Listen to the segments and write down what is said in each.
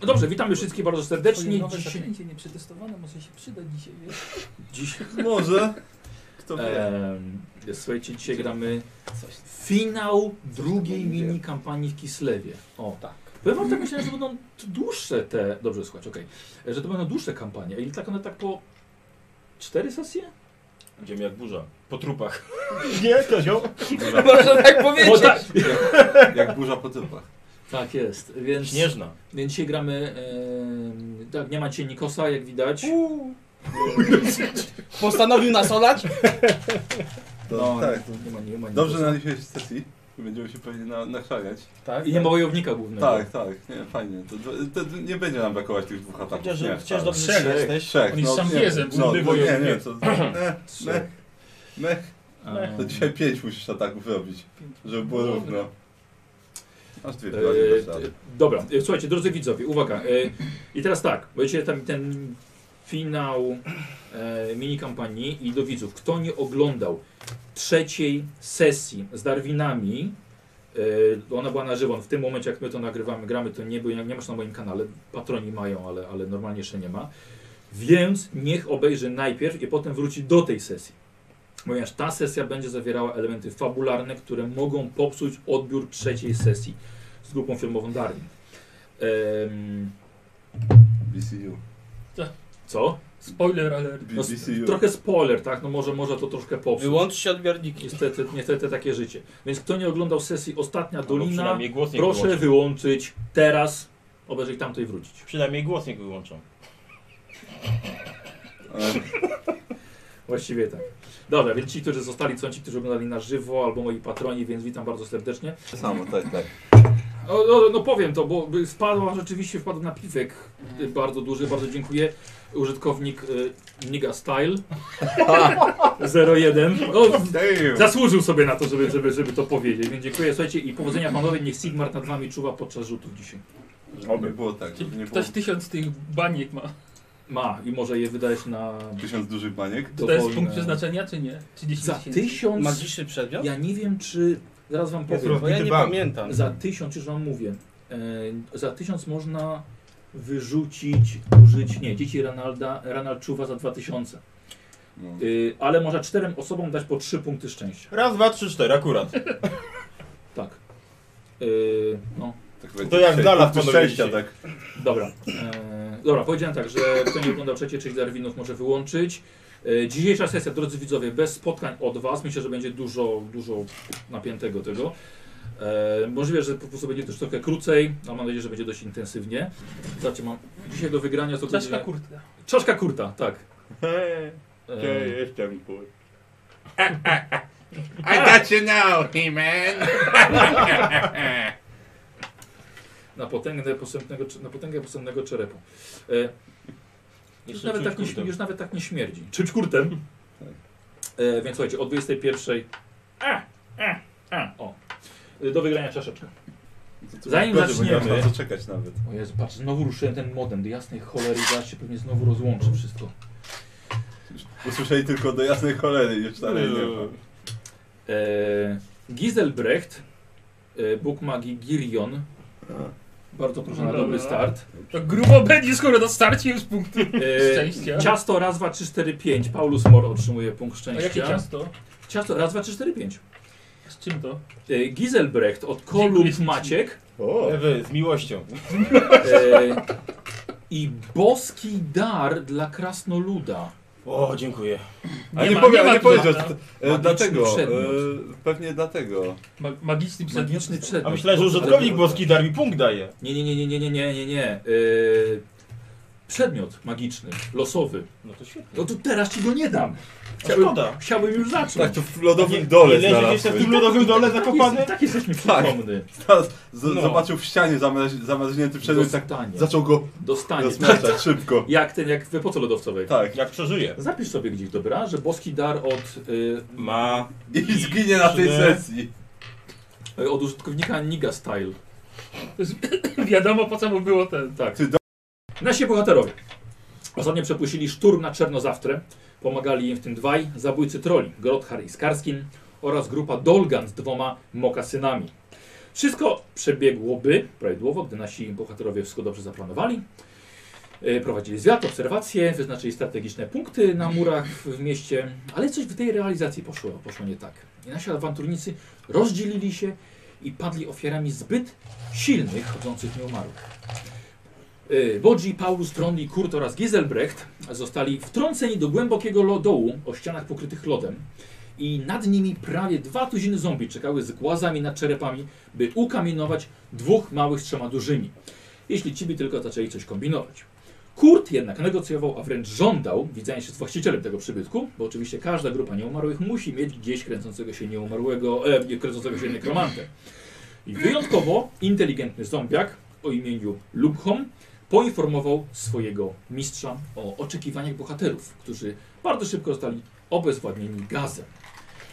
No dobrze, witamy wszystkich bardzo serdecznie. nowe Dziś, zaklęcie nieprzetestowane może się przydać dzisiaj, wiesz? dziś, Może. Kto wie. E, em, słuchajcie, dzisiaj gramy finał drugiej mini kampanii w Kislewie. O. Tak. Powiem wam tak myślałem, że będą t- dłuższe te. Dobrze, słuchaj, okej. Że to będą dłuższe kampanie. I tak one tak po. Cztery sesje? Idziemy jak burza. Po trupach. Nie, Kozioł. Można tak O, powiedzieć. tak, Jak burza po trupach. tak jest. Więc, Śnieżna. więc dzisiaj gramy. em, tak, nie ma cię Nikosa, jak widać. Postanowił nas olać? To, No, tak. nie ma, nie ma Dobrze Nikosa. na dzisiejszej sesji. Będziemy się pewnie na, nachlaniać. Tak. I nie ma wojownika głównego. Tak, tak. Nie, fajnie. To, to, to nie będzie nam brakować tych dwóch ataków. Chociaż, nie, chociaż tak. dobrze Trzech. że jesteś. Trzech. On jest sam nie, piezem, no, zły no, nie, wojownik. nie, to, e, mech, Trzech. mech. Em, No, To dzisiaj pięć musisz ataków robić, żeby było No, Dobra. równo. Aż dwie E, e, d- dobra, e, słuchajcie, drodzy widzowie, uwaga. E, I teraz tak, będziecie tam ten finał e, mini kampanii i do widzów. Kto nie oglądał trzeciej sesji z Darwinami, e, ona była na żywo. W tym momencie, jak my to nagrywamy, gramy, to nie, było, nie masz na moim kanale. Patroni mają, ale, ale normalnie jeszcze nie ma. Więc niech obejrzy najpierw i potem wróci do tej sesji. Ponieważ ta sesja będzie zawierała elementy fabularne, które mogą popsuć odbiór trzeciej sesji z grupą filmową Darwin. Em, BCU. co? Spoiler alert. No, BCU. s- trochę spoiler, tak? No może, może to troszkę popsuć. Wyłączcie odbiorniki. Niestety, niestety takie życie. Więc kto nie oglądał sesji Ostatnia Albo Dolina, No Przynajmniej głos niech proszę wyłączą. wyłączyć teraz, obejrzeć tamto i wrócić. Przynajmniej głos niech wyłączą. E, Właściwie tak. Dobra, więc ci, którzy zostali, są ci, którzy oglądali na żywo, albo moi patroni, więc witam bardzo serdecznie. to samo, tak, tak. O, no, no powiem to, bo spadła, rzeczywiście wpadł na piwek y, bardzo duży, bardzo dziękuję. Użytkownik y, Niga Style 01. No, Damn. Zasłużył sobie na to, żeby, żeby, żeby to powiedzieć, więc dziękuję. Słuchajcie i powodzenia panowie, niech Sigmar nad wami czuwa podczas rzutów dzisiaj. Żeby nie było tak, żeby nie było Ktoś tysiąc tych baniek ma. Ma i może je wydać na tysiąc dużych baniek. Czy to jest dowolne- punkt przeznaczenia, czy nie? 30 Za tysięcy. tysiąc, Magiczny przedmiot? ja nie wiem czy, zaraz wam powiem, Bo ja nie bank. pamiętam. za tysiąc, już wam mówię, e, za tysiąc można wyrzucić, użyć, nie, dzieci Ranalda, Ranald czuwa za dwa tysiące, No. Y, ale można czterem osobom dać po trzy punkty szczęścia, Raz, dwa, trzy, cztery, akurat. tak. Y, no. Tak będzie To jak dzisiaj. dala w Punktu panowie szczęścia, dzisiaj. tak. Dobra. E, dobra, powiedziałem tak, że kto nie oglądał trzeciej części Darwinów może wyłączyć. E, dzisiejsza sesja, drodzy widzowie, bez spotkań od Was. Myślę, że będzie dużo, dużo napiętego tego. E, możliwe, że po prostu będzie też trochę krócej, ale mam nadzieję, że będzie dość intensywnie. Zobaczcie, mam dzisiaj do wygrania to Czaszka będzie... kurta. Czaszka kurta, tak. E, jestem kur. I got you now, He-Man. na potęgę posępnego, na potęgę posępnego czerepu. E, już, Jeszcze nawet czuć tak nie, kurtem. śmi- już nawet tak nie śmierdzi. Czyć kurtem. E, więc słuchajcie, od 21. A, a, a, E, o. E, Do wygrania czaszeczka. To tu Zanim będzie, bo nie zaczniemy- ma na co czekać nawet. O Jezu, patrz, znowu ruszyłem ten modem. Do jasnej cholery zaraz się pewnie znowu rozłączy wszystko. Usłyszeli tylko do jasnej cholery, już dalej nie ma. E, Giselbrecht, e, Bóg magii Girion. Bardzo proszę na dobry start. To grubo będzie, skoro na starcie jest punkt szczęścia. E, ciasto raz, dwa, trzy, cztery, pięć. Paulus Mor otrzymuje punkt A jakie szczęścia. ciasto? Ciasto raz, dwa, trzy, cztery, pięć. Z czym to? E, Giselbrecht od Kolumb ślicznie. Maciek O, Ewy, z miłością. e, i boski dar dla krasnoluda. O, dziękuję. a nie, ma- powiem, nie nie, ma nie tu powiedział. żadna. E, Magiczny Dlatego, e, przedmiot. pewnie dlatego. Ma magiczny przedmiot. Magiczny przedmiot. A myślałem, że użytkownik boski dar mi punkt daje. Nie, nie, nie, nie, nie, nie, nie, nie, nie. E, przedmiot magiczny, losowy. No to świetnie. No to teraz ci go nie dam. A szkoda. Chciałbym już Tak, zacząć. to w lodowym dole Nie leży jeszcze w znalazłeś. tym lodowym dole zakopany? Jest, tak jesteś mi Tak. przytomny. Teraz z- No. Zobaczył w ścianie zamraź, zamarznięty przedmiot, tak Dostanie. zaczął go Dostanie. Tak, rozmieszać szybko. jak ten, jak w epoce lodowcowej. Tak. Jak przeżyje. Zapisz sobie gdzieś, dobra, że boski dar od, y, Ma. I zginie na tej Nie. sesji. e, od użytkownika Niga Style. Wiadomo po co mu było ten. Tak. Ty do- Nasi bohaterowie ostatnio przepuścili szturm na Czernozawtrę. Pomagali im w tym dwaj zabójcy troli, Grothar i Skarskin oraz grupa Dolgan z dwoma mokasynami. Wszystko przebiegłoby prawidłowo, gdy nasi bohaterowie wszystko dobrze zaplanowali. E, Prowadzili zwiat, obserwacje, wyznaczyli strategiczne punkty na murach w- w mieście, ale coś w tej realizacji poszło, poszło nie tak. I nasi awanturnicy rozdzielili się i padli ofiarami zbyt silnych, chodzących nieumarłych. E, Bodzi, Paulus, Tronli, Kurt oraz Giselbrecht zostali wtrąceni do głębokiego lo- dołu o ścianach pokrytych lodem i nad nimi prawie dwa tuziny zombie czekały z głazami nad czerepami, by ukamienować dwóch małych z trzema dużymi. Jeśli ci by tylko zaczęli coś kombinować. Kurt jednak negocjował, a wręcz żądał widzenia się z właścicielem tego przybytku, bo oczywiście każda grupa nieumarłych musi mieć gdzieś kręcącego się nieumarłego, e, nie, kręcącego się nekromantę. I wyjątkowo inteligentny zombiak o imieniu Lubhom poinformował swojego mistrza o oczekiwaniach bohaterów, którzy bardzo szybko zostali obezwładnieni gazem.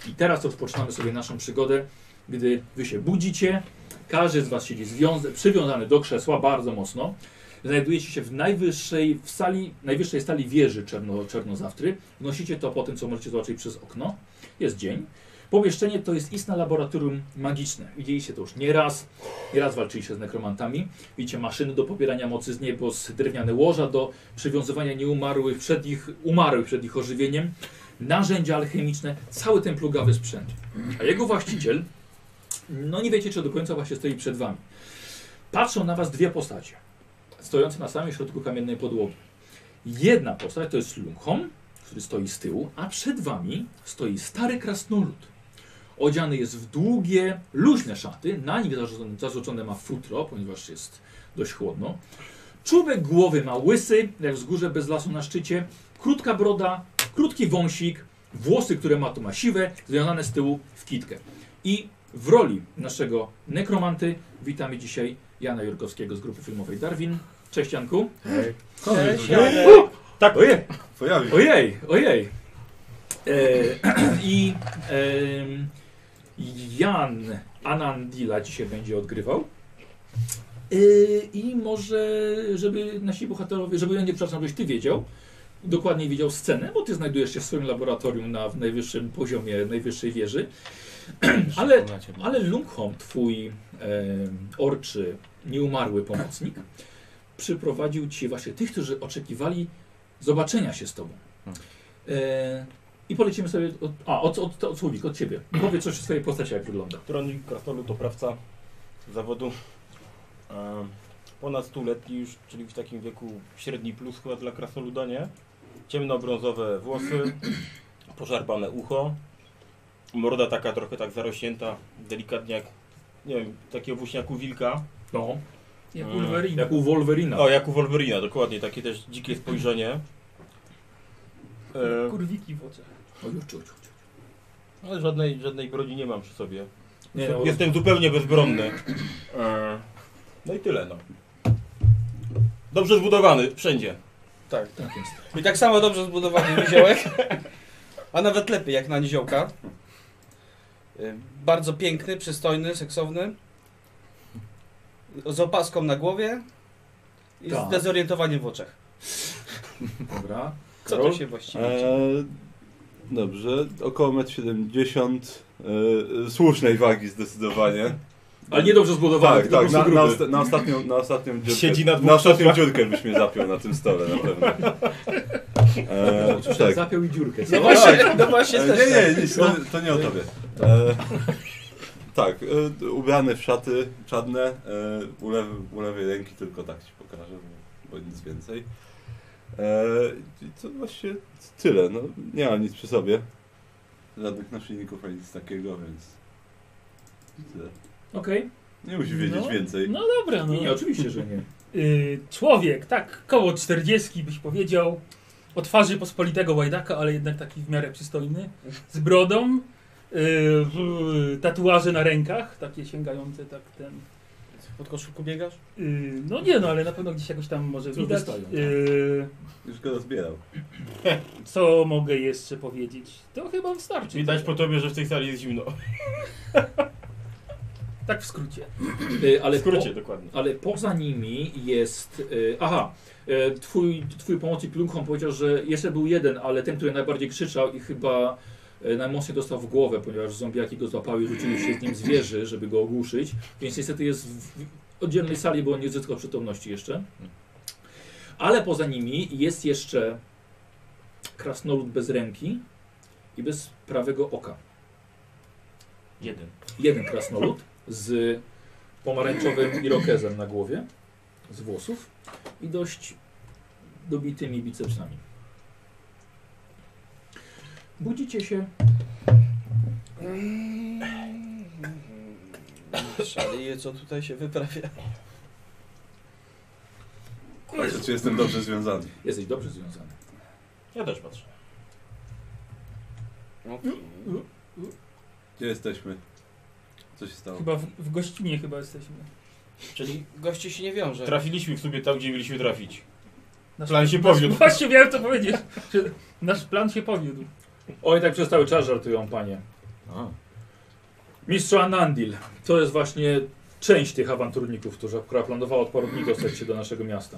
I teraz rozpoczynamy sobie naszą przygodę, gdy wy się budzicie. Każdy z was siedzi związa- przywiązany do krzesła bardzo mocno. Znajdujecie się w najwyższej w sali, najwyższej stali wieży czerno, czernozawtry. Wnosicie to po tym, co możecie zobaczyć przez okno. Jest dzień. Pomieszczenie to jest istne laboratorium magiczne. Widzieliście to już nieraz. Nieraz walczyliście z nekromantami. Widzicie maszyny do pobierania mocy z niebos, drewniane łoża do przywiązywania nieumarłych przed ich, umarłych przed ich ożywieniem narzędzia alchemiczne, cały ten plugawy sprzęt. A jego właściciel, no nie wiecie, czy do końca właśnie stoi przed wami. Patrzą na was dwie postacie, stojące na samym środku kamiennej podłogi. Jedna postać to jest Lunghom, który stoi z tyłu, a przed wami stoi stary krasnolud. Odziany jest w długie, luźne szaty, na nich zarzucone, zarzucone ma futro, ponieważ jest dość chłodno. Czubek głowy ma łysy, jak wzgórze bez lasu na szczycie, krótka broda, krótki wąsik, włosy, które ma to ma siwe, związane z tyłu w kitkę. I w roli naszego nekromanty witamy dzisiaj Jana Jurkowskiego z grupy filmowej Darwin. Cześć Janku. Cześć, Tak, Ojej, Pojawił się. ojej, ojej. E, I em, Jan Anandila dzisiaj będzie odgrywał. E, I może, żeby nasi bohaterowie, żeby nie przepraszam, żebyś ty wiedział, dokładnie widział scenę, bo ty znajdujesz się w swoim laboratorium na w najwyższym poziomie, najwyższej wieży. Ale, ale Lungholm, twój e, orczy, nieumarły pomocnik, przyprowadził ci właśnie tych, którzy oczekiwali zobaczenia się z tobą. Hmm. E, I polecimy sobie. Od, a, od, od, od Słowik, od ciebie. Powiedz coś o swojej postaci, jak wygląda. Tronik Krasnolud, oprawca zawodu. em, Ponad stuletni już, czyli w takim wieku średni plus chyba dla krasnoluda, nie? Ciemnobrązowe włosy, pożarbane ucho, morda taka trochę tak zarośnięta, delikatnie jak, nie wiem, takiego włóśniaku wilka. No, Jak Mm. Wolverine. jak u Wolverina. O, jak u Wolverina, dokładnie, takie też dzikie spojrzenie. E, Kurwiki w oczach. O, już, czuć, czuć. ale żadnej, żadnej broni nie mam przy sobie. Nie, no, Jestem zupełnie bezbronny. E, No i tyle, no. Dobrze zbudowany, wszędzie. tak jest. I tak samo dobrze zbudowany niziołek, a nawet lepiej jak na niziołka. Y, Bardzo piękny, przystojny, seksowny. Z opaską na głowie i Tak. z dezorientowaniem w oczach. Dobra. Co Karol? to się właściwie E. dzieje? Eee, dobrze, około 1,70 m. Eee, słusznej wagi zdecydowanie. Ale niedobrze zbudowany, Tak, tylko tak, po na, prostu na, gruby. osta- na ostatnią, na ostatnią dziurkę. Siedzi na dwóch na ostatnią krzesłach. dziurkę byś mnie zapiął na tym stole na pewno. Eee, Tak. tak. Zapiął i dziurkę. No właśnie, no właśnie E, też Nie, tak. nie, nic, to, to nie o tobie. E, tak, e, ubrany w szaty czarne, e, u, lewy, u lewej ręki tylko tak ci pokażę, bo- bo nic więcej. E, i to właśnie tyle, no nie mam nic przy sobie. Żadnych naszyjników ani nic takiego, więc tyle. Okej. Nie musi wiedzieć No. więcej. No dobra, no. Nie, nie, oczywiście, że nie. Y, człowiek, tak, koło 40 byś powiedział. O twarzy pospolitego łajdaka, ale jednak taki w miarę przystojny. Z brodą. y, w- tatuaże na rękach, takie sięgające tak ten... Pod koszulku biegasz? y, no nie no, ale na pewno gdzieś jakoś tam może Co widać. wystają, tak. Y, Już go rozbierał. co mogę jeszcze powiedzieć? To chyba wystarczy. Widać po tobie, że w tej sali jest zimno. Tak w skrócie. Y, Ale Ale w po, skrócie, dokładnie. ale poza nimi jest. e, y, aha, y, twój, twój pomocnik Lunghom powiedział, że jeszcze był jeden, ale ten, który najbardziej krzyczał i chyba E, Najmocniej dostał w głowę, ponieważ zombiaki go złapały i rzuciły się z nim z wieży, żeby go ogłuszyć. Więc niestety jest w w oddzielnej sali, bo on nie odzyskał przytomności jeszcze. Ale poza nimi jest jeszcze krasnolud bez ręki i bez prawego oka. Jeden. Jeden krasnolud z pomarańczowym irokezem na głowie, z włosów i dość dobitymi bicepsami. Budzicie się Szaleje, co tutaj się wyprawia. Patrzę, czy jestem dobrze związany. Jesteś dobrze związany. Ja też patrzę. No, Gdzie jesteśmy? Co się stało? Chyba w, w gościnie chyba jesteśmy. Czyli Goście się nie wiąże. trafiliśmy w sumie tam, gdzie mieliśmy trafić. Nasz Plan się powiódł. Właśnie miałem to powiedzieć. że Nasz plan się powiódł. Oj, tak przez cały czas żartują, panie. Mistrzu Anandil, to jest właśnie część tych awanturników, którzy- która planowała od paru dni dostać się do naszego miasta.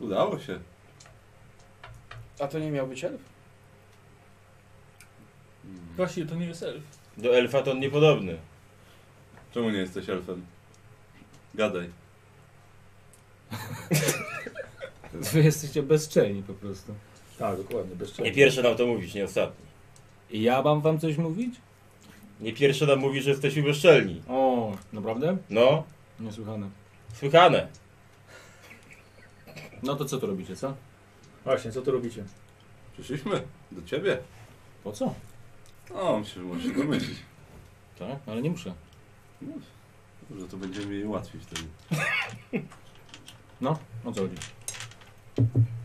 Udało się. A to nie miał być elf? Mm. Właśnie, to nie jest elf. Do elfa to on niepodobny. Czemu nie jesteś elfem? Gadaj. Wy jesteście bezczelni po prostu. Tak, dokładnie, bez Nie pierwszy nam to mówić, nie ostatni. I ja mam wam coś mówić? Nie pierwszy nam mówi, że jesteśmy bezczelni. O, naprawdę? No, Niesłychane. słychane. No to co tu robicie, co? Właśnie, co tu robicie? Przyszliśmy do ciebie. Po co? O, myślę, że możesz się domyślić. Tak, ale nie muszę. No, Dobrze, to będziemy mieli łatwiej wtedy. No, o co chodzi?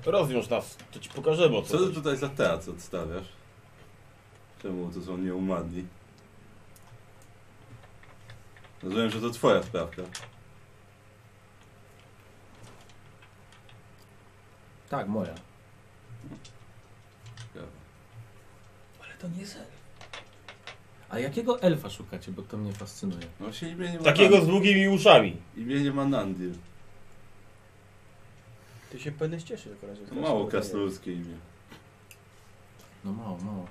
Rozwiąż nas, to ci pokażemy o co. Co ty chodzi. tutaj za teatr odstawiasz? Czemu to są nieumadni? Rozumiem, że to twoja sprawka. No Tak, moja. Ale to nie jest elf. A jakiego elfa szukacie, bo to mnie fascynuje? No Właśnie imię nie ma Takiego z długimi uszami. Imię nie ma Nandil. Ty się powinieneś cieszyć akurat. że To teraz mało się wydaje. krasnoludzkie imię. No mało, mało.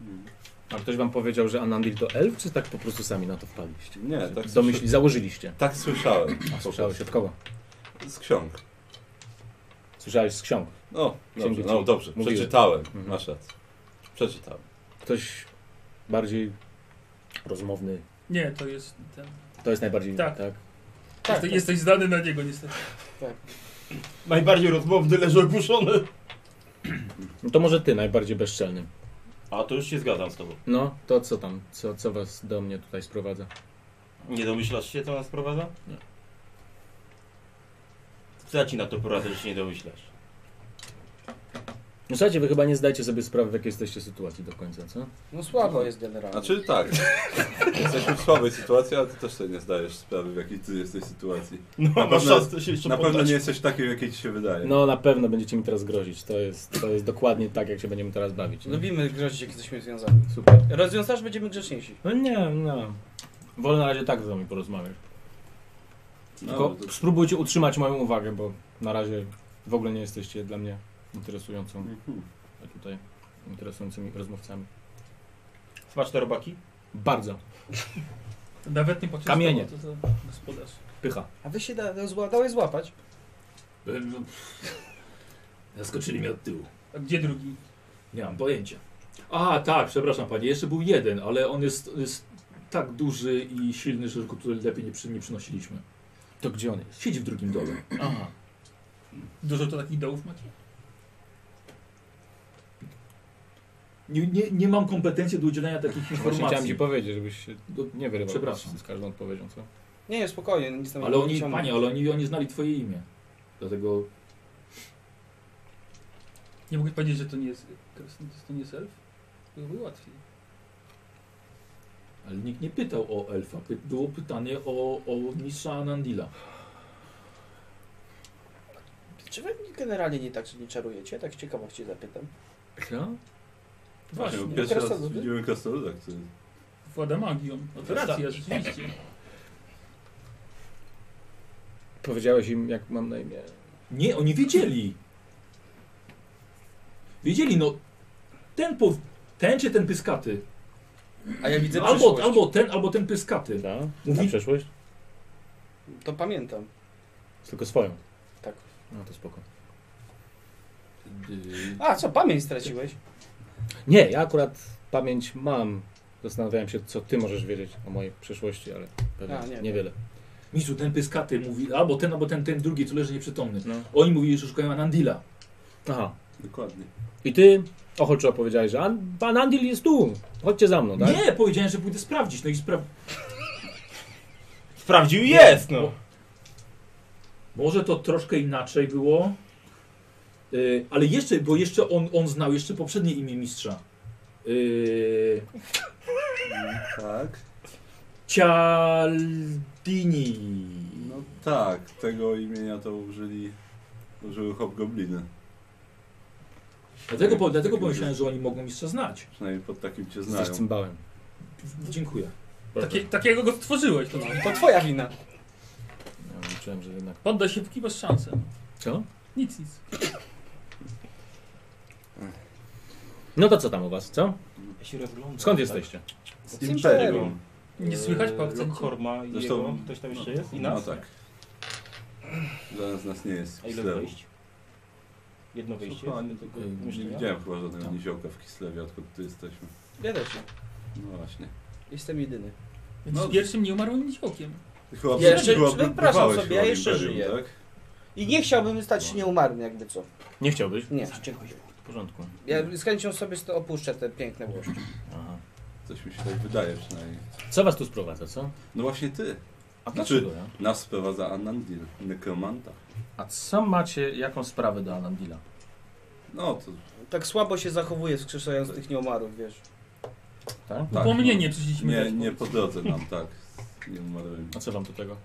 Mm. A ktoś wam powiedział, że Anandil to elf, czy tak po prostu sami na to wpadliście? Nie, Że tak Domyśli, założyliście. Tak słyszałem. A słyszałeś od kogo? Z ksiąg. Słyszałeś z ksiąg. No, Księgi dobrze, ci no dobrze. mówiły. Przeczytałem. Mhm. Masz rację. Przeczytałem. Ktoś bardziej rozmowny. Nie, to jest ten. To jest najbardziej... Tak. tak? jesteś, jesteś zdany na niego niestety. Najbardziej rozmowny leży ogłuszony. No to może ty, najbardziej bezczelny. A to już się zgadzam z tobą. No, to co tam? Co, co was do mnie tutaj sprowadza? Nie domyślasz się, co nas sprowadza? Nie. Co ja ci na to poradzę, że się nie domyślasz? No słuchajcie, wy chyba nie zdajcie sobie sprawy, w jakiej jesteście sytuacji do końca, co? No słabo jest generalnie. Znaczy tak. Jesteśmy w słabej sytuacji, ale ty też sobie nie zdajesz sprawy, w jakiej ty jesteś sytuacji. No, Na masz pewno- szansę się jeszcze Na pewno poddać. nie jesteś takiej, w jakiej ci się wydaje. No na pewno będziecie mi teraz grozić. To jest, to jest dokładnie tak, jak się będziemy teraz bawić. nie? Lubimy grozić, jak jesteśmy związani. Super. Rozwiązasz, będziemy grzeczniejsi. No nie, no. Wolę na razie tak z wami porozmawiać. No, Tylko to- spróbujcie utrzymać moją uwagę, bo na razie w ogóle nie jesteście dla mnie interesującą Mhm. tutaj interesującymi rozmowcami. Smaczne robaki? Bardzo. Nawet nie poczęstował, Kamienie. To, to gospodarz. Pycha. A wy się da, da, zła- dałeś złapać? Zaskoczyli mnie od tyłu. A gdzie drugi? Nie mam pojęcia. A, tak, przepraszam panie, jeszcze był jeden, ale on jest, jest tak duży i silny, że go tutaj lepiej nie, przy, nie przynosiliśmy. To gdzie on jest? Siedzi w drugim dole. Aha. Dużo to takich dołów macie? Nie, nie, nie mam kompetencji do udzielania takich No Właśnie chciałem ci informacji. powiedzieć, żebyś się Do- nie wyrywał Przepraszam. z każdą odpowiedzią, co? Nie, nie, spokojnie, nic tam nie Ale oni, wyciągnę. panie, ale oni, oni znali twoje imię. Dlatego Nie mogę powiedzieć, że to nie jest, kres- to nie jest elf? Byłoby łatwiej. Ale nikt nie pytał o elfa. Py było pytanie o, o mistrza Anandila. Czy wy generalnie nie tak, że nie czarujecie? Tak z ciekawości zapytam. Co? Właśnie. Właśnie, pierwszy raz krasnoludy? widzimy krasnoluda, który... Włada magią. No To jest Operacja, rzeczywiście. Powiedziałeś im, jak mam na imię. Nie, oni wiedzieli. Wiedzieli, no. Ten po Ten czy ten pyskaty? A ja widzę Albo, przyszłość. Tak. albo ten, albo ten pyskaty. Ta, Mówi- na Mhm. przeszłość? To pamiętam. Tylko swoją. Tak. No to spoko. A co, pamięć straciłeś? Nie, ja akurat pamięć mam. Zastanawiałem się, co ty możesz wiedzieć o mojej przyszłości, ale pewnie A, nie. niewiele. Mizu, ten pyskaty mówi, albo ten, albo ten, ten drugi, co leży nieprzytomny. No. Oni mówili, że szukają Anandila. Aha. Dokładnie. I ty ochoczo powiedziałeś, że An pan Andil jest tu. Chodźcie za No mną, tak? Nie, powiedziałem, że pójdę sprawdzić. No i spra Sprawdził i jest, no. Może to troszkę inaczej było. Yy, ale jeszcze, bo jeszcze on, on znał jeszcze poprzednie imię mistrza. Yy, Tak. Cialdini. No tak, tego imienia to użyli, użyły hobgobliny. Dlatego, po, dlatego Takim pomyślałem, że oni mogą mistrza znać. Przynajmniej pod takim cię Jesteś znają. cymbałem. Dziękuję. Takie, takiego go stworzyłeś, to Tak. To twoja wina. Ja liczyłem, że jednak... Poddaj się póki masz szansę. Co? Nic, nic. No to co tam u was, co? Ja się rozglądam. Skąd jesteście? Z imperium. Nie słychać po akcencie. Horma i Eee, Zresztą- jego. Ktoś tam jeszcze jest? I nas? No tak. Żaden z nas nie jest. A ile Kislewu. wejść? Jedno wejście? Słuchaj, do tego nie Nie pomieszczenia? widziałem chyba żadnego niziołka w Kislewie, odkąd tu jesteśmy. Ja też nie. No właśnie. Jestem jedyny. Będziesz No. pierwszym nieumarłym niziołkiem. Ty Chyba Ja jeszcze- chyba przepraszam próbowałeś sobie, chyba ja jeszcze imperium, żyję. Tak? I nie chciałbym stać No. się nieumarłym, jakby co. Nie chciałbyś? Nie. W porządku. Ja z chęcią sobie sto- opuszczę te piękne włoszcze. Aha. Coś mi się tak wydaje przynajmniej. Co was tu sprowadza, co? No właśnie ty. A Znaczy- dlaczego ja? Nas sprowadza Anandil, nekromanta. A co macie, jaką sprawę do Anandila? No to Tak słabo się zachowuje, skrzeszając tych nieumarłych, wiesz. Tak? Tak, po mnie no. nie przyszliśmy. nie, dać nie po pomocy. drodze nam tak. z Nieumarłymi. A co wam do tego?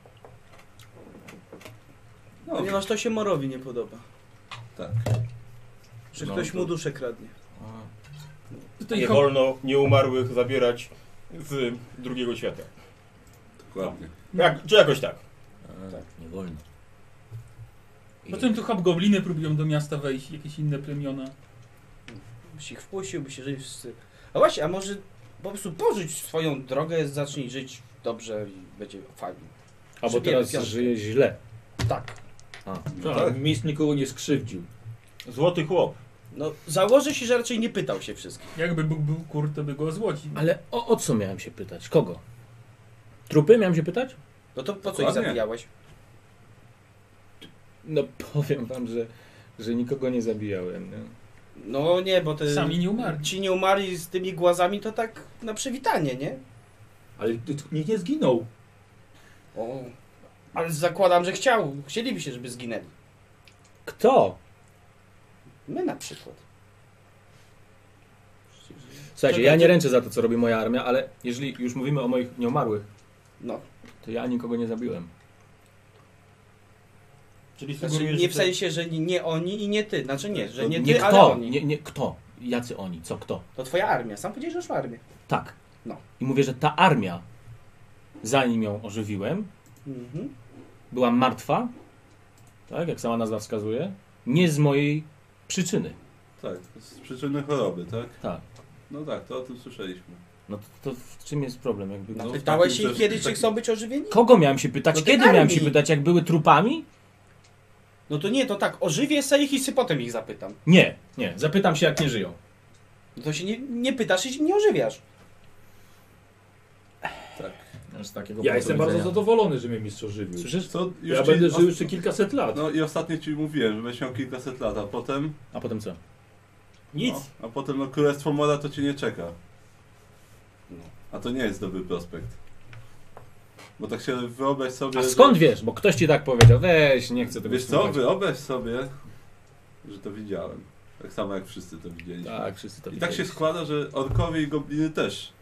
No, Ponieważ to się Morowi nie podoba. tak. Że No, ktoś to- mu duszę kradnie. Tutaj Nie ho- wolno nieumarłych zabierać z drugiego świata. Dokładnie. Jak, czy jakoś tak. tak, nie wolno. Po czym No tu hobgobliny próbują do miasta wejść, jakieś inne plemiona. Byś ich wpuścił, by się żyli wszyscy. A właśnie, a może po prostu pożyć swoją drogę, zacznij żyć dobrze i będzie fajnie. Albo teraz Przybiera żyje źle. Tak. Tak, tak. Mistrz nikogo nie skrzywdził. Złoty chłop. No, założę się, że raczej nie pytał się wszystkich. Jakby Bóg był kur, to by go złodził. Ale o, o co miałem się pytać? Kogo? Trupy miałem się pytać? No to po co ich Dokładnie. zabijałeś? No powiem wam, że, że nikogo nie zabijałem. Nie? No nie, bo ty... Sami nie umarli. Ci nie umarli z tymi głazami, to tak na przywitanie, nie? Ale ty- ty- nikt nie zginął. O. Ale zakładam, że chciał. Chcieliby się, żeby zginęli. Kto? My na przykład. Słuchajcie, Czekaj, ja nie ty- ręczę za to, co robi moja armia, ale jeżeli już mówimy o moich nieumarłych, No. to ja nikogo nie zabiłem. Czyli Znaczy, sugerujesz, nie w że- sensie, że nie oni i nie ty. Znaczy nie, że nie ty, nie ale kto? oni. Nie, nie kto? Jacy oni? Co kto? To twoja armia. Sam powiedziałeś, że masz armię. Tak. No. I mówię, że ta armia, zanim ją ożywiłem, Mhm. była martwa, tak jak sama nazwa wskazuje, nie z mojej przyczyny. Tak, z przyczyny choroby, tak? Tak. No tak, to o tym słyszeliśmy. No to, to w czym jest problem? Jakby, No. Pytałeś takim, ich że- kiedy, czy takim- chcą być ożywieni? Kogo miałem się pytać? No tej Kiedy miałem armii. się pytać? Jak były trupami? No to nie, to tak, ożywię se ich i sy potem ich zapytam. Nie, nie. Zapytam się, jak nie żyją. No to się nie, nie pytasz i się nie ożywiasz. Z takiego Ja jestem bardzo zadowolony, że mnie mistrz ożywił. Słyszysz? Co? Już Ja ci- będę os- żył jeszcze kilkaset lat. No i ostatnio ci mówiłem, że będziesz miał kilkaset lat, a potem... A potem co? Nic. No, a potem no, Królestwo Mora to cię nie czeka. No. A to nie jest dobry prospekt. Bo tak się wyobraź sobie... A że- skąd wiesz? Bo ktoś ci tak powiedział. Weź, nie chcę tego Wiesz co, słuchać. wyobraź sobie, że to widziałem. Tak samo jak wszyscy to widzieliśmy. Tak, wszyscy to I tak się widzieli. składa, że orkowie i gobliny też,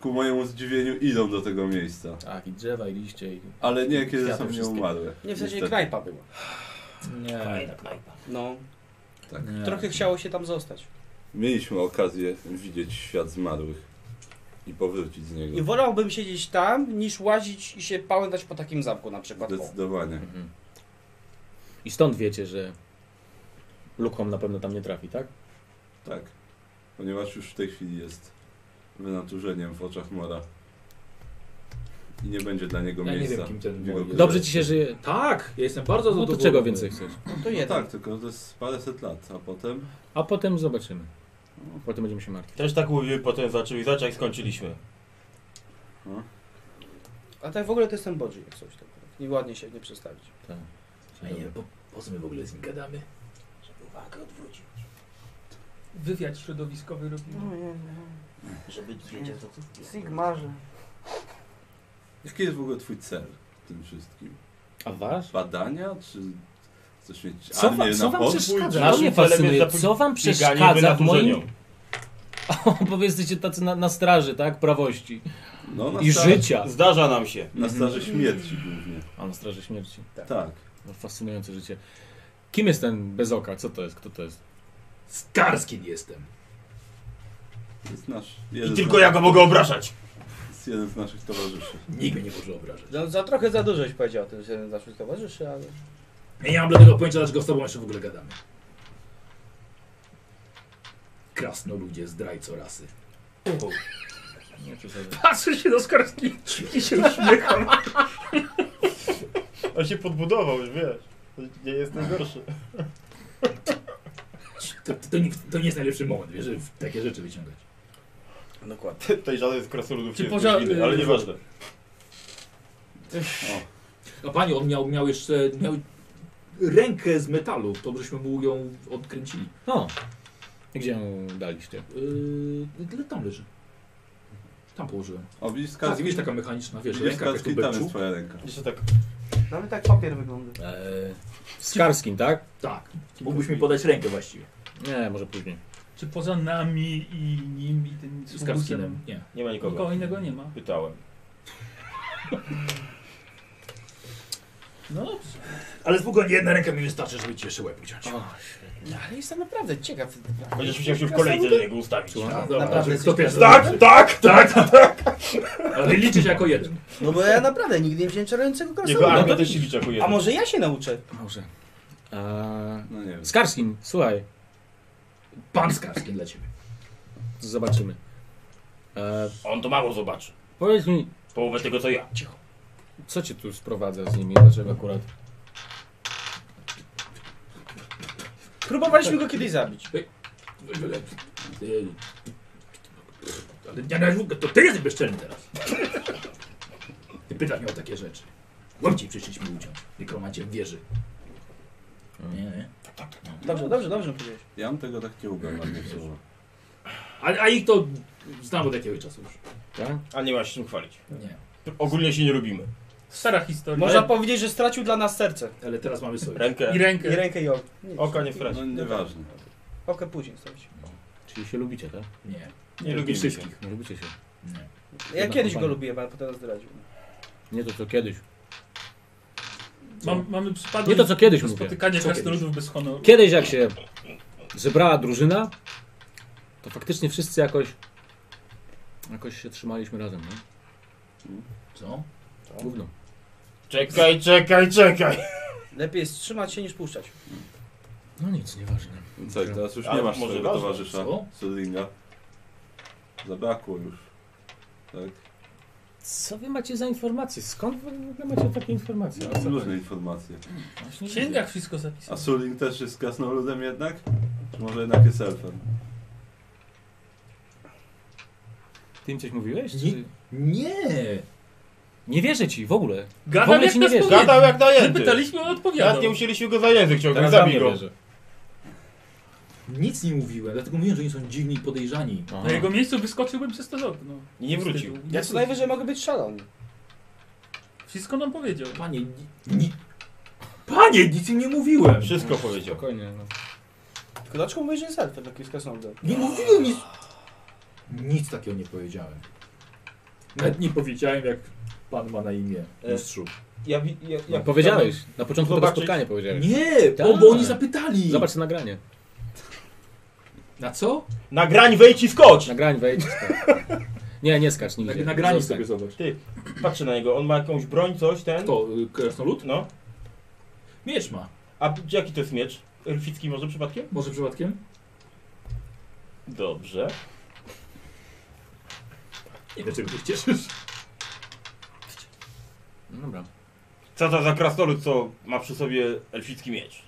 ku mojemu zdziwieniu, idą do tego miejsca. Tak, i drzewa, i liście, i... Ale nie kiedy Kwiaty są wszystkie. nieumarłe. Nie, w sensie Niestety. knajpa była. Nie. No, Tak. trochę chciało się tam zostać. Mieliśmy okazję widzieć świat zmarłych i powrócić z I niego. wolałbym siedzieć tam, niż łazić i się pałętać po takim zamku na przykład. O. Zdecydowanie. Mhm. I stąd wiecie, że luką na pewno tam nie trafi, tak? Tak. ponieważ już w tej chwili jest wynaturzeniem w oczach Mora. I nie będzie dla niego Ja nie miejsca. wiem, kim ten w jego Mor jest. królestwie. Dobrze ci się żyje. Tak, ja jestem bardzo No to zadowolony. czego więcej chcesz? To No jeden. tak, tylko to jest paręset lat, a potem... A potem zobaczymy. Potem będziemy się martwić. Też tak mówił potem zaczęli zacząć, jak skończyliśmy. A tak w ogóle to jest ten Bodzi, jak coś tak. Nieładnie się nie przestawić. Tak. Ja nie wiem, po, po co my w ogóle z nim gadamy? Żeby uwagę odwrócił. Wywiad środowiskowy robimy. Żeby wiedział, co tu Sigmarze. Jaki jest w ogóle twój cel w tym wszystkim? A wasz? Badania, czy chcesz mieć Co armię wam, co na wam podwór? przeszkadza? Naszym To mnie celem jest fascynuje. zapobieganie Co wam Bieganie przeszkadza w moim... wynaturzeniom. Bo wy jesteście tacy na, na straży, tak? Prawości. No, na I starzy- życia. Zdarza nam się. Na starzy śmierci głównie. A na straży śmierci. Tak. No, fascynujące życie. Kim jest ten bez oka? Co to jest? Kto to jest? Skarskin jestem. To jest nasz... I Jeden tylko z, ja go mogę obrażać. jest jeden z naszych towarzyszy. Nikt mnie nie może obrażać. Za, No, za trochę za dużoś powiedział ten jeden z naszych towarzyszy, ale... Ja nie mam bladego pojęcia, dlaczego z tobą jeszcze w ogóle gadamy. Krasno ludzie, zdrajco rasy. Nie, przesadzę. Patrzę się do Skarski i się uśmiecham. On się podbudował, już wiesz. To Nie jest najgorszy. To, to, to, nie, to nie jest najlepszy moment, wiesz, żeby takie rzeczy wyciągać. Dokładnie. Tej żadnej jest krasoludów Czy nie poza- poza... winy, ale nieważne. A pani, on miał, miał jeszcze miał rękę z metalu, to żeśmy mu ją odkręcili. No. I Gdzie ją daliście? Yy, tyle tam leży. Tam położyłem. O, widzisz, Tak, Karski, widzisz taka mechaniczna, wiesz, widzisz, ręka jakaś tu Karski tam jest beczu. twoja ręka. Jeszcze tak. Nawet tak papier wygląda. Eee, z Karskim, tak? Tak, mógłbyś mi podać rękę właściwie. Nie, może później. Czy poza nami i nim i tym Z Karskinem. sługusem Nie. Nie ma nikogo. nikogo innego nie ma? Pytałem. No dobrze. Ale spokojnie, jedna ręka mi wystarczy, żeby ci jeszcze łeb uciąć. No, ale jestem naprawdę ciekaw. Będziesz musiał się w kolejce do niego ustawić. Dobra, Naprawdę żeby jesteś kto pierwszy Tak, zobaczy. tak! tak, tak. Ale liczyć jako jeden. No bo ja naprawdę nigdy nie wziąłem czarującego Jego krasnoluda. armia też się liczy jako No A jeden. może ja się nauczę? Może. Eee, No nie wiem. z Karskim, słuchaj. Pan Skarskin dla ciebie. Zobaczymy. Eee, On to mało zobaczy. powiedz mi, Połowę tego co ja. co cię tu sprowadza z nimi? Dlaczego akurat? Próbowaliśmy go kiedyś zabić. Eee, Ale ja na to ty jesteś bezczelny teraz. Ty pytasz mnie o takie rzeczy. Łapcie przyszliśmy uciąć. Nekromancie wierzy. Mm. Nie, nie. Dobrze, dobrze, dobrze powiedziałeś. Ja bym tego tak nie ubrał na mnie słowa. A, a ich to znam od jakiegoś czasu już. Tak? A nie ma się czym chwalić. Nie. Ogólnie się nie lubimy. Stara historia. Można powiedzieć, że stracił dla nas serce. Ale teraz mamy sojusz. Rękę, I I rękę. rękę i oko. oka nie straci. No nieważne. Okę później stracił. Czyli się lubicie, tak? Nie. Nie lubimy się. wszystkich. Nie lubicie się. Nie. Ja Jedna kiedyś go kompania. lubiłem, ale potem zdradził. Nie to co kiedyś. Mam, mamy przypadek Nie to co kiedyś mówię. spotykania Co krasnoludów bez honoru. Kiedyś jak się zebrała drużyna, to faktycznie wszyscy jakoś jakoś się trzymaliśmy razem, nie? Co? Gówno. Czekaj, czekaj, czekaj. Lepiej jest trzymać się niż puszczać. No nic, nieważne. Co, teraz już nie Ale masz może swojego ważne, towarzysza, co? Sudringa. Zabrakło już. Tak? Co wy macie za informacje? Skąd wy w ogóle macie takie informacje? O co chodzi? Różne informacje. Właśnie W nie księgach wszystko zapisane. A Suling też jest krasnoludem jednak? Czy może jednak jest elfem? wiem. Ty im coś mówiłeś? Nie. Czy... Nie! nie wierzę ci w ogóle. W Gadam ogóle jak ci nie nas wierzę. powie- Gadał jak My dajęty. pytaliśmy, on Nawet nie odpowiadał. musieliśmy go za język ciągnąć, Teraz za zabij mnie go. wierzę. Nic nie mówiłem, dlatego mówiłem, że oni są dziwni i podejrzani. No Aha. Na jego miejscu wyskoczyłbym przez to okno. I nie Z wrócił. tyłu. Ja co najwyżej mogę być szalony. Wszystko nam powiedział. Panie, ni, ni, Panie, nic im nie mówiłem! Wszystko powiedział. Spokojnie, no. Tylko dlaczego mówisz, że jest elfem, jak jest krasnoludem? Nie mówiłem nic! Nic takiego nie powiedziałem. Nawet nie powiedziałem, jak pan ma na imię, E, mistrzu. Ja, wi- ja, ja no powiedziałeś. Na początku tego Zobaczyć. spotkania powiedziałeś. Nie, bo, Tak. bo oni zapytali. Zobacz to nagranie. Na co? Na grań wejdź i skocz! Nagrań wejdź. skacz. Nie, nie skacz Na, nigdzie. na granicy Zostań. sobie zobacz. Patrzę na niego, on ma jakąś broń, coś, ten. To y, krasnolud? No. Miecz ma. A jaki to jest miecz? Elficki może przypadkiem? Może przypadkiem? Dobrze. I dlaczego się cieszysz? No Dobra. Co to za krasnolud, co ma przy sobie elficki miecz?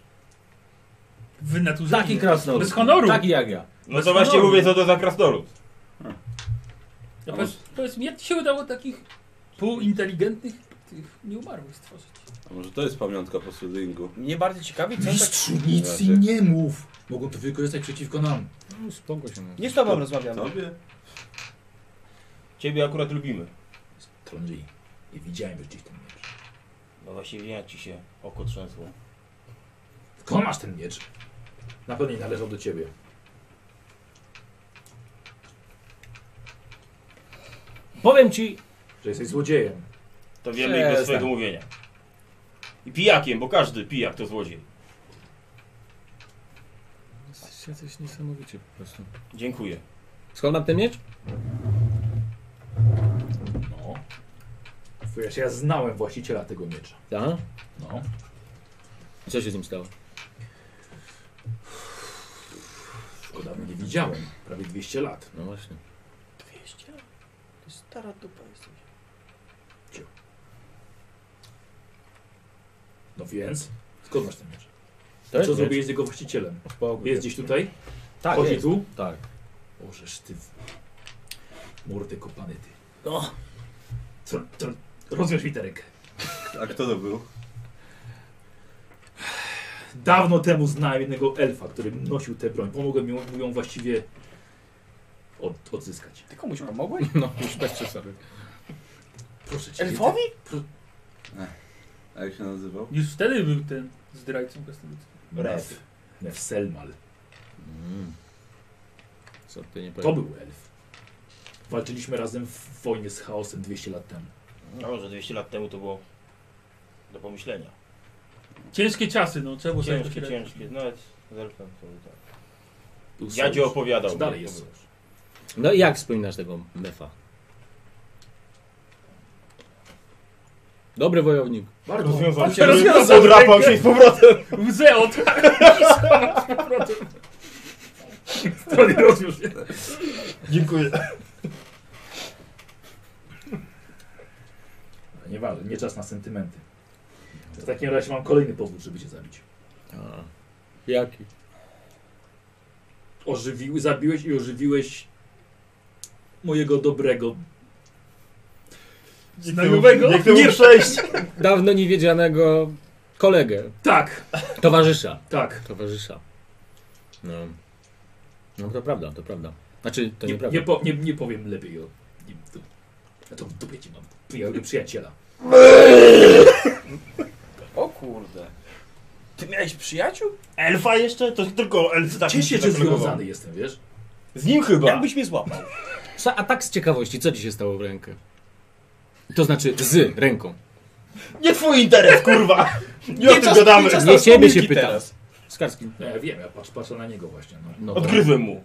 W naturze. Taki krasnolud. Bez honoru. Taki jak ja. No to właśnie honoru. mówię, co to za krasnolud. Ja powiedz, powiedz mi, jak ci się udało takich półinteligentnych tych nieumarłych stworzyć? A może to jest pamiątka po Sudingu? Mnie bardziej ciekawi, co on tak... Mistrzu, nic Raczej. im nie mów! Mogą to wykorzystać przeciwko nam. No, spoko się mówi. Nie z tobą rozmawiamy. Tobie? Ciebie akurat lubimy. Trondri, nie widziałem już gdzieś ten miecz. No właśnie, ja ci się oko trzęsło. Skąd masz ten miecz? Na pewno nie należał do ciebie. Powiem ci, Że jesteś złodziejem. To wiemy i bez Przestań. swojego mówienia. I pijakiem, bo każdy pijak to złodziej. jesteście jacyś niesamowicie po prostu. Dziękuję. Skąd mam ten miecz? No. Wiesz, ja znałem właściciela tego miecza. Tak. No. I co się z nim stało? Go dawno nie widziałem. Prawie 200 lat. No właśnie. 200? To jest stara dupa jesteś. No więc? Skąd masz ten miecz? To jest Co miecz. zrobiłeś z jego właścicielem? Spoko. Jest gdzieś tutaj? Tak, Chodzi jest. tu? Tak. Możesz ty... w- Mordę kopany ty. No. Co, co, rozwiąż mi tę rękę. A kto to był? Dawno temu znałem jednego elfa, który nosił tę broń. Pomogłem mu mu ją właściwie od, odzyskać. Ty komuś pomogłeś? No, już bez przesady. Proszę cię. Elfowi? A jak się nazywał? Już wtedy był ten zdrajcą kastelicy. Nef. Nef Selmal. Mm. Co ty nie To powiesz? był elf. Walczyliśmy razem w wojnie z chaosem 200 lat temu. A No, może 200 lat temu to było do pomyślenia. Ciężkie czasy, no trzeba było sobie Ciężkie, poświęcić. ciężkie. Nawet z elfem to tak. Był Jadzio sojusz. opowiadał. Czy mi, jak dalej jest to było. No i jak wspominasz tego mefa? Dobry wojownik. Bardzo. Rozwiązał się, się, rozwiązał odrapał rękę. się i z powrotem. Łzę od... To nie rozwiąż. Dziękuję. Nie ważne, nie czas na sentymenty. W takim razie mam kolejny powód, żeby cię zabić. A. Jaki? Ożywił, zabiłeś i ożywiłeś mojego dobrego znajomego. Nie chcę mu Nie- przejść. Dawno niewiedzianego kolegę. Tak, Towarzysza. tak. Towarzysza. No. No to prawda, to prawda. Znaczy, to nie, nieprawda. nie, po, nie, nie powiem lepiej o nim. To, ja to w dupie ci mam. Przyja- Przyjaciela. O kurde. Ty miałeś przyjaciół? Elfa jeszcze? To tylko elf tak Cieszę się, że zaklekował. związany jestem, wiesz? Z nim chyba. Jakbyś mnie złapał. Sa- A tak z ciekawości, co ci się stało w rękę? To znaczy z ręką. Nie twój interes, kurwa. Nie o tym czas- gadamy. czas Nie na ciebie się wspominki pytam. teraz. Skarski. No, ja wiem, ja patrzę, patrzę na niego właśnie. No. No to- Odgryzłem mu.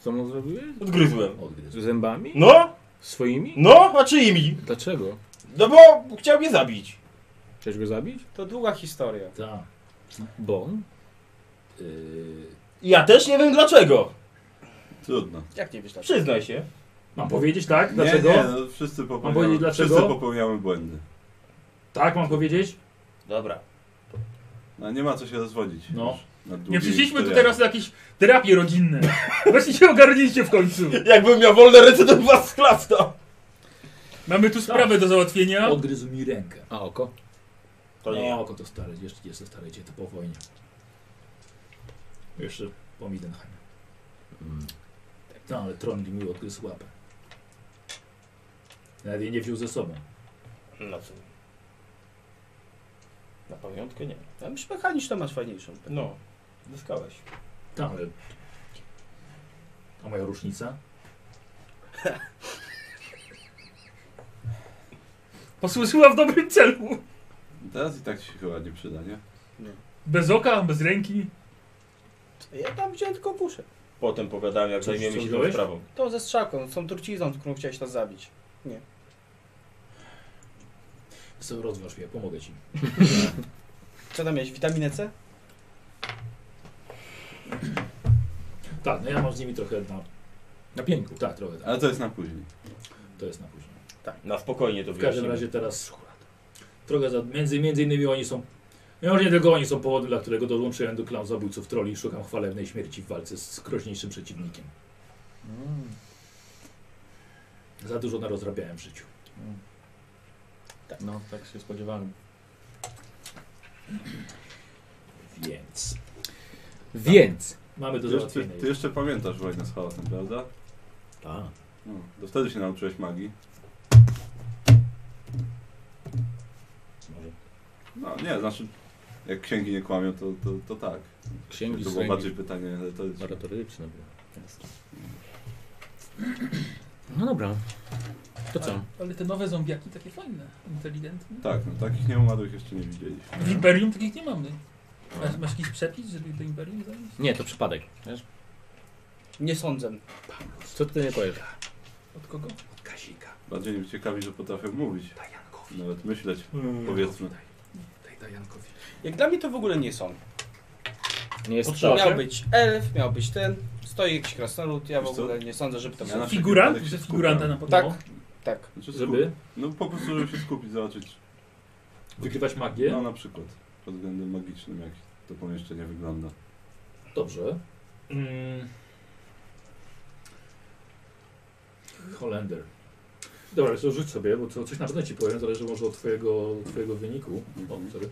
Co mu zrobiłeś? Odgryzłem. Odgryzł. Z zębami? No, Swoimi? no, a czyimi? Dlaczego? No bo chciał mnie zabić. Chcesz go zabić? To długa historia. Tak. Bo? Yy, Ja też nie wiem dlaczego. Trudno. Jak nie wiesz dlaczego? Przyznaj się. mam powiedzieć tak? Nie, Dlaczego? Nie, no, wszyscy, powiedzieć popełniamy, dlaczego? wszyscy popełniamy błędy. Tak, mam powiedzieć? Dobra. No, nie ma co się rozwodzić. No. już nad Nie długimi przyszliśmy tu historiami. teraz na jakieś terapie rodzinne. Właśnie się ogarnijcie w końcu. Jakbym miał wolne ręce, to by was sklasta. Mamy tu sprawę do załatwienia. Odgryzł mi rękę. A oko? To nie. No, oko to stare, jeszcze jeszcze stare dzieci, to po wojnie. Jeszcze po Midenheim. Mm. No, ale Trondli mi odgryzł łapę. Nawet jej nie wziął ze sobą. Na co? Na pamiątkę nie. Ja myślę, mechaniczną masz fajniejszą. No, zyskałeś. Tak, ale... A moja różnica? Posłyszyła w dobrym celu. Teraz i tak ci się chyba nie przyda, nie? Bez oka, bez ręki. Ja tam wziąłem tylko kuszę. Potem pogadałem, jak Coś zajmiemy się tą wciągnąłeś? sprawą. To ze strzałką, z tą trucizną, którą chciałeś nas zabić. Co, rozważ mnie, pomogę ci. Co tam miałeś, witaminę C? Tak, no ja mam z nimi trochę na... Na pięku. Tak, trochę tak. Ale to jest na później. To jest na później. Na spokojnie to W każdym wyjaśnimy. razie teraz trochę za, między, między innymi oni są, może nie tylko oni są powodem, dla którego dołączyłem do klanu zabójców troli i szukam chwalebnej śmierci w walce z groźniejszym przeciwnikiem. Mm, Za dużo narozrabiałem w życiu. No, tak się spodziewałem. Więc Więc. mamy do Ty jeszcze, załatwienia. ty jeszcze pamiętasz wojnę z chaosem, prawda? Tak. No, to wtedy się nauczyłeś magii. Tak. Może. No nie, znaczy jak księgi nie kłamią, to, to, to tak. Księgi to było słęgi. bardziej pytanie retoryczne. Merytoryczne było. No dobra. To co? Ale te nowe zombiaki takie fajne, inteligentne. Tak, no takich nieumarłych jeszcze nie widzieliśmy. Mhm. W Imperium takich nie mamy. Masz, masz jakiś przepis, żeby do Imperium zajść? Nie, to przypadek. Wiesz? Nie sądzę. Co ty nie powiesz? Od kogo? Od Kazika. Bardziej mnie ciekawi, że potrafię mówić, Daj Jankowi. nawet myśleć, powiedzmy. Daj, daj Jankowi. Jak dla mnie to w ogóle nie są. Nie jest Potrzeba. Miał być elf, miał być ten, stoi jakiś krasnolud, ja w Wiesz co? ogóle nie sądzę, żeby to Ja był. na- Figurant? przypadek się Że figuranta skupiam. nam Tak, podobał? tak. Znaczy, skup- Żeby No po prostu, żeby się skupić, zobaczyć. wykrywać magię. No na przykład, pod względem magicznym, jak to pomieszczenie wygląda. Dobrze. Mm. Holender. Dobra, to rzuć sobie, bo to coś na pewno ci powiem, zależy może od twojego, twojego wyniku. O, Mhm. sorry.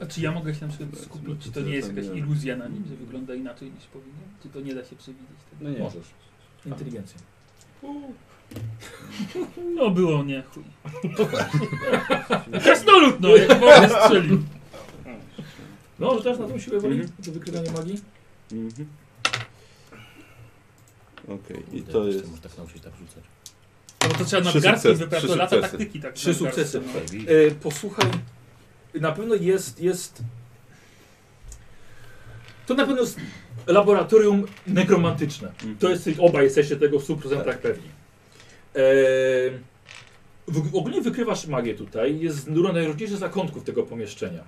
A czy ja mogę się na przykład skupić? Czy to nie jest jakaś Nie. iluzja na nim, że wygląda inaczej niż powinien? Czy to nie da się przewidzieć? tego? No nie. Możesz. Inteligencja. No było nie, chuj. No Krasnolud no, jak wolę strzelił. No, rzucasz na tą siłę woli Mhm. do wykrywania magii? Mhm. Okej, i to jest... Może tak nauczyć tak rzucać. No bo to trzeba Trzy nadgarstki sukcesy, wypracować, trzy lata sukcesy. taktyki tak. Trzy nadgarstki, sukcesy. no. E, posłuchaj, na pewno jest, jest... To na pewno jest laboratorium nekromantyczne. Mhm, To jest, obaj jesteście tego w 100% tak. pewni. E, w, ogólnie wykrywasz magię tutaj, jest dużo najróżniejszych zakątków tego pomieszczenia.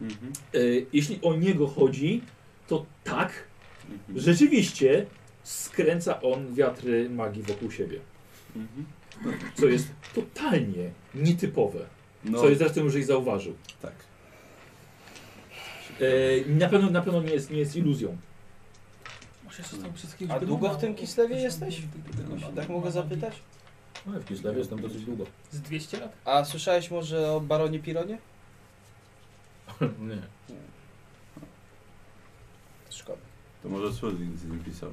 Mhm. E, jeśli o niego chodzi, to tak, Mhm. rzeczywiście skręca on wiatry magii wokół siebie. Mhm. Co jest totalnie nietypowe. No, Co jest zresztą już jej zauważył. tak. E, na, pewno, na pewno nie jest, nie jest iluzją. Może się z tą wszystkiego A długo w tym wyglądało? Kislewie jesteś? Wyglądało. Tak mogę zapytać? No, w Kislewie jestem dosyć długo. Z 200 lat? A słyszałeś może o baronie Pironie? Nie. Szkoda. To może Schrödinger z nim pisał.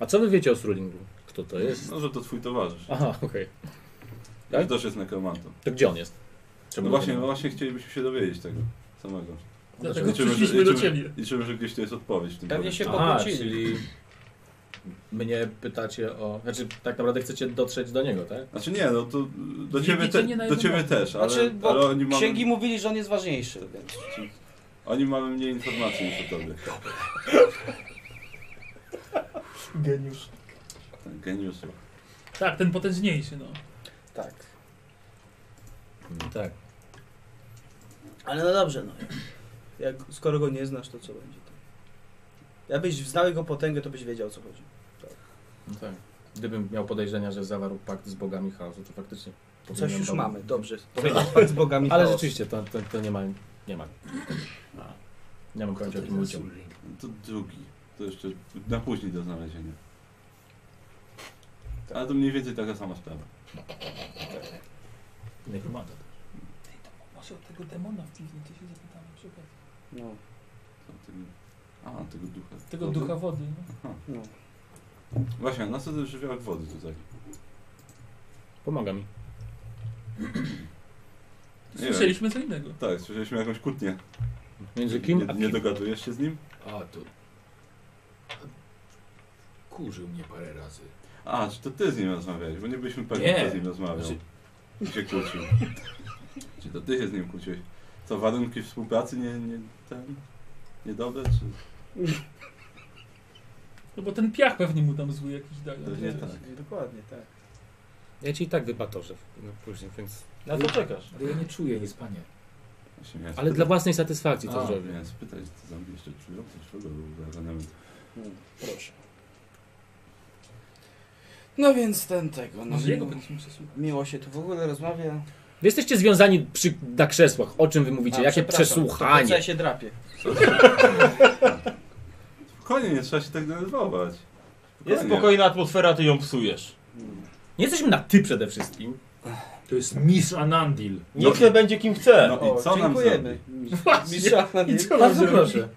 A co wy wiecie o Strulingu? Kto to jest? No, że to twój towarzysz. Aha, okej. Tak? Tak? Że też jest nekromantą. To gdzie on jest? No właśnie, no właśnie chcielibyśmy się dowiedzieć tego samego. Dlatego przyszliśmy do ciebie. liczymy, że gdzieś tu jest odpowiedź w tym Pewnie się powiedzeniu. Aha, pokłócili. czyli mnie pytacie o... Znaczy, tak naprawdę chcecie dotrzeć do niego, tak? Znaczy nie, no to do Nie ciebie, widzę te, nie na do jednym ciebie oku. też, ale, Znaczy, bo ale oni, mamy, Księgi mówili, że on jest ważniejszy, więc... oni mamy mniej informacji niż o tobie. Geniusz. Ten Geniusz. Tak, ten potężniejszy, no. Tak. Tak. Ale no dobrze, no. Jak, skoro go nie znasz, to co będzie? To... Jakbyś znał jego potęgę, to byś wiedział, o co chodzi. No tak. Gdybym miał podejrzenia, że zawarł pakt z bogami chaosu, to faktycznie... Coś powinienem już tam- mamy, dobrze. Fakt z bogami Ale chaosu. rzeczywiście, to, to, to nie ma... Nie ma. Nie mam pojęcia o tym ludziom. No To drugi. To jeszcze na później do znalezienia. Tak. Ale to mniej więcej taka sama sprawa. Nekromanta. Ty, to może o tego demona w piwnicy się zapytamy, szukaj. No, Tam Tego, a, tego ducha. Tego Wody? ducha wody, no. no. Właśnie, na co ten żywiołek wody tutaj? Pomaga mi. Nie wiem. Słyszeliśmy co innego. Tak, słyszeliśmy jakąś kłótnię. Między nie, kim a nie kim? dogadujesz się z nim? A, to... Kurzył mnie parę razy. A, czy to ty z nim rozmawiałeś? Bo nie byliśmy pewni, Nie. kto z nim rozmawiał. Znaczy- I się kłócił. czy to ty się z nim kłóciłeś? Co, warunki współpracy nie, nie ten... Niedobre, czy... No bo ten piach pewnie mu tam zły jakiś daje. Pewnie tak. Dokładnie, tak. Ja ci i tak wypatorzę no, później, więc... Na co czekasz? Ale ja nie czuję nic, panie. Właśnie miałem Ale spytać- dla własnej satysfakcji A, to zrobię. Miałem spytać, czy zombie jeszcze czują coś, czego był ewenement. Proszę. No więc ten tego. No, Może jego miło, będziemy przesłuchać. miło się tu w ogóle rozmawia. Wy jesteście związani przy, na krzesłach. O czym wy mówicie? A, Jakie przepraszam, to po co przesłuchanie? Ja się drapie. Spokojnie, nie trzeba się tak denerwować. Jest Spokojnie. spokojna atmosfera, ty ją psujesz. Nie jesteśmy na ty przede wszystkim. To jest Miss Anandil. Niech se będzie kim chce. No i co nam dziękujemy. zrobi? Mistrza I co nam Bardzo zrobi? proszę.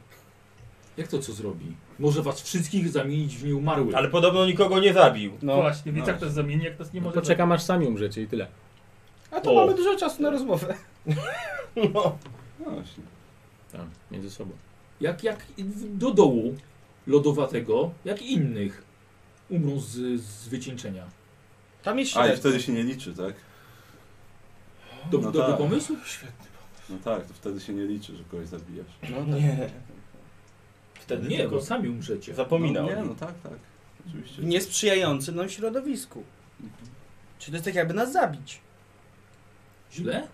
Jak to co zrobi? Może was wszystkich zamienić w nieumarłych. Ale podobno nikogo nie zabił. No, Właśnie, więc jak nas zamieni, jak nas nie No, może... tak- poczekam aż sami umrzecie i tyle. a to O. mamy dużo czasu na rozmowę. No. No właśnie. Tam, między sobą. Jak, jak do dołu lodowatego, jak innych, umrą z, z wycieńczenia. Tam jest A i śledztwo. wtedy się nie liczy, tak? Dob- No dobry tak. pomysł? No tak, to wtedy się nie liczy, że kogoś zabijasz. No, tak. Nie. Wtedy nie, tylko bo sami umrzecie. zapominał. No, nie, no tak, tak. Oczywiście. W niesprzyjającym nam środowisku. Czy to jest tak jakby nas zabić? Źle?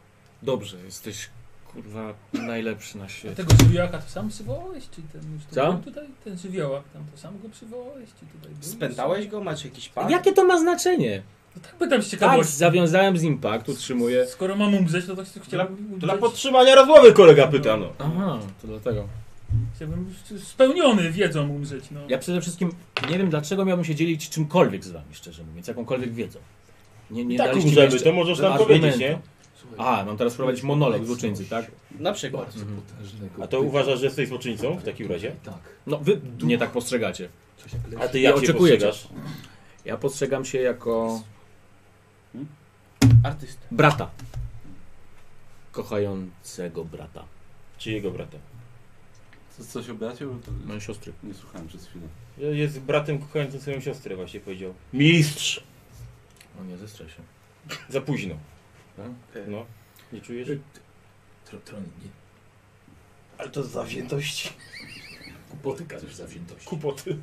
Dobrze, jesteś kurwa najlepszy na A świecie. tego żywiołaka to sam przywołałeś, czy ten już tu Co? był tutaj? Ten żywiołak tam to sam go przywołałeś, czy tutaj był? Spętałeś go? Macie jakiś pan? Jakie to ma znaczenie? No tak pytam z Tak, ciekawości. zawiązałem z impact, utrzymuję. Skoro mam umrzeć, to to chcę- chciałbym umrzeć. Dla podtrzymania rozmowy kolega pyta, no. Aha, to dlatego. Chciałbym już spełniony wiedzą umrzeć, no. Ja przede wszystkim nie wiem, dlaczego miałbym się dzielić czymkolwiek z wami, szczerze mówiąc, jakąkolwiek wiedzą. Nie, nie I tak daliście mi umrzemy, jeszcze to możesz nam argumentu. powiedzieć, nie? Słuchaj, A, mam teraz prowadzić monolog z uczyńcy, tak? Na przykład. bardzo Mhm. potężnego. A to uważasz, że jesteś złoczyńcą w takim razie? Tak. No, wy mnie tak postrzegacie. Coś jak A ty Ja jak się oczekuję cię. postrzegasz? Ja postrzegam się jako Artysta. brata. Kochającego brata. Czy jego brata? Co, coś o bracie? Bo to- Mojej siostry. Nie słuchałem przez chwilę. Jest bratem kochającym swoją siostrę, właśnie powiedział. Mistrz! O nie, zestrę się. Za późno. Tak? No. Nie czujesz? Tro, tro, nie, Ale to zawziętości. kupoty kazasz zawziętości. Kupoty.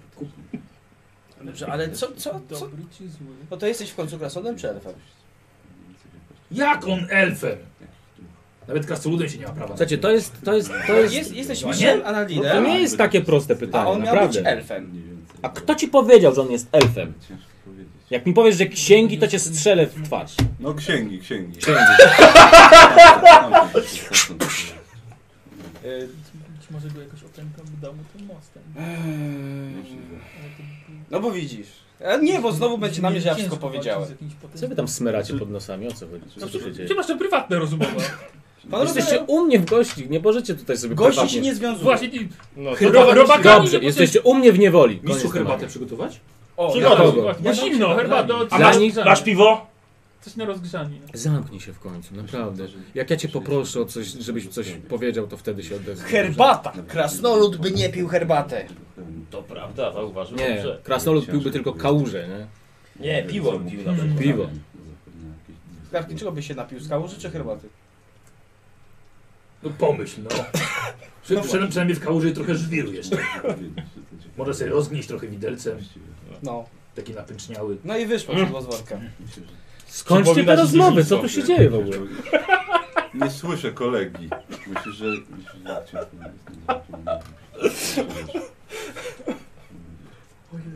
Dobrze, ale co, co, co? Dobry czy zły? No to jesteś w końcu krasnodem czy elfem? Jak on elfem? Nawet kastroludem się nie ma prawa. Słuchajcie, to jest, to jest, to jest... Jest, jesteś No nie. mistrzem No to Anadidem? nie jest takie proste pytanie, A on miał naprawdę. być elfem. Mniej więcej. A kto ci powiedział, że on jest elfem? Ciężko powiedzieć. Jak mi powiesz, że księgi, to cię strzelę w twarz. No księgi, księgi. No, Księgi. Tam się wszystko stąd wydaje. Y, Być może go jakoś opętam, by dał mu ten most. ten- Możliwe. ale to by- No bo widzisz. A nie, bo znowu będzie na mnie, że ja Ciężko wszystko walczyć z powiedziałem. jakimś potężnym- Co wy tam smeracie pod nosami? O co chodzi? Co tu się dzieje? Gdzie masz to prywatne rozumowa? Pan Jesteście Jesteście... u mnie w gości, nie możecie tutaj sobie Gości prywatnie- się no, nie związuje. Właśnie, ty- No, to Chyba- tak- robaka- Dobrze, jesteście u mnie w niewoli. Koniec Mistrzu tematu. herbatę przygotować? O, Przygoda. kogo? właśnie, Ja bo się zimno, no, tak herba do... robię. coś A na masz- rozgrzanie. Masz piwo? Coś na rozgrzanie. Zamknij się w końcu, naprawdę. Jak ja cię poproszę o coś, żebyś coś powiedział, to wtedy się odezwę. Herbata! Krasnolud by nie pił herbatę. To prawda, zauważyłem, Nie, że... krasnolud piłby tylko kałuże, nie? Nie, piwo pił na Mm. no. przykład. Piwo. Sprawdź, czego by się napił? Z kałuży czy herbaty? No pomyśl, no. Przy, przy, przynajmniej w kałuży trochę żwiru jeszcze. Może sobie rozgnieść trochę widelcem, tak. No. taki napęczniały. No i wyszło mm. z worka. Skończcie te Przypomina ci rozmowy, co dzieciństwo. tu się dzieje w ogóle? Nie słyszę kolegi. Myślę, że... Myślę, że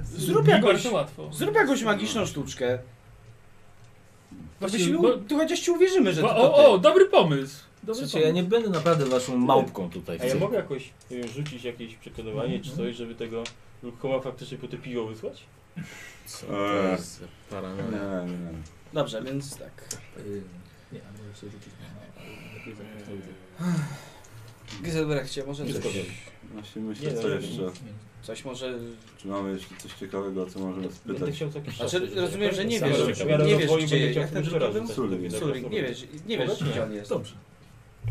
Zrób Nie jakoś- bardzo łatwo. Zrób jakąś magiczną sztuczkę. To Właśnie, byśmy, bo- to chociaż ci uwierzymy, że Bo- to, to ty. O, o, dobry pomysł. Dobry Słuchajcie, ja pomysł. nie będę naprawdę waszą małpką tutaj. A ja mogę jakoś nie wiem, rzucić jakieś przekonywanie czy coś, żeby tego ruchoma faktycznie po te piwo wysłać? Co to jest za paranoja? Nie, nie. Dobrze, więc tak. Yy, nie, a może sobie rzucić. na- Gizelbrechcie, może Nie coś, zgodzę. Właśnie myślę, Nie, co nie, jeszcze. coś może... Czy mamy jeszcze coś ciekawego, o co możemy Będę spytać? chciał co jakiś czas. Znaczy, rozumiem, że nie Sam wiesz, jestem że- miarą nie rozwoju wiesz, gdzie- będę chciał jak w ten tym drugi raz był? też Sulik. tak Sulik, nie wiesz, nie wiesz Obecnie. gdzie on jest. Dobrze.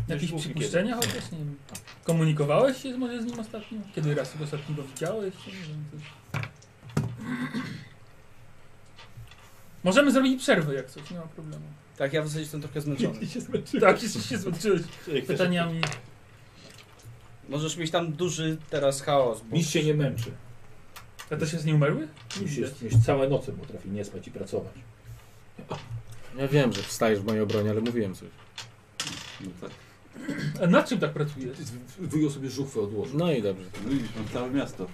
Jakieś Już mówię przypuszczenia chociaż? Nie wiem. Komunikowałeś się może z nim ostatnio? Kiedy raz go ostatniego widziałeś? Nie wiem, coś. Możemy zrobić przerwę jak coś, nie ma problemu. Tak, ja w zasadzie jestem trochę zmęczony. Tak, jeszcze się zmęczyłeś Jak chcesz- pytaniami. Możesz mieć tam duży teraz chaos, bo... Mistrz się nie męczy. A to się z nie umarły? Mistrz jest, mistrz całe noce potrafi nie spać i pracować. Ja wiem, że wstajesz w mojej obronie, ale mówiłem coś. No tak. A nad czym tak pracujesz? Wyjął sobie żuchwę od łoża. No i dobrze. Widzieliśmy całe miasto.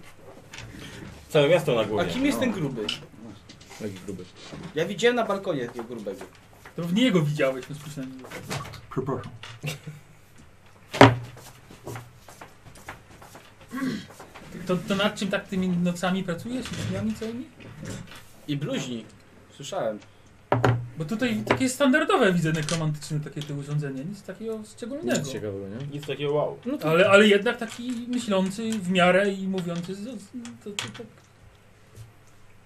Całe miasto na głowie. A kim jest ten gruby? Taki gruby. Ja widziałem na balkonie tego grubego. To pewnie jego widziałeś, no słyszałem. Przepraszam. To, to nad czym tak tymi nocami pracujesz? I dniami całymi? I bluźni. Słyszałem. Bo tutaj takie standardowe widzę nekromantyczne takie te urządzenie, nic takiego szczególnego. Nic ciekawego, nie? Nic takiego wow. Ale, ale jednak taki myślący w miarę i mówiący z, z, to, to, tak.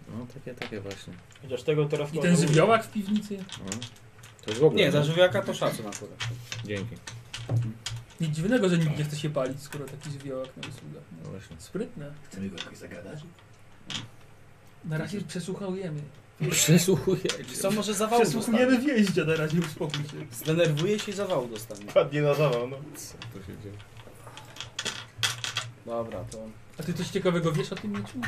No takie, takie właśnie. Chociaż tego teraz... I ten żywiołak w piwnicy. No. To jest w ogóle. Nie, za żywiaka to szacun akurat. Dzięki. Nic dziwnego, że nikt nie chce się palić, skoro taki żywiołak na usługach. No właśnie. Sprytne. Chcemy go jakoś zagadać? Na razie przesłuchujemy. Przesłuchuję. Co może zawał Przesłuchujemy dostanie? więźnia na razie, uspokój się. Zdenerwuje się i zawału dostanie. Padnie na zawał, no. To się dzieje. Dobra, to... A ty coś ciekawego wiesz o tym mieczu?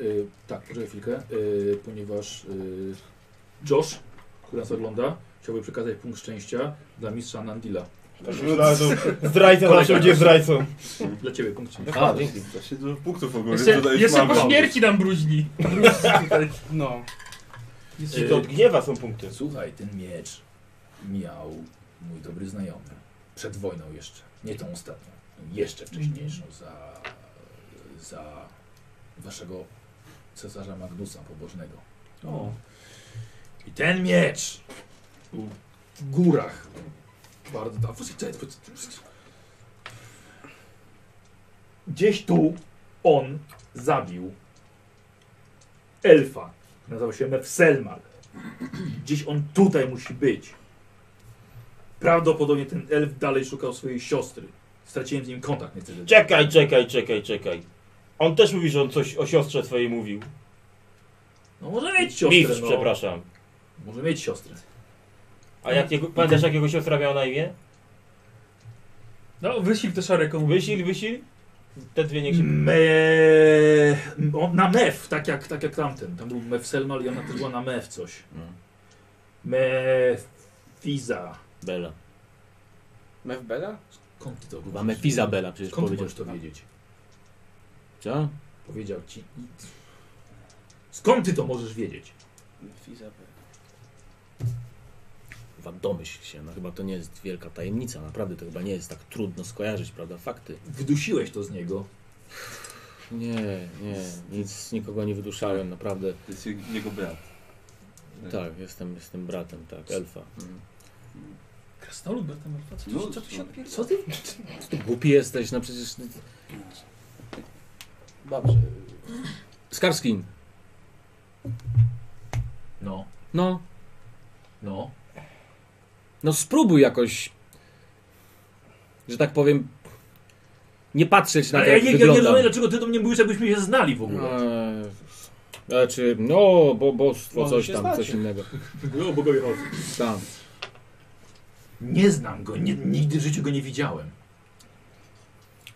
Y, tak, poczekaj chwilkę, y, ponieważ y, Josh, który nas ogląda, chciałby przekazać punkt szczęścia dla mistrza Nandila. Tak Zdrajca zawsze będzie zdrajcą. Dla ciebie punkt szczęścia. A, dzięki. Właśnie dużo punktów ogólnie Jeszcze, tutaj już jeszcze mamy. po śmierci nam bruźni. Bruźni tutaj. No. Ci to od gniewa są punkty. Słuchaj, ten miecz miał mój dobry znajomy. Przed wojną jeszcze. Nie tą ostatnią. Jeszcze wcześniejszą za, za waszego cesarza Magnusa pobożnego. O. I ten miecz był w górach. Bardzo dawno. Gdzieś tu on zabił elfa. Nazywał się Mefselmal. Gdzieś on tutaj musi być. Prawdopodobnie ten elf dalej szukał swojej siostry. Straciłem z nim kontakt niestety. Czekaj, czekaj, czekaj, czekaj. On też mówi, że on coś o siostrze twojej mówił. No może mieć siostrę, Mistrz, no. przepraszam. Może mieć siostrę. A jakiego, pamiętasz jakiego siostra miała na imię? No, wysił to szereko mówi. Wysil, wysil? Te dwie niech się... Me... o, Na mef, tak jak, tak jak tamten. Tam był mef Selmal i ona też była na mef coś. Mefiza. Bela. Mewbela? Skąd ty to Chyba wiesz? Mefizabela przecież Skąd ty powiedział. możesz to wiedzieć? Co? Powiedział ci. Skąd ty to możesz wiedzieć? Mefizabel. Chyba domyśl się, no chyba to nie jest wielka tajemnica, naprawdę to chyba nie jest tak trudno skojarzyć, prawda, fakty. Wydusiłeś to z niego. Nie, nie, nic, nikogo nie wyduszałem, naprawdę. To jest je- jego brat. Tak, jestem, jestem bratem, tak, elfa. Mm. Krasnolud, bratem Alfa. Co, No, tu- co tu się no. odpierdza? Co ty? Ty głupi jesteś, no przecież... Dobrze. Skarskin, No, no, no. no spróbuj jakoś, że tak powiem, nie patrzeć na to, Ale Tak ja, jak ja, ja nie wyglądam. rozumiem, dlaczego ty do mnie mówisz, jakbyśmy się znali w ogóle. Eee, Znaczy, no, bo bostwo, Może coś się tam, znacie. coś innego. Tak. No, bogowie chodzi. Tam. Nie znam go, nie, nigdy w życiu go nie widziałem.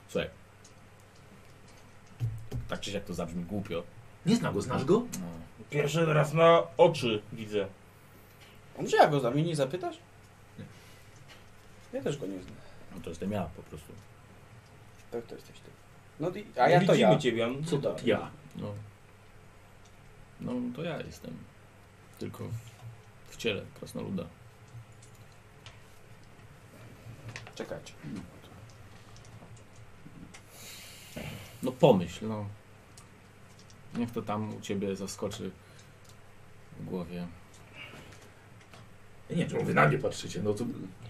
Słuchaj. Tak czy siak to zabrzmi głupio. Nie znam go, znasz go? No. Pierwszy raz na oczy widzę. On że ja go znam i nie zapytasz? Ja też go nie znam. No to jestem ja po prostu. To, to jesteś ty. No i, a ja to Widzimy ja. ciebie, no Co to? Ja. No. No to ja jestem. Tylko w, w ciele krasnoluda. Czekajcie. No pomyśl, no. Niech to tam u ciebie zaskoczy w głowie. Ja nie wiem, czemu wy na mnie patrzycie. No to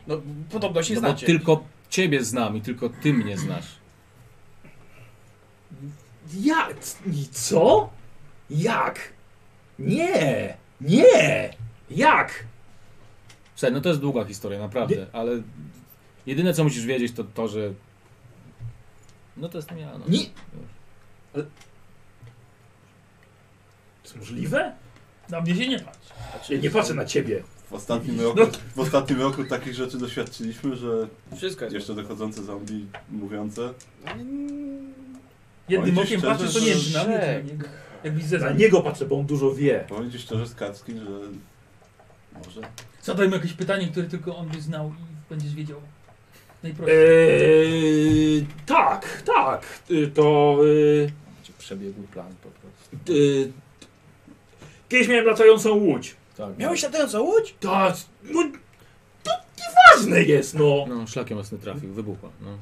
No podobno się No bo znacie. tylko ciebie znam i tylko ty mnie znasz. Ja... i Co? Jak? Nie! Nie! Jak? Słuchaj, no to jest długa historia, naprawdę, ale jedyne co musisz wiedzieć to to, że... No to jestem ja, no. Nie... Ale... To jest możliwe? Na mnie się nie patrz. Ja nie patrzę na ciebie. W ostatnim, roku, w ostatnim roku takich rzeczy doświadczyliśmy, że Wszystko jest. jeszcze dochodzące zombie mówiące. Jednym Ojciec, okiem szczerze, patrzysz, to nie jest na mnie. to Rzek. na niego. Jakbyś Na zezał. niego patrzę, bo on dużo wie. Powiem ci szczerze, Skacki, że może Zadaj mu jakieś pytanie, które tylko on by znał i będziesz wiedział. Yy. Najprościej. Eee, tak, tak. y, To... y, przebiegły plan po prostu. Yy, kiedyś miałem latającą łódź. Tak. Miałeś latającą łódź? To, no, to nieważne jest, no. No, szlakiem mocny trafił, wybuchła. No.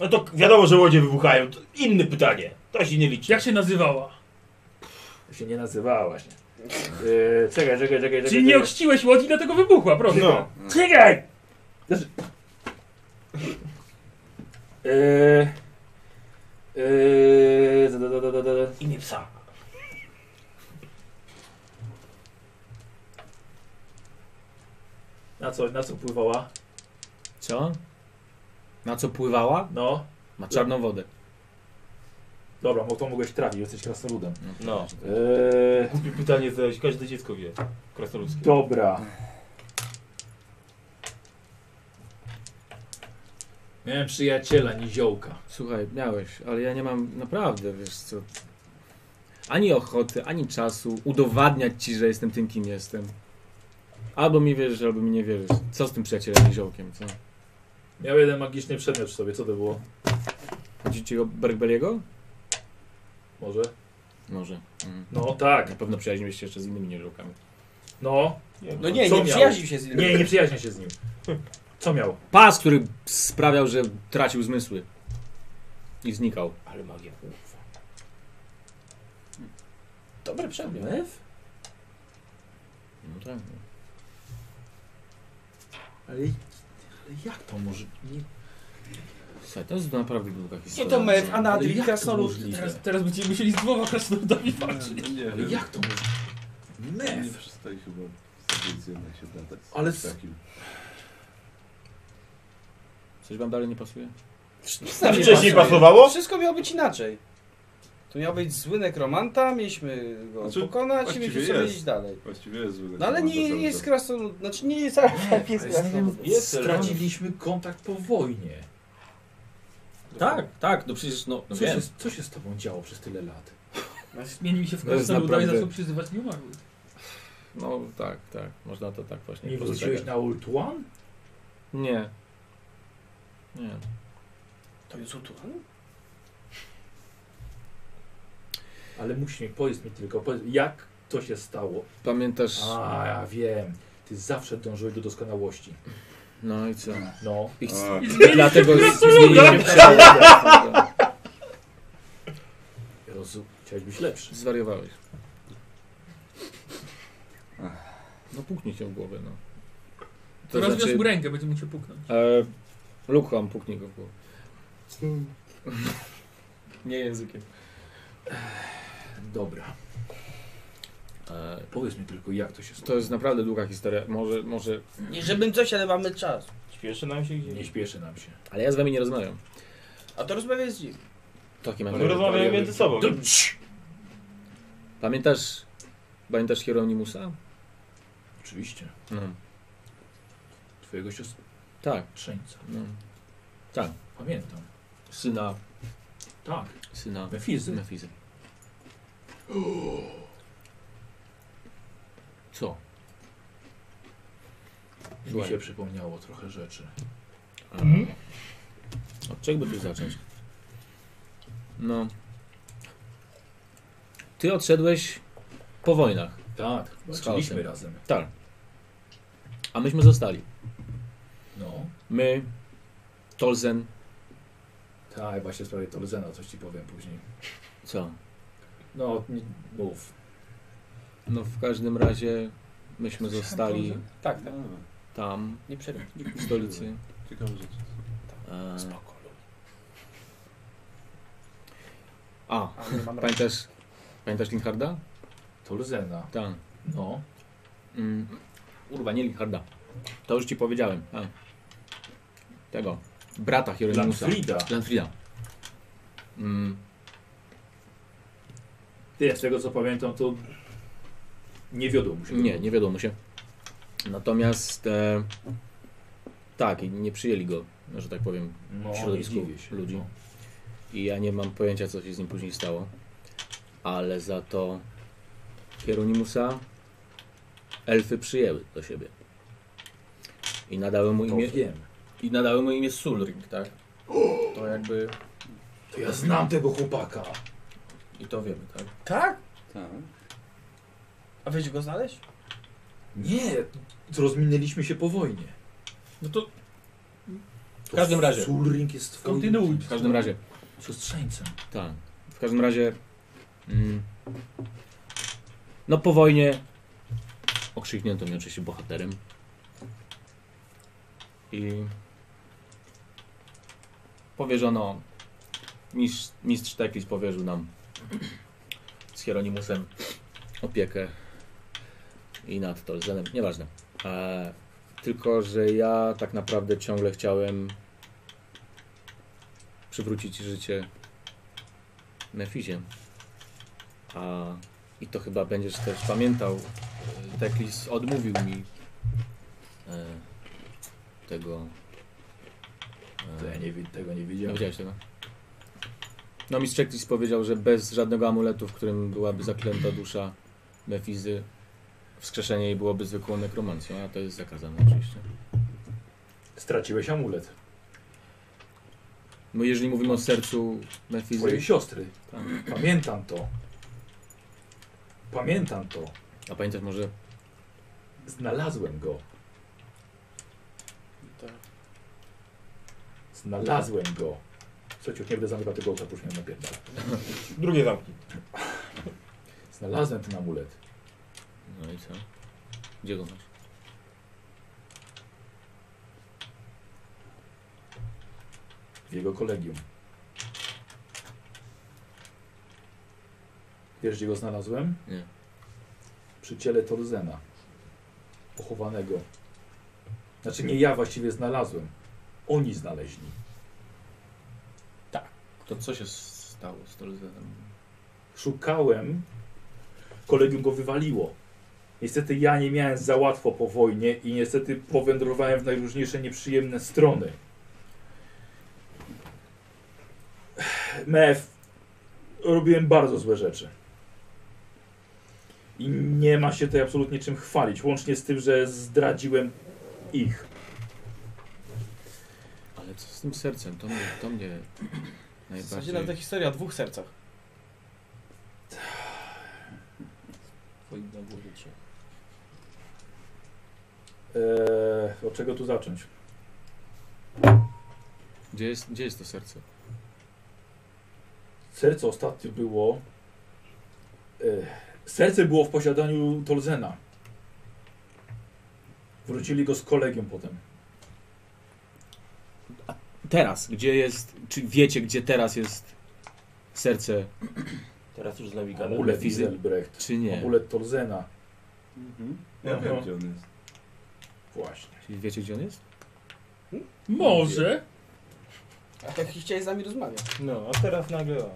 No to wiadomo, że łodzie wybuchają. To inne pytanie. To się nie liczy. Jak się nazywała? To się nie nazywałaś. Yy, czekaj, czekaj, czekaj. czekaj, Czyli nie czekaj. ochrzciłeś łodzi, dlatego wybuchła, proszę. No. Czekaj! Znaczy... Yy, yy, da, da, da, da, da, da. Imię psa. Na co, na co pływała? Co? Na co pływała? No, Ma czarną wodę. dobra, bo to mogłeś trafić, jesteś krasnoludem. No. Yy, Głupie pytanie zadać, każde dziecko wie. Krasnoludzkie. dobra. Miałem przyjaciela, niziołka. Słuchaj, miałeś, ale ja nie mam naprawdę, wiesz co... Ani ochoty, ani czasu udowadniać ci, że jestem tym, kim jestem. Albo mi wierzysz, albo mi nie wierzysz. Co z tym przyjacielem i ziołkiem, co? Miał jeden magiczny przedmiot w sobie, co to było? Chodzi ci o Bergbeliego? Może? Może. Mhm. No tak, Na pewno przyjaźniłeś się jeszcze z innymi nieżółkami. no. No nie, Co nie miał? przyjaźnił się z nim. Nie, nie przyjaźnię się z nim. Co miał? Pas, który sprawiał, że tracił zmysły. I znikał. Ale magia. kurwa. Dobry przedmiot. Mew? No tak. Ale jak to może... Nie... Słuchaj, to jest naprawdę długa Nie historia. to mew, a Ale nadwi jak to krasnolud. możliwe? Tak, No. Teraz, teraz będziemy musieli z dwoma krasnoludami walczyć. Nie Ale wiem. jak to może... Nie Mew? przestań chyba z policją się gadać. Ale Z s- takim. Coś wam dalej nie pasuje? Wcześniej pasowało? Wszystko miało być inaczej. To miał być zły nekromanta, mieliśmy go Znaczy, pokonać i mieliśmy właściwie sobie jest. iść dalej. Właściwie jest zły. No ale nie, nie jest krasnolud, znaczy nie jest cały tak jest krasnolud. Jest, straciliśmy kontakt po wojnie. Tak, tak, no przecież no, no Co się, wiem. co się z tobą działo przez tyle lat? Zmienił Znaczy, się w To jest krasnoluda i naprawdę- zaczął przyzywać nieumarłych. No tak, tak. Można to tak właśnie Nie wróciłeś postrzegać. na Old One? Nie. Nie. To jest utuan? Ale musisz mi, powiedz mi tylko, powiedz, jak to się stało? Pamiętasz... A, ja wiem. Ty zawsze dążyłeś do doskonałości. No i co? No. I chcę... A, tak. Dlatego zmieniłem się Rozum... Chciałeś być lepszy. Zwariowałeś. No puknij cię w głowę, no. znaczy, To rozwiąż znaczy- mu rękę, będzie mógł się puknąć. E, Lucham puknij go w głowę. Nie językiem. Dobra. E, Powiedz mi tylko, jak to się stało. to jest naprawdę długa historia. Może, może... Nie żebym coś, ale mamy czas. Śpieszy nam się Nie gdzieś. śpieszy nam się. Ale ja z wami nie rozmawiam. A to rozmawiaj z nim. Taki No mam My rozmawiamy między sobą. To- Cii! Pamiętasz... Pamiętasz Hieronimusa? Oczywiście. No. Twojego Tak. siostrzeńca. No. Pamiętam. Syna... Tak. Syna... Mefizy. Mefizy. Co? Mi się przypomniało trochę rzeczy. Od czego by tu zacząć? No. Ty odszedłeś po wojnach. Tak. Walczyliśmy chaosem. razem. Tak. A myśmy zostali. No. My, Tolzen, Tak, właśnie w sprawie Tolzena coś ci powiem później. co? No, nie, mów. No w każdym razie myśmy zostali Tak, tak. tam, Nie przerywaj. w stolicy. Ciekawe rzeczy. E... A, A, nie mam racji. pamiętasz, pamiętasz Linharda? Tolzena. Tak. No. Mm. Kurwa, nie Linharda. To już ci powiedziałem. A. Tego. Brata Hieronymusa. Lanfrida. Lanfrida. Mm. Ty, z tego co pamiętam, to nie wiodło mu się. Nie, nie wiadomo się. Natomiast e, tak, i nie przyjęli go, że tak powiem. No, w nie środowisku dziwię się. ludzi. No. I ja nie mam pojęcia, co się z nim później stało. Ale za to Hieronimusa elfy przyjęły do siebie. I nadały mu To imię, wiem. I nadały mu imię Sulring, tak? To jakby... To ja znam tego chłopaka. I to wiemy, tak? Tak? Tak. A wiecie go znaleźć? Nie, rozminęliśmy się po wojnie. No to W każdym razie. Sulring jest twoim... Kontynuuj. W W każdym razie, Siostrzeńcem. tak. W każdym razie. Mm, no po wojnie okrzyknięto mnie oczywiście bohaterem. I powierzono. Mistrz, mistrz Teklis powierzył nam z Hieronimusem opiekę i nad Tolzenem. Nieważne. E, tylko, że ja tak naprawdę ciągle chciałem przywrócić życie Nefizie. A i to chyba będziesz też pamiętał. e, Teklis odmówił mi e, tego. To ja nie, wi- tego nie Nie widziałem. widziałeś tego? No mistrz Teklis powiedział, że bez żadnego amuletu, w którym byłaby zaklęta dusza Mefizy, wskrzeszenie jej byłoby zwykłą nekromancją, a to jest zakazane oczywiście. Straciłeś amulet No jeżeli mówimy o sercu Mefizy, twojej siostry. Tak. Pamiętam to. Pamiętam to. a pamiętasz może Znalazłem go. Tak. Znalazłem go. Przecież nie będę zamykał tego oka, bo już miałem napięta. drugie zamki. Znalazłem ten amulet. No i co? Gdzie go masz? w jego kolegium. Wiesz, gdzie go znalazłem? Nie. Przy ciele Torzena, pochowanego. Znaczy, nie ja właściwie znalazłem. Oni znaleźli. To co się stało z Tolzenem? Szukałem, kolegium go wywaliło. Niestety ja nie miałem za łatwo po wojnie i niestety powędrowałem w najróżniejsze nieprzyjemne strony. Mef, robiłem bardzo złe rzeczy. I nie ma się tutaj absolutnie czym chwalić, łącznie z tym, że zdradziłem ich. Ale co z tym sercem? To mnie, to mnie W zasadzie najbardziej... nam ta znaczy- historia o dwóch sercach. Twoim na głowie trzech. Eee, od czego tu zacząć? Gdzie jest, gdzie jest to serce? Serce ostatnio było. e, Serce było w posiadaniu Tolzena. Wrócili go z kolegiem potem. Teraz, gdzie jest... Czy wiecie, gdzie teraz jest serce, Teraz już z nami gadamy. Amulet fizy- Izelbrecht. czy nie? Amulet Tolzena. Ja Aha. wiem, gdzie on jest. Właśnie. Czyli wiecie, gdzie on jest? Może. A tak chciałeś z nami rozmawiać. No, a teraz nagle. o.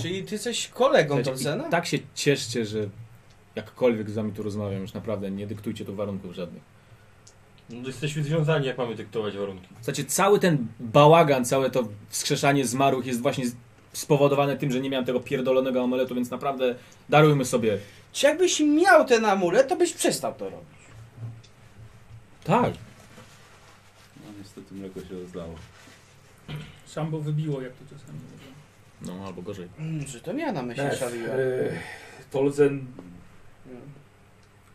Czyli ty jesteś kolegą Słuchajcie, Tolzena? i Tak się cieszcie, że jakkolwiek z wami tu rozmawiam, już naprawdę nie dyktujcie tu warunków żadnych. No to jesteśmy związani, jak mamy dyktować warunki. Słuchajcie, cały ten bałagan, całe to wskrzeszanie zmarłych jest właśnie z- spowodowane tym, że nie miałem tego pierdolonego amuletu, więc naprawdę darujmy sobie. Czy jakbyś miał ten amulet, to byś przestał to robić. Tak. No niestety mleko się rozlało. Szambo wybiło, jak to czasami mówią. No, albo gorzej. Mm, Że to ja na myśli Mef, szaliła. Y- e, Tolzen, No.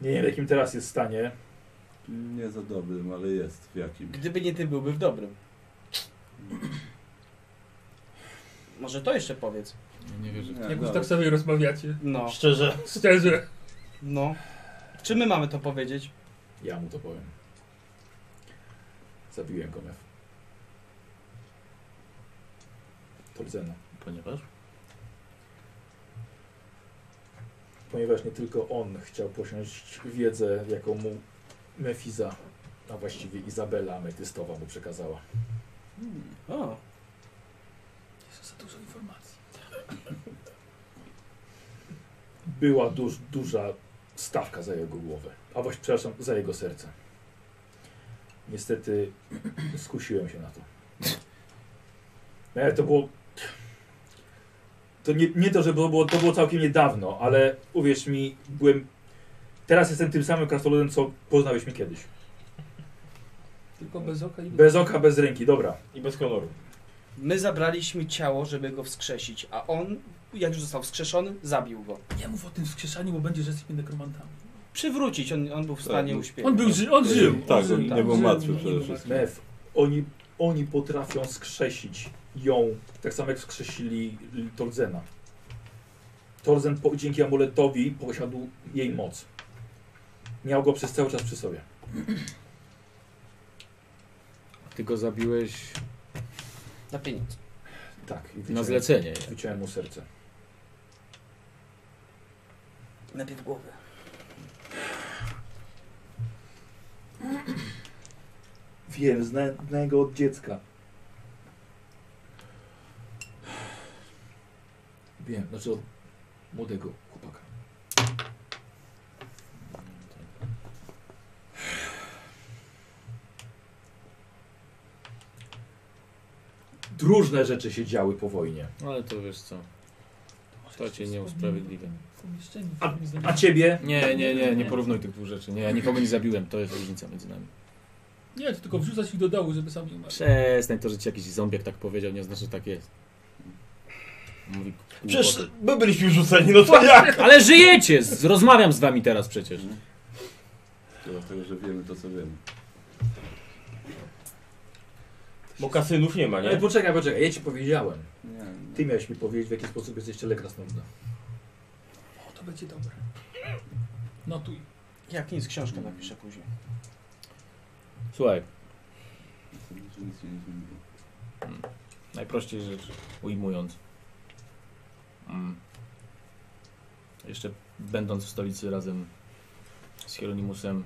nie wiem w jakim teraz jest stanie. Nie za dobrym, ale jest w jakim. Gdyby nie ty, byłby w dobrym. Może to jeszcze powiedz. Nie wierzę. Nie, Jak już no, tak sobie rozmawiacie. No. Szczerze. Szczerze. No. Czy my mamy to powiedzieć? Ja mu to powiem. Zabiłem go, Mef. Tolzena. Ponieważ? ponieważ nie tylko on chciał posiąść wiedzę, jaką mu Mefiza, a właściwie Izabela Ametystowa mu przekazała. O. Jest za dużo informacji. Była duż, duża stawka za jego głowę, a właściwie, przepraszam, za jego serce. Niestety skusiłem się na to. E, To było... To nie, nie to, że było, było- to było całkiem niedawno, ale uwierz mi, byłem... Teraz jestem tym samym krasnoludem, co poznałeś mi kiedyś. Tylko bez oka i Bez oka, bez ręki, dobra. I bez honoru. My zabraliśmy ciało, żeby go wskrzesić, a on, jak już został wskrzeszony, zabił go. Nie mów o tym skrzeszaniu, bo będzie, że jesteśmy nekromantami. Przywrócić, on, on był w stanie no. Tak, uśpiewać. On był, ży- on żył. Tak, on żył, on nie był żył, martwy no, nie przede był wszystkim. martwy. Mef, oni, oni potrafią skrzesić ją, tak samo jak skrzesili y, Torzena. Torzen po, dzięki amuletowi posiadł jej moc. Miał go przez cały czas przy sobie. Ty go zabiłeś Na pieniądze. Tak, i na wyciąłem, zlecenie. wyciąłem mu serce. Najpierw głowę. Wiem, znę go od dziecka. Wiem, znaczy od młodego chłopaka. Różne rzeczy się działy po wojnie. No, Ale to wiesz co. Może To cię jeszcze nie wspomnimy usprawiedliwia. o pomieszczeniu, A- którym A znajdziemy. ciebie? Nie, nie, nie, nie porównuj tych dwóch rzeczy. Nie, ja nikogo nie zabiłem, to jest różnica między nami. Nie, to tylko wrzucać ich do dołu, żeby sami umarli. Przestań to, że ci jakiś zombiak tak powiedział, nie znaczy, że tak jest. Mówi Przecież głupoty. my byliśmy rzuceni, no to jak? Ale żyjecie! Z- Rozmawiam z wami teraz przecież. To dlatego, że wiemy to, co wiemy. Bo kasynów nie ma, Ale nie? poczekaj, poczekaj, ja ci powiedziałem. Nie, Ty miałeś mi powiedzieć, w jaki sposób jesteście lekra snowda. O, to będzie dobre. Notuj. Jak nic, książkę napiszę później. Słuchaj, nic się nie zmieniło. najprościej rzecz ujmując. Mm. Jeszcze będąc w stolicy razem z Hieronimusem,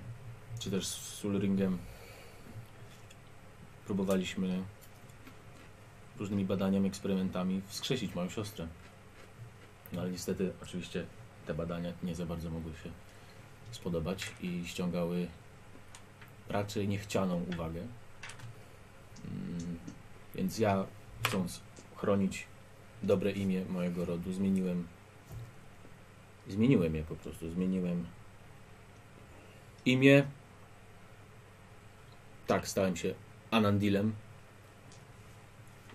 czy też z Sulringiem, próbowaliśmy różnymi badaniami, eksperymentami wskrzesić moją siostrę. No ale niestety, oczywiście, te badania nie za bardzo mogły się spodobać i ściągały raczej niechcianą uwagę. Mm, więc ja chcąc chronić dobre imię mojego rodu, zmieniłem. Zmieniłem je po prostu. Zmieniłem imię. Tak, stałem się Anandilem.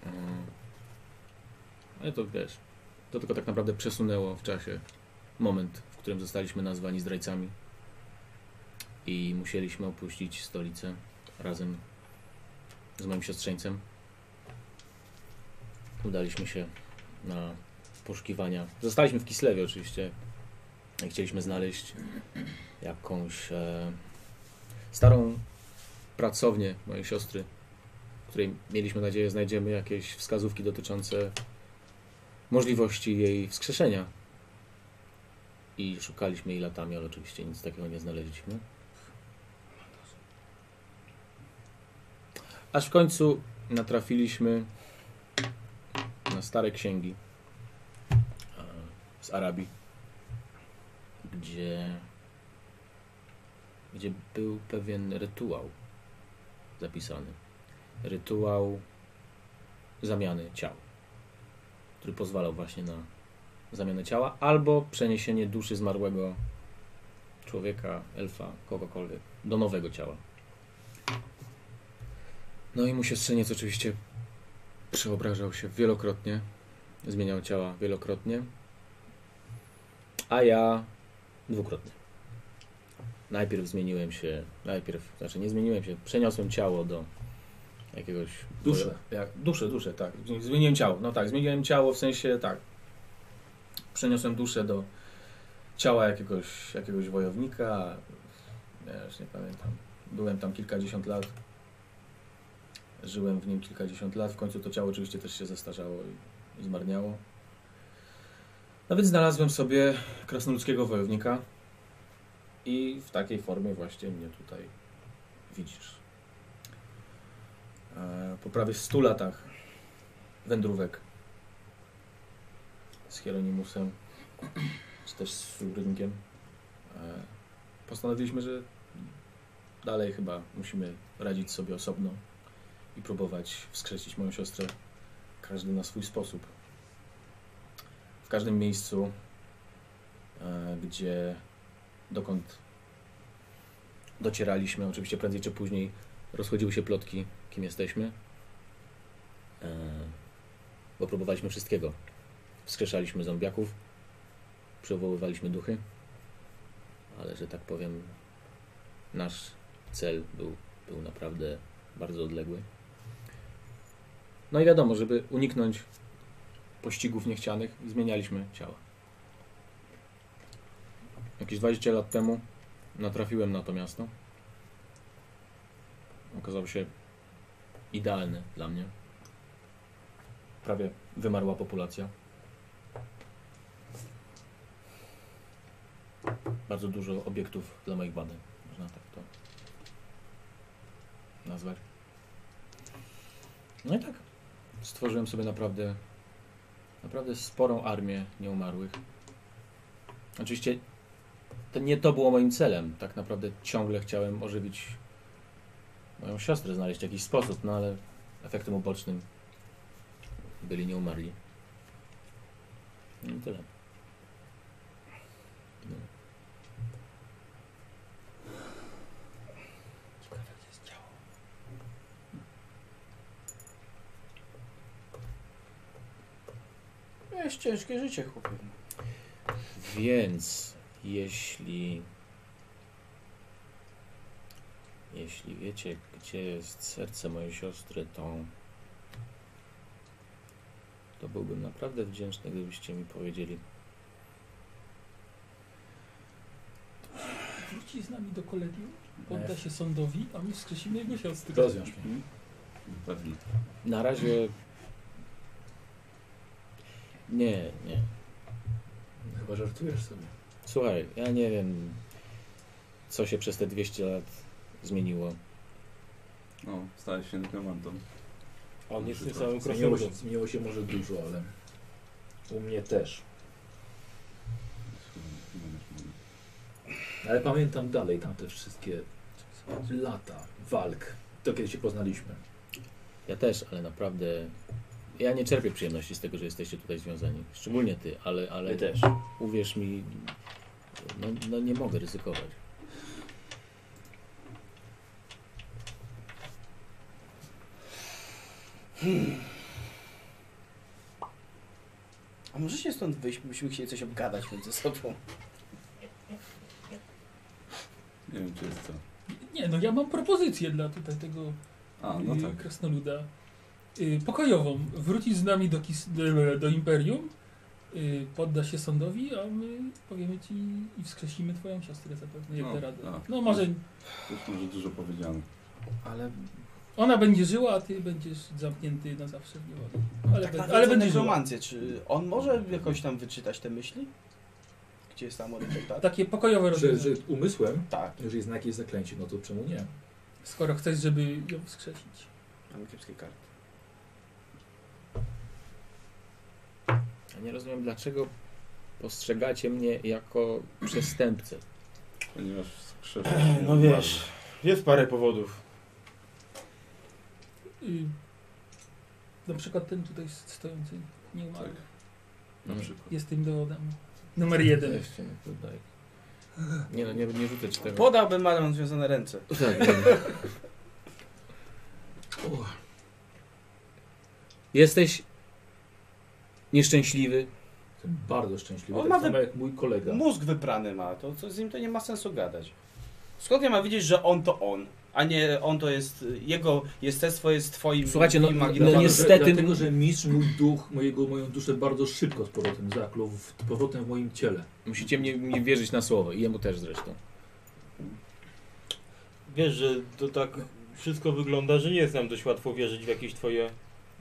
Mm. Ale to wiesz. To tylko tak naprawdę przesunęło w czasie moment, w którym zostaliśmy nazwani zdrajcami. I musieliśmy opuścić stolicę razem z moim siostrzeńcem. Udaliśmy się na poszukiwania. Zostaliśmy w Kislewie oczywiście. I Chcieliśmy znaleźć jakąś e, starą pracownię mojej siostry, w której mieliśmy nadzieję znajdziemy jakieś wskazówki dotyczące możliwości jej wskrzeszenia. I szukaliśmy jej latami, ale oczywiście nic takiego nie znaleźliśmy. Aż w końcu natrafiliśmy na stare księgi e, z Arabii, gdzie, gdzie był pewien rytuał zapisany. Rytuał zamiany ciał, który pozwalał właśnie na zamianę ciała albo przeniesienie duszy zmarłego człowieka, elfa, kogokolwiek do nowego ciała. No i mu siostrzeniec oczywiście przeobrażał się wielokrotnie, zmieniał ciała wielokrotnie, a ja dwukrotnie. Najpierw zmieniłem się, najpierw, znaczy nie zmieniłem się, przeniosłem ciało do jakiegoś... Duszę. Jak, duszę, duszę, tak. Zmieniłem ciało, no tak, zmieniłem ciało w sensie, tak. Przeniosłem duszę do ciała jakiegoś, jakiegoś wojownika, ja już nie pamiętam. Byłem tam kilkadziesiąt lat. Żyłem w nim kilkadziesiąt lat. W końcu to ciało oczywiście też się zestarzało i zmarniało. No więc znalazłem sobie krasnoludzkiego wojownika i w takiej formie właśnie mnie tutaj widzisz. E, Po prawie 100 latach wędrówek z Hieronimusem, czy też z Surringiem, e, postanowiliśmy, że dalej chyba musimy radzić sobie osobno i próbować wskrzesić moją siostrę, każdy na swój sposób. W każdym miejscu, e, gdzie dokąd docieraliśmy, oczywiście prędzej czy później rozchodziły się plotki, kim jesteśmy. E, bo próbowaliśmy wszystkiego. Wskrzeszaliśmy zombiaków, przywoływaliśmy duchy, ale że tak powiem, nasz cel był, był naprawdę bardzo odległy. No i wiadomo, żeby uniknąć pościgów niechcianych, zmienialiśmy ciała. Jakieś 20 lat temu natrafiłem na to miasto. Okazało się idealne dla mnie. Prawie wymarła populacja. Bardzo dużo obiektów dla moich badań, można tak to nazwać. No i tak. Stworzyłem sobie naprawdę, naprawdę sporą armię nieumarłych. Oczywiście to nie to było moim celem. Tak naprawdę ciągle chciałem ożywić moją siostrę, znaleźć jakiś sposób, no ale efektem ubocznym byli nieumarli. No i tyle. Jest ciężkie życie, chłopie. Więc jeśli. Jeśli wiecie, gdzie jest serce mojej siostry, to. To byłbym naprawdę wdzięczny, gdybyście mi powiedzieli. Wróci z nami do kolegium, podda się sądowi, a my wskrzesimy jego siostrę. Rozwiąż mnie. Hmm? Pewnie. Na razie. Nie, nie. Chyba żartujesz sobie. Słuchaj, ja nie wiem, co się przez te 200 lat zmieniło. No, stałeś się nekromantą. On jest tym Wszystko. samym Zmieniło krasnoludem. się, zmieniło się może dużo, ale u mnie też. Ale pamiętam dalej tamte wszystkie lata walk, to kiedy się poznaliśmy. Ja też, ale naprawdę. Ja nie czerpię przyjemności z tego, że jesteście tutaj związani. Szczególnie ty, ale, ale Ale też. uwierz mi, no, no nie mogę ryzykować. A możecie stąd wyjść? Byśmy chcieli coś obgadać między sobą. Nie wiem, czy jest co. Nie, no ja mam propozycję dla tutaj tego A, no y, tak. krasnoluda. Y, pokojową. Wrócić z nami do, Kis- do, do Imperium, y, podda się sądowi, a my powiemy ci i wskrzesimy twoją siostrę zapewne, jak No, da radę. a. No może To jest może dużo powiedziane. Ale... ona będzie żyła, a ty będziesz zamknięty na zawsze w niewoli. Ale, Tak be- naprawdę ale za będzie żyła. nekromancję. Czy on może jakoś tam wyczytać te myśli? Gdzie jest tam orientat? Takie pokojowe Że, rozmowy. że umysłem, Tak. że jest na jakieś zaklęcie, no to czemu nie? Skoro chcesz, żeby ją wskrzesić. Mamy kiepskie karty. Ja nie rozumiem, dlaczego postrzegacie mnie jako przestępcę. Ponieważ skrzyż. No wiesz, jest parę powodów. Y, na przykład ten tutaj stojący nie umarł. Tak. Na przykład. Jest tym dowodem. Numer Tak. jeden. Weźcie mnie tutaj. Nie no, nie, nie rzucę ci tego. Podałbym, ale mam związane ręce. Tak, dobra. Jesteś nieszczęśliwy. Jestem bardzo szczęśliwy, On tak ma samo jak mój kolega. Mózg wyprany ma, to, to z nim to nie ma sensu gadać. Skąd ja mam wiedzieć, że on to on, a nie on to jest, jego jestestwo jest twoim Słuchajcie, no- imaginowanym. no niestety- Dlatego, że mistrz mój duch, mojego, moją duszę bardzo szybko z powrotem zaklął, w- z powrotem w moim ciele. Musicie mnie, mnie wierzyć na słowo i jemu też zresztą. Wiesz, że to tak wszystko wygląda, że nie jest nam dość łatwo wierzyć w jakieś twoje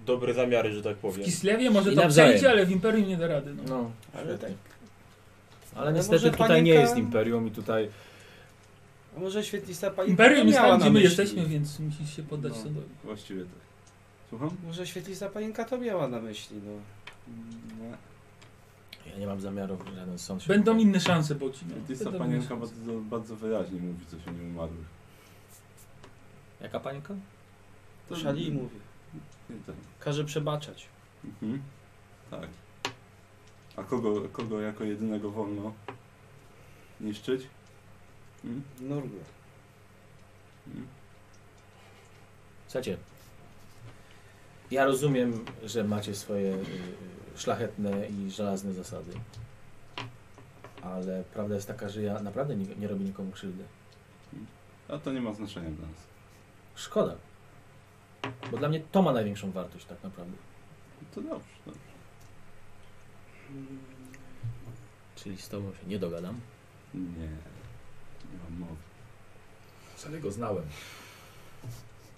dobre zamiary, że tak W powiem. Kislewie może I to nawzajem. przejdzie, ale w Imperium nie da rady. No. No, Ale tak, No ale może niestety tutaj panienka- nie jest imperium i tutaj a może świetlista pani Imperium jest miała tam, na gdzie my myśli. jesteśmy, więc musisz się poddać No. sądowi. Właściwie tak. Słucham? Może świetlista panienka to miała na myśli, no. Nie. ja nie mam zamiaru w żaden sąd. się- Będą inne szanse, bo ci. No. Świetlista Będą panienka inne szanse. bardzo, bardzo wyraźnie mówi coś o nieumarłych. Jaka pańka? To Szali mówi. Nie tak. Każe przebaczać. Mhm. Tak. A kogo, kogo jako jedynego wolno niszczyć? Mhm. No, Nurgle. Mhm. Słuchajcie, Ja rozumiem, że macie swoje y, y, szlachetne i żelazne zasady. Ale prawda jest taka, że ja naprawdę nie, nie robię nikomu krzywdy. A to nie ma znaczenia dla nas. Szkoda. Bo dla mnie to ma największą wartość tak naprawdę. To dobrze. dobrze. Czyli z tobą się nie dogadam. Nie. Nie mam mowy. Wcale go znałem.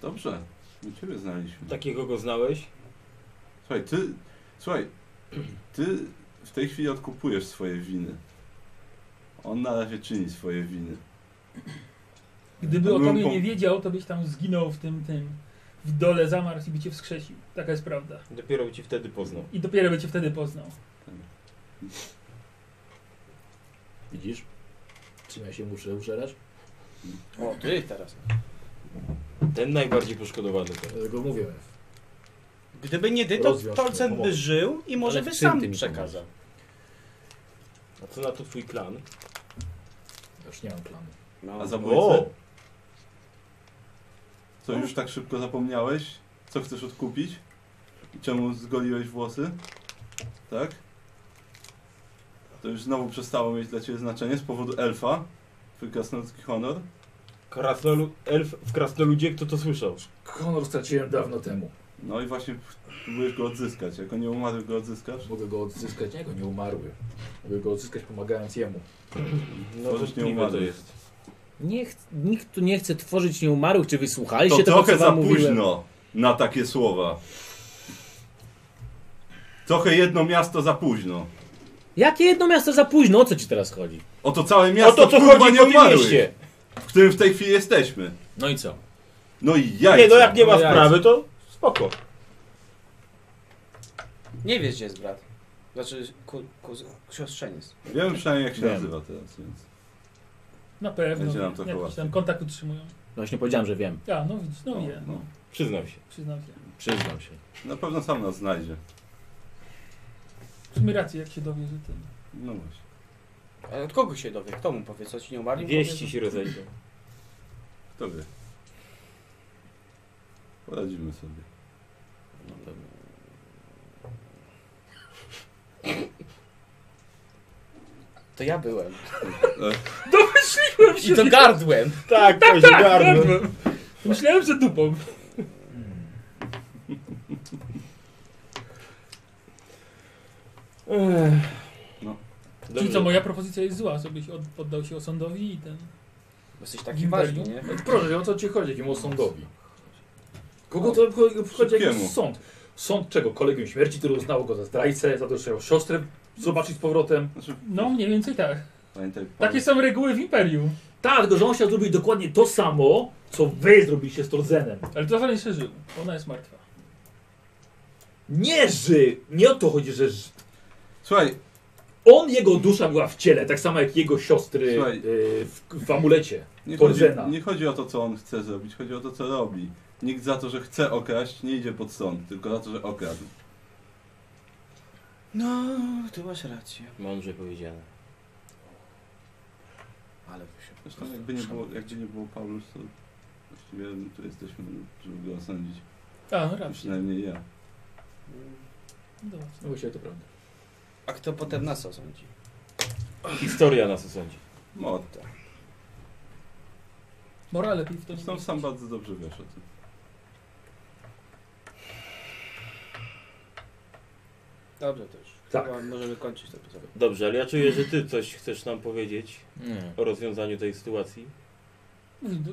Dobrze. My ciebie znaliśmy. Tak. Takiego go znałeś? Słuchaj, ty... Słuchaj, ty w tej chwili odkupujesz swoje winy. On na razie czyni swoje winy. Gdyby To o bym tobie po- nie wiedział, to byś tam zginął w tym, tym, w dole zamarł i by cię wskrzesił. Taka jest prawda. Dopiero by ci wtedy poznał. I dopiero by cię wtedy poznał. Widzisz? Czym ja się muszę użerać? O, ty teraz. Ten najbardziej poszkodowany teraz. Dlatego mówię. Gdyby nie ty, to Rozwiąż mnie, Tolcen by pomoże. żył i może Ale by w czym sam ty mi przekazał. A co na to twój klan? Już nie mam planu. No. A zabójcę? O! Co, już tak szybko zapomniałeś? Co chcesz odkupić? I czemu zgoliłeś włosy? Tak? To już znowu przestało mieć dla Ciebie znaczenie z powodu elfa? Twój krasnoludzki honor? Krasnolu... Elf w Krasnoludzie, kto to słyszał? Honor straciłem dawno temu. No i właśnie próbujesz go odzyskać. Jako nieumarły go odzyskasz? Mogę go odzyskać. Nie, go nie umarły. Mogę go odzyskać pomagając jemu. No Tworzyć wątpliwe to nieumarłych. jest. Nie ch- nikt tu nie chce tworzyć nieumarłych. Czy wysłuchaliście To tego, trochę co za wam mówiłem? późno na takie słowa. Trochę jedno miasto za późno. Jakie jedno miasto za późno? O co ci teraz chodzi? O to całe O miasto to co kurwa chodzi po tym nieumarłych, mieście? w którym w tej chwili jesteśmy. No i co? No i Nie, jajca. no jak nie ma No jajca. sprawy, to spoko. Nie wiesz, gdzie jest brat. Znaczy, ku, ku, siostrzeniec. Wiem przynajmniej jak się Wiem. nazywa teraz, więc... Na pewno. Będzie nam trochę Jakiś łatwiej. tam kontakt utrzymują. No Właśnie powiedziałem, że wiem. A, no widzisz, no wie. no. Przyznam się. Przyznam się. Przyznam się. Na pewno sam nas znajdzie. W sumie rację, jak się dowie, że ten. No właśnie. Ale od kogo się dowie? Kto mu powie, co ci nie umarli? mu Wieści powie, się rozejdą. Kto wie. Poradzimy sobie. że- To ja byłem. Domyśliłem się! I to gardłem. Tak, tak, tak. Gardłem. Myślałem, że dupą. No. Czyli co, moja propozycja jest zła, żebyś od, poddał się osądowi i ten... Bo Jesteś taki Imperium. ważny, nie? Proszę, o co ci chodzi? Jakiemu sądowi? Kogo to obchodzi- obchodzi Szybkiemu. jakiś sąd? Sąd czego? Kolegium śmierci, które uznało go za zdrajcę, za to, że jego siostrę zobaczyć z powrotem. Znaczy, No, mniej więcej tak. pamiętaj, Takie Paweł, są reguły w Imperium. Tak, tylko że on chciał zrobić dokładnie to samo, co wy zrobiliście z Torzenem. Ale to nie się żył. Ona jest martwa. Nie ży! Nie o to chodzi, że ży. Słuchaj, on, jego dusza była w ciele, tak samo jak jego siostry Słuchaj. y, w, w amulecie. nie chodzi, Torzena. nie chodzi o to, co on chce zrobić, chodzi o to, co robi. Nikt za to, że chce okraść, nie idzie pod sąd, tylko za to, że okradł. No, ty masz rację. Mądrze powiedziane. Ale wy się po Zresztą prostu jakby nie było, szanujecie. jakby nie było Paulus, to właściwie tu jesteśmy, żeby go osądzić. A, no racja. Przynajmniej ja. No dobra. No właściwie to prawda. A kto potem nas osądzi? Historia nas osądzi. Morta. Mora lepiej w to nie Zresztą mieć. sam bardzo dobrze wiesz o tym. Dobrze to już. Tak. Chyba Możemy kończyć to pytanie. Dobrze, ale ja czuję, że ty coś chcesz nam powiedzieć Nie. o rozwiązaniu tej sytuacji. Mówi, do-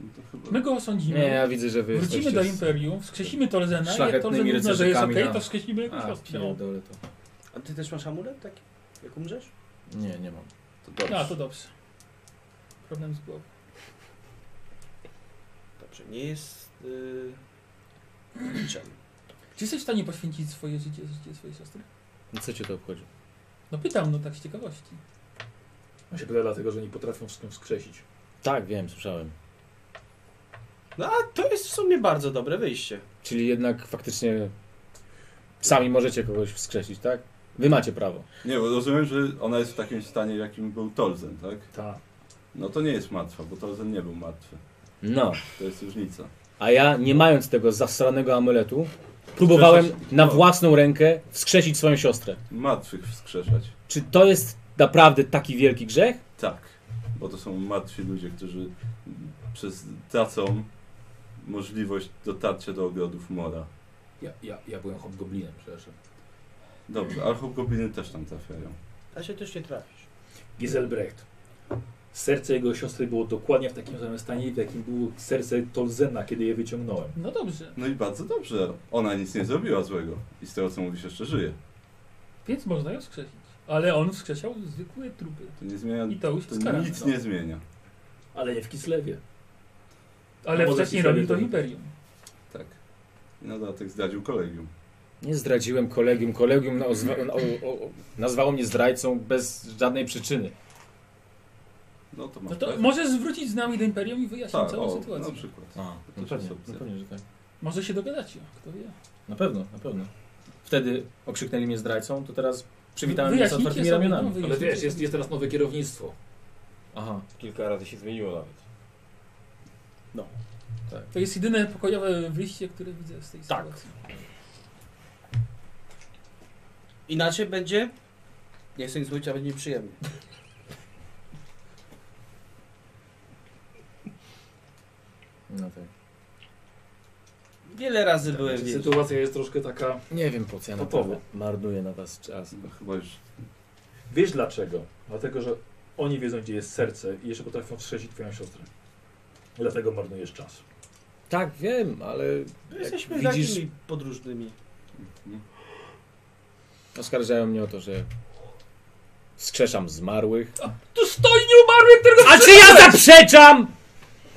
No to chyba... My go osądzimy. Nie, ja widzę, że wy Wrócimy jesteście do z- Imperium, wskrzesimy Torzena i jak szlachetnymi Torzen uzna, że jest rycerzykami okej, na- to wskrzesimy jego A, siostrę. pierdolę to. A ty też masz amulet taki? Jak umrzesz? Nie, nie mam. To dobrze. A, to dobrze. Problem z głową. Dobrze, nie jest... Yy... niczym. Czy jesteś w stanie poświęcić swoje życie, życie swojej siostry? No Co cię to obchodzi? No pytam, no tak z ciekawości. On się pyta dlatego, że nie potrafią wszystkim skrzesić. Tak, wiem, słyszałem. To jest w sumie bardzo dobre wyjście. Czyli jednak faktycznie sami możecie kogoś wskrzesić, tak? Wy macie prawo. Nie, bo rozumiem, że ona jest w takim stanie, w jakim był Tolzen, tak? Ta. No to nie jest martwa, bo Tolzen nie był martwy. No, To jest różnica. A ja, nie mając tego zasranego amuletu, próbowałem na no. własną rękę wskrzesić swoją siostrę. Martwych wskrzeszać. Czy to jest naprawdę taki wielki grzech? Tak, bo to są martwi ludzie, którzy przez tracą możliwość dotarcia do ogrodów mora. Ja, ja, ja byłem hobgoblinem, przepraszam. Dobrze, ale hobgobliny też tam trafiają. A się też nie trafisz. Giselbrecht. Serce jego siostry było dokładnie w takim samym stanie, w jakim było serce Tolzena, kiedy je wyciągnąłem. No dobrze, No i bardzo dobrze, ona nic nie zrobiła złego i z tego co mówisz jeszcze żyje. więc można ją wskrzesić. Ale on wskrzesiał zwykłe trupy. To nie zmienia, I tak to już to jest karane. nic nie zmienia. Ale nie w Kislewie. Ale No może wcześniej jakiś robił to w lewy. Imperium. No Tak. I na dodatek zdradził kolegium. Nie zdradziłem kolegium. Kolegium nazwa, o, o, o, nazwało mnie zdrajcą bez żadnej przyczyny. No to masz No to tak. możesz wrócić z nami do Imperium i wyjaśnić tak, całą o, sytuację. na przykład. A, To no też pewnie, jest opcja. no pewnie, że tak. Może się dogadacie, kto wie. Na pewno, na pewno. Wtedy okrzyknęli mnie zdrajcą, to teraz przywitałem mnie z Wyjaśnijcie otwartymi sobie, no, ramionami. Ale wyjaśnijcie wiesz, jest, sobie. jest teraz nowe kierownictwo. Aha, Kilka razy się zmieniło nawet. To jest jedyne pokojowe wyjście, które widzę z tej sytuacji. Inaczej będzie... Nie chcę nic mówić, a będzie nieprzyjemnie. no tak. Wiele razy byłem Znaczy, wielki. sytuacja jest troszkę taka... Nie wiem po co ja Topowo. naprawdę marnuję na was czas. No, chyba już Wiesz dlaczego? Dlatego, że oni wiedzą, gdzie jest serce i jeszcze potrafią strzesić twoją siostrę. Dlatego marnujesz czas. Tak, wiem, ale Jesteśmy Jak widzisz- takimi podróżnymi. oskarżają mnie o to, że skrzeszam zmarłych. Tu stoi nieumarły, którego... A czy ja zaprzeczam?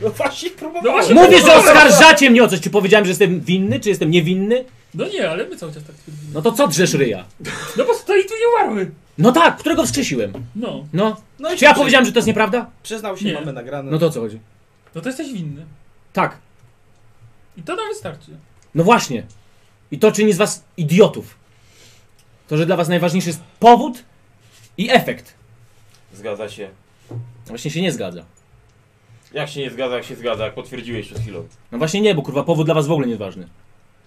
No właśnie próbowałem. No właśnie, Mówię, że oskarżacie mnie o coś. Czy powiedziałem, że jestem winny, czy jestem niewinny? No nie, ale my cały czas tak twierdzimy. No to co drzesz ryja? No bo stoi tu nieumarły. No tak, którego wskrzesiłem. No, No. No i Czy ja się powiedziałem, że to jest nieprawda? Przyznał się, Nie. mamy nagrane. No to o co chodzi? no to jesteś winny. Tak, I to nam wystarczy. no właśnie. I to czyni z was idiotów. To, że dla was najważniejszy jest powód i efekt. No Zgadza się. Właśnie się nie zgadza. Jak się nie zgadza, jak się zgadza, jak potwierdziłeś przed chwilą. No właśnie nie, bo kurwa powód dla was w ogóle nie jest ważny.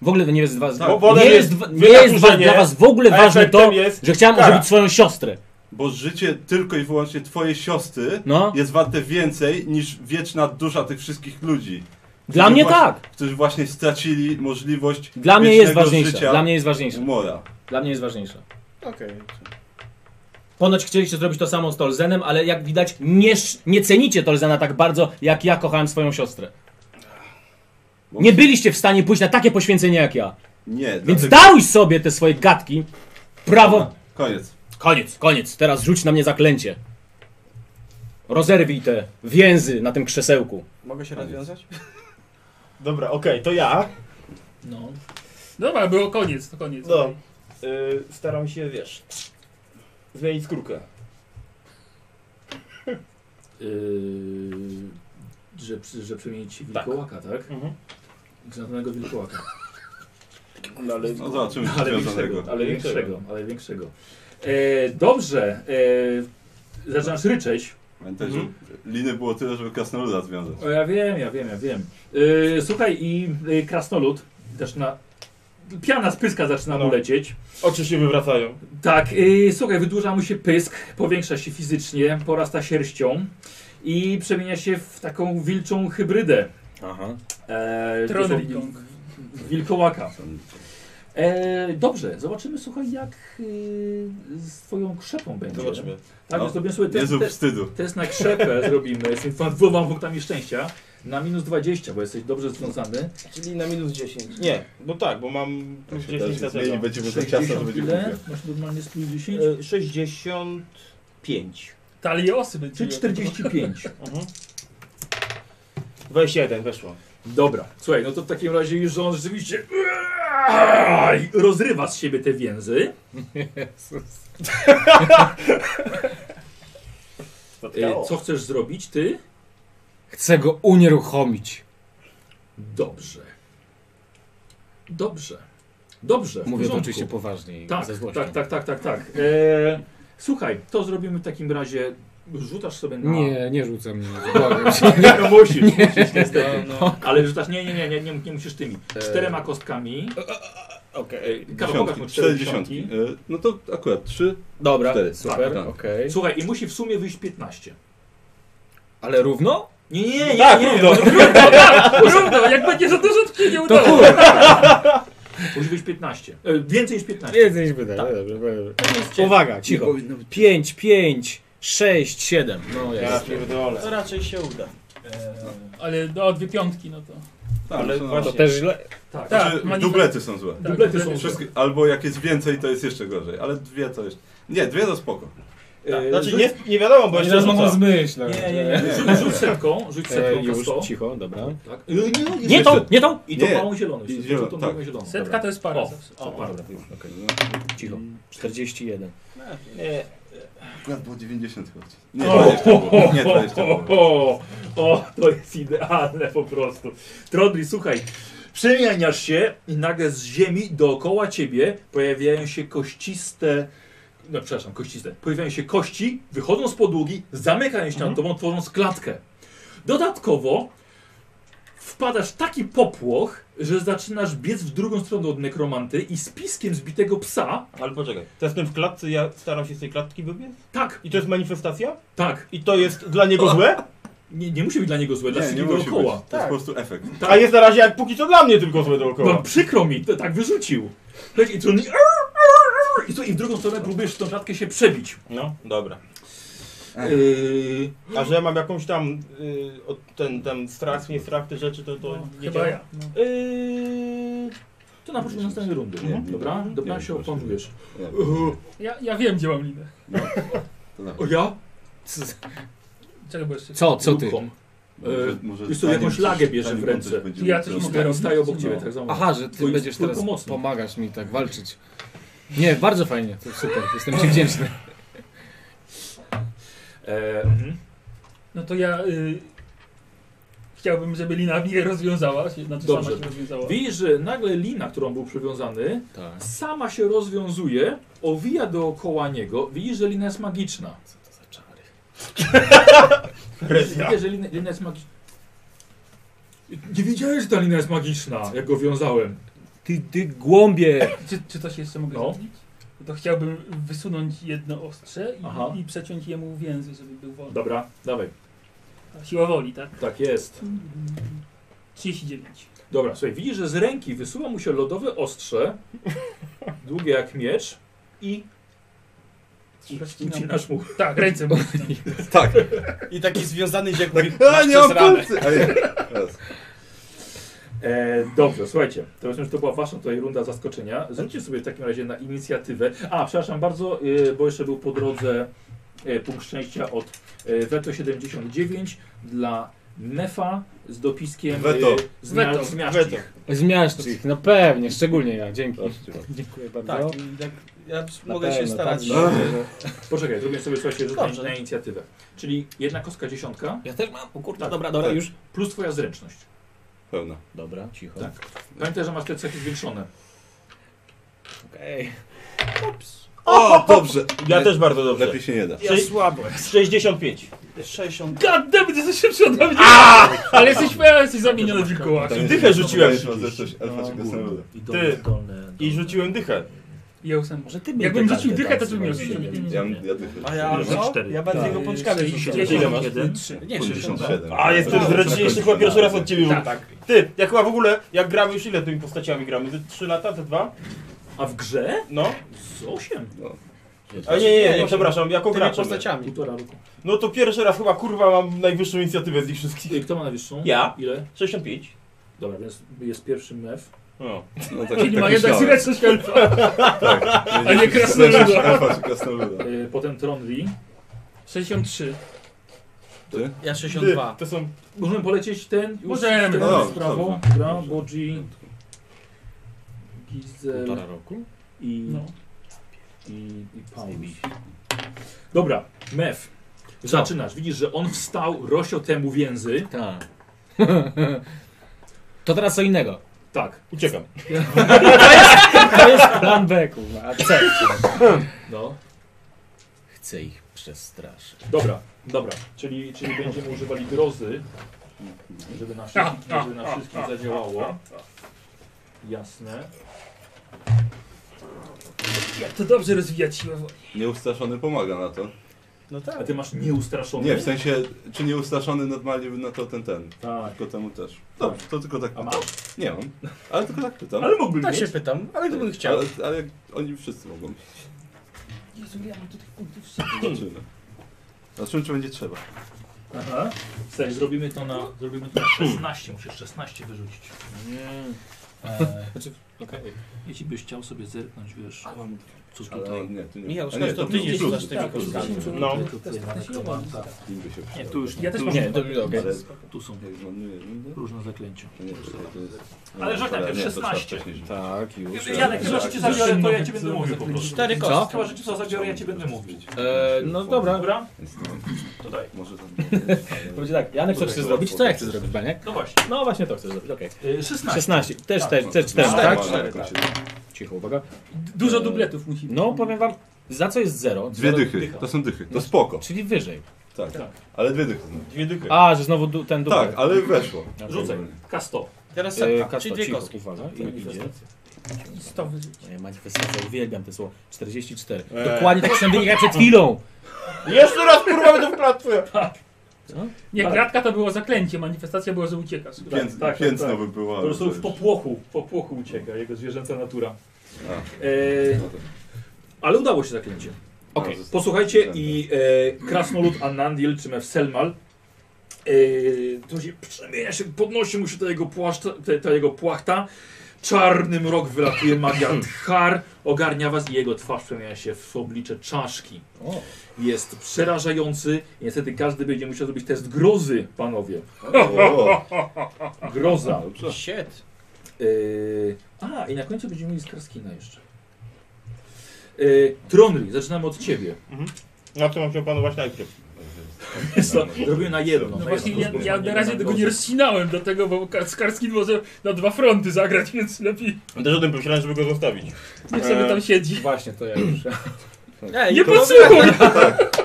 W ogóle to nie jest, was, Tak, powodem nie jest jest, wa- nie wyratuszenie, jest wa- dla was w ogóle a ważne efektem to, jest że chciałem kara. ożywić swoją siostrę. Bo życie tylko i wyłącznie twojej siostry No, jest warte więcej niż wieczna dusza tych wszystkich ludzi, dla mnie właśnie- tak. którzy właśnie stracili możliwość Dla mnie jest wiecznego ważniejsza. życia Dla mnie jest ważniejsza. Mora. Dla mnie jest ważniejsza. Okej. Ponoć chcieliście zrobić to samo z Tolzenem, ale jak widać nie, sz- nie cenicie Tolzena tak bardzo, jak ja kochałem swoją siostrę. Nie byliście w stanie pójść na takie poświęcenie jak ja. Nie, Więc dlatego- daruj sobie te swoje gadki. Prawo. Dobra, Koniec. Koniec, koniec. Teraz rzuć na mnie zaklęcie. Rozerwij te więzy na tym krzesełku. Mogę się Koniec. rozwiązać? Dobra, okej, to ja. No. Dobra, było koniec, to koniec. No. Y, staram się, wiesz, zmienić skórkę. Yy, że, przy- że przemienić się w Tak. wilkołaka, tak? Grzantanego wilkołaka. No ale... No zobaczymy, czy ale związanego. większego. Ale większego, ale większego. E, dobrze. E, zaczynasz ryczeć. Pamiętaj, że liny było tyle, żeby krasnoluda związać. O, ja wiem, ja wiem, ja wiem. E, słuchaj, i e, krasnolud zaczyna... Piana z pyska zaczyna mu No. lecieć. Oczy się wywracają. Tak, yy, słuchaj, wydłuża mu się pysk, powiększa się fizycznie, porasta sierścią i przemienia się w taką wilczą hybrydę. Aha. E, Tron dosłownie w- Wilkołaka. E, dobrze, zobaczymy, słuchaj, jak e, z twoją krzepą będzie. Zobaczymy. Tak, No, no, zrobimy sobie Nie test, zrób test, wstydu. test na krzepę zrobimy z tymi dwoma punktami szczęścia na minus 20, bo jesteś dobrze związany. Czyli na minus 10. Nie, bo tak, bo mam no. plus 10 na Zmieni, tego. będziemy tak ciasno, że będzie ile? głupio. Masz normalnie z plus 10? Y, 65. Talie osy będzie. Czy 45? Mhm. 21 weszło. Dobra, słuchaj, no to w takim razie już on rzeczywiście Aaaaaj! rozrywa z siebie te więzy. E, Co chcesz zrobić ty? Chcę go unieruchomić. Dobrze. Dobrze. Dobrze. w Mówię to porządku. oczywiście poważnie i tak, ze złością. tak, tak, tak, tak, tak. E, słuchaj, to zrobimy w takim razie Rzucasz sobie na... Nie, nie rzucam. Nie, błagam cię. Nie, no musisz, musisz niestety. No, no. Ale rzucasz, nie, nie, nie, nie, nie, nie musisz tymi. E, Czterema kostkami. Okej. Karol, pokaż mu cztery cztery dziesiątki. dziesiątki. E, No to akurat trzy, Dobra, cztery. super, Tak, tak. okej. Słuchaj, i musi w sumie wyjść 15. Ale równo? No Nie, nie, nie, Tak, nie. no równo. Równo, jak będzie za dużo, to się nie udało. Musi wyjść 15. E, więcej niż Tak. 15. Więcej niż pytań. Dobrze, dobrze, dobrze. Uwaga, Cicho. cicho. 5, 5, 6, 7. No Ja jest. pierdolę. To raczej się uda. Ale no, dwie piątki, no to. Tak, Ale no, właśnie- To też źle. Tak. Tak. Znaczy, manifest- dublety są złe. Tak, Dublety są Wszystkie, albo jak jest więcej, to jest jeszcze gorzej, ale dwie to jeszcze. Nie, dwie to spoko. E, Znaczy rzuć- nie, nie wiadomo, bo Oni jeszcze nas mogą rzuca. zmyć. no. Nie, nie, nie. Rzuć, rzuć setką, rzuć E, setką Już, prosto. cicho, dobra. Tak. E, Nie, nie, Nie tą, nie tą! I tą Nie. małą zieloną. I jeszcze, zielon- tą tak. drugą zieloną. Setka to jest para O. zawsze. O, bardzo. no, Cicho. 41. Nie, Akurat było 90 chodzi. Nie, 20 było. Nie, 20 O, było. o, o, to jest idealne po prostu. Trodri, słuchaj, przemieniasz się i nagle z ziemi dookoła ciebie pojawiają się kościste, no przepraszam, kościste, pojawiają się kości, wychodzą z podłogi, zamykają się Mhm. nad tobą, tworząc klatkę. Dodatkowo wpadasz w taki popłoch, że zaczynasz biec w drugą stronę od nekromanty i z piskiem zbitego psa, ale poczekaj. To jestem w klatce, ja staram się z tej klatki wybiec? tak, I to jest manifestacja? tak, I to jest dla niego złe? nie, nie musi być dla niego złe, dla Nie, nie wszystkich musi być. dookoła. To Tak. jest po prostu efekt. A jest na razie jak póki co dla mnie tylko złe No dookoła. przykro mi, to tak wyrzucił. Leci i trudny. I, tu- I w drugą stronę próbujesz w tą klatkę się przebić. No, dobra. Yy, A że ja mam jakąś tam, y, od- ten, ten strach, nie strach, te rzeczy, to, to nie Chyba działa. ja. No. yy, to na początku następnej rundy. Nie, Mhm. nie. dobra, dobra Nie, się proszę. opanujesz. Nie, Yy, Ja, ja wiem, gdzie mam linę. to na- o ja? Czego bo jeszcze? Co, co ty? Lubką. może- może wiesz co, zanim jakąś coś- lagę bierze zanim w ręce. coś będzie Ja mógł coś zrobić. mogę Stają- Stają obok No. ciebie, tak samo. Aha, że ty Twój- będziesz twój teraz pomocnik. pomagać mi tak walczyć. Nie, bardzo fajnie, to super, jestem ci wdzięczny. E, mhm. No to ja y, chciałbym, żeby lina mnie rozwiązała, się- znaczy Dobrze. sama się rozwiązała. Widzisz, że nagle lina, którą był przywiązany, Tak. sama się rozwiązuje, owija dookoła niego. Widzisz, że lina jest magiczna. Presja. Wie, że lina, lina jest magiczna. Nie wiedziałem, że ta lina jest magiczna, jak go wiązałem. Ty, ty głąbie! Czy, czy coś jeszcze mogę No. zrobić? To chciałbym wysunąć jedno ostrze Aha. i, i przeciąć jemu więzy, żeby był wolny. Dobra, dawaj. A Siła woli, tak? Tak jest. 39. Dobra, słuchaj, widzisz, że z ręki wysuwa mu się lodowe ostrze, długie jak miecz i Rozcinam. ucinasz mu. Tak, ręce mu ucinam. Tak, I taki związany ziek mówi, a masz nie mam przesrane. palcy! A ja- Raz. E, dobrze, słuchajcie, to rozumiem, że to była wasza tutaj runda zaskoczenia. Zróbcie sobie w takim razie na inicjatywę. A, przepraszam bardzo, e, bo jeszcze był po drodze e, punkt szczęścia od e, Weto 79 dla Nefa z dopiskiem Weto. z, mia- Weto. z miastich. Weto. Zmiażdż ich, no pewnie, szczególnie ja, dzięki. Zobaczcie. Dziękuję bardzo. No. Tak, i tak, ja mogę się pewno, starać. tak, tak. Poczekaj, zrobię sobie słuchajcie rzut Dobrze. na na inicjatywę. Czyli jedna kostka dziesiątka Ja też mam, o kurde, Tak, dobra, dobra, tak. już. plus twoja zręczność. Pełna. Dobra, cicho. Tak. Pamiętaj, że masz te cechy zwiększone. Okej. O, dobrze! Ja Nie, też bardzo dobrze. Lepiej się nie da. Ja słabo. 65. 60. God damn, ty jesteś szybszy ode mnie! Ale jesteś, jesteś zamieniony w wilkołak. Tam jest- dychę rzuciłem. Tam jest zresztą alfa czy gasowe. Ty. I rzuciłem dychę. Jełsen. Może ty Jakbym rzucił dychę, to bym miał Ja, ja dychę. A ja, rzuciłem. co? Ja bardziej Tak. go pączkami rzucam. 10, Ile masz? 3. Nie, 67. 57. A, jestem zręczniejszy chyba pierwszy raz od ciebie. Tak. Tak. Ty, jak chyba w ogóle, jak gramy już ile tymi postaciami gramy? Ze 3 lata, te dwa? A w grze? No. Z 8. A nie, nie, nie, nie przepraszam, jako Tymi gracz. my. postaciami. Półtora roku. No to pierwszy raz chyba kurwa mam najwyższą inicjatywę z nich I wszystkich. kto ma najwyższą? Ja. Ile? 65. Dobra, więc jest pierwszy mef. No. No tak, Czyli ma jednak tak myślałem. zręczność elfa. A nie krasnoluda. Alfa czy krasnoluda. Yy, potem Tronri. 63. Ty? Ja Ty, 62. to są... Możemy polecieć ten? Już Możemy. Ten No, z prawo. dobrze. Dobra, Bodzi. Gizel Półtora roku? i, No. i, i Paulus. Dobra, mef. Zaczynasz. Widzisz, że on wstał, rosio temu więzy. Tak. To teraz co innego. Tak. Uciekam. To jest plan B, kurwa. A C. No. Chcę ich Przestraszy. Dobra, dobra. Czyli, czyli będziemy używali grozy, żeby na, A, wszystkich, a, żeby na a, wszystkich a, zadziałało. Jasne. Jak to dobrze rozwijać siłę woli. Nieustraszony pomaga na to. No A tak. ty masz nieustraszony? Nie, w sensie, czy nieustraszony normalnie by na to ten ten. Tak. Tylko temu też. Dobrze, to tylko tak pytam. A masz? Nie mam, ale tylko tak pytam. Ale mógłbym Tak mieć. się pytam, ale gdybym chciał. Ale, ale oni wszyscy mogą. Jezu, ja mam tu tych punktów Zobaczymy. Zobaczymy, czy będzie trzeba. Aha. Słuchaj, zrobimy to na, zrobimy to na 16, musisz 16 wyrzucić. Nie. Eee, Znaczy, okej. jeśli byś chciał sobie zerknąć, wiesz, co Ale tutaj... nie, tu nie. Michał, A szkoda, No nie, to ty plus, nie plus, rzucasz tymi plus, plus. kostkami. No. To tutaj mamy komanda. Nim by się przydało. Nie, tu już nie. tak Ja też tu, mam. Nie, to okej. Ale tu są jak zmanuję, no, różne zaklęcia. to nie, to- to jest- Ale że tak, cholera, już nie, to 16. trzeba wcześniej rzucić. Tak, już. Janek, chyba, że cię zabiorę, to ja ci będę mówił po prostu. Cztery Co? kostki. Chyba, że cię co zabiorę, ja ci będę mówił. E, no dobra. Dobra? Jest- Tutaj. Może tam. To będzie tak, Janek co chce zrobić, to ja chcę zrobić, Baniak. No właśnie. No właśnie to chcę zrobić, okej. Yy, 16. 16, też Tak, 4, no, też 4, no, tak? no, Cztery, tak. Cicho, uwaga. D- Dużo dubletów musi być. No powiem wam, za co jest 0? Dwie dychy, to są dychy, to spoko. Czyli wyżej. Tak, Tak. ale dwie dychy. znowu. Dwie dychy. A, że znowu du, ten Tak, dublet. ale weszło. Okej. Rzucaj. K100. Teraz E, septa, czyli Kasto, dwie cicho, kostki. uwaga. I idzie. Sto wyżyć. E, Manifestacja, uwielbiam to słowo. 44. E. Dokładnie tak samo wynika przed chwilą. Jeszcze raz kurwa będę w klatce! Nie, kratka to było zaklęcie, manifestacja była, że uciekasz. Pięć, tak, pięć tak. znowu było. Po ale to prostu w już- popłochu, w popłochu ucieka, jego zwierzęca natura. A. E, No to- ale udało się zaklęcie. Okej. Posłuchajcie i e, krasnolud Anandil, czy Mefselmal, e, to się przemienia się, podnosi mu się ta jego, płaszcza, ta, ta jego płachta, czarny mrok wylatuje magia Tchar, ogarnia was i jego twarz przemienia się w oblicze czaszki. O. Jest przerażający, niestety każdy będzie musiał zrobić test grozy, panowie. O, Groza. Dobrze. Shit. Yy, a, i na końcu będziemy mieli Skarskina jeszcze. Yy, Tronry, zaczynamy od ciebie. Na co mam się opanować najpierw? Co? Zrobiłem na jedno. No na właśnie, jedno. ja, ja na razie tego nie rozcinałem do tego, bo Ka- Skarskin może na dwa fronty zagrać, więc lepiej Też o tym pomyślałem, żeby go zostawić. niech sobie tam siedzi. Właśnie, to ja już. Ej, Nie to- podsłuchuj!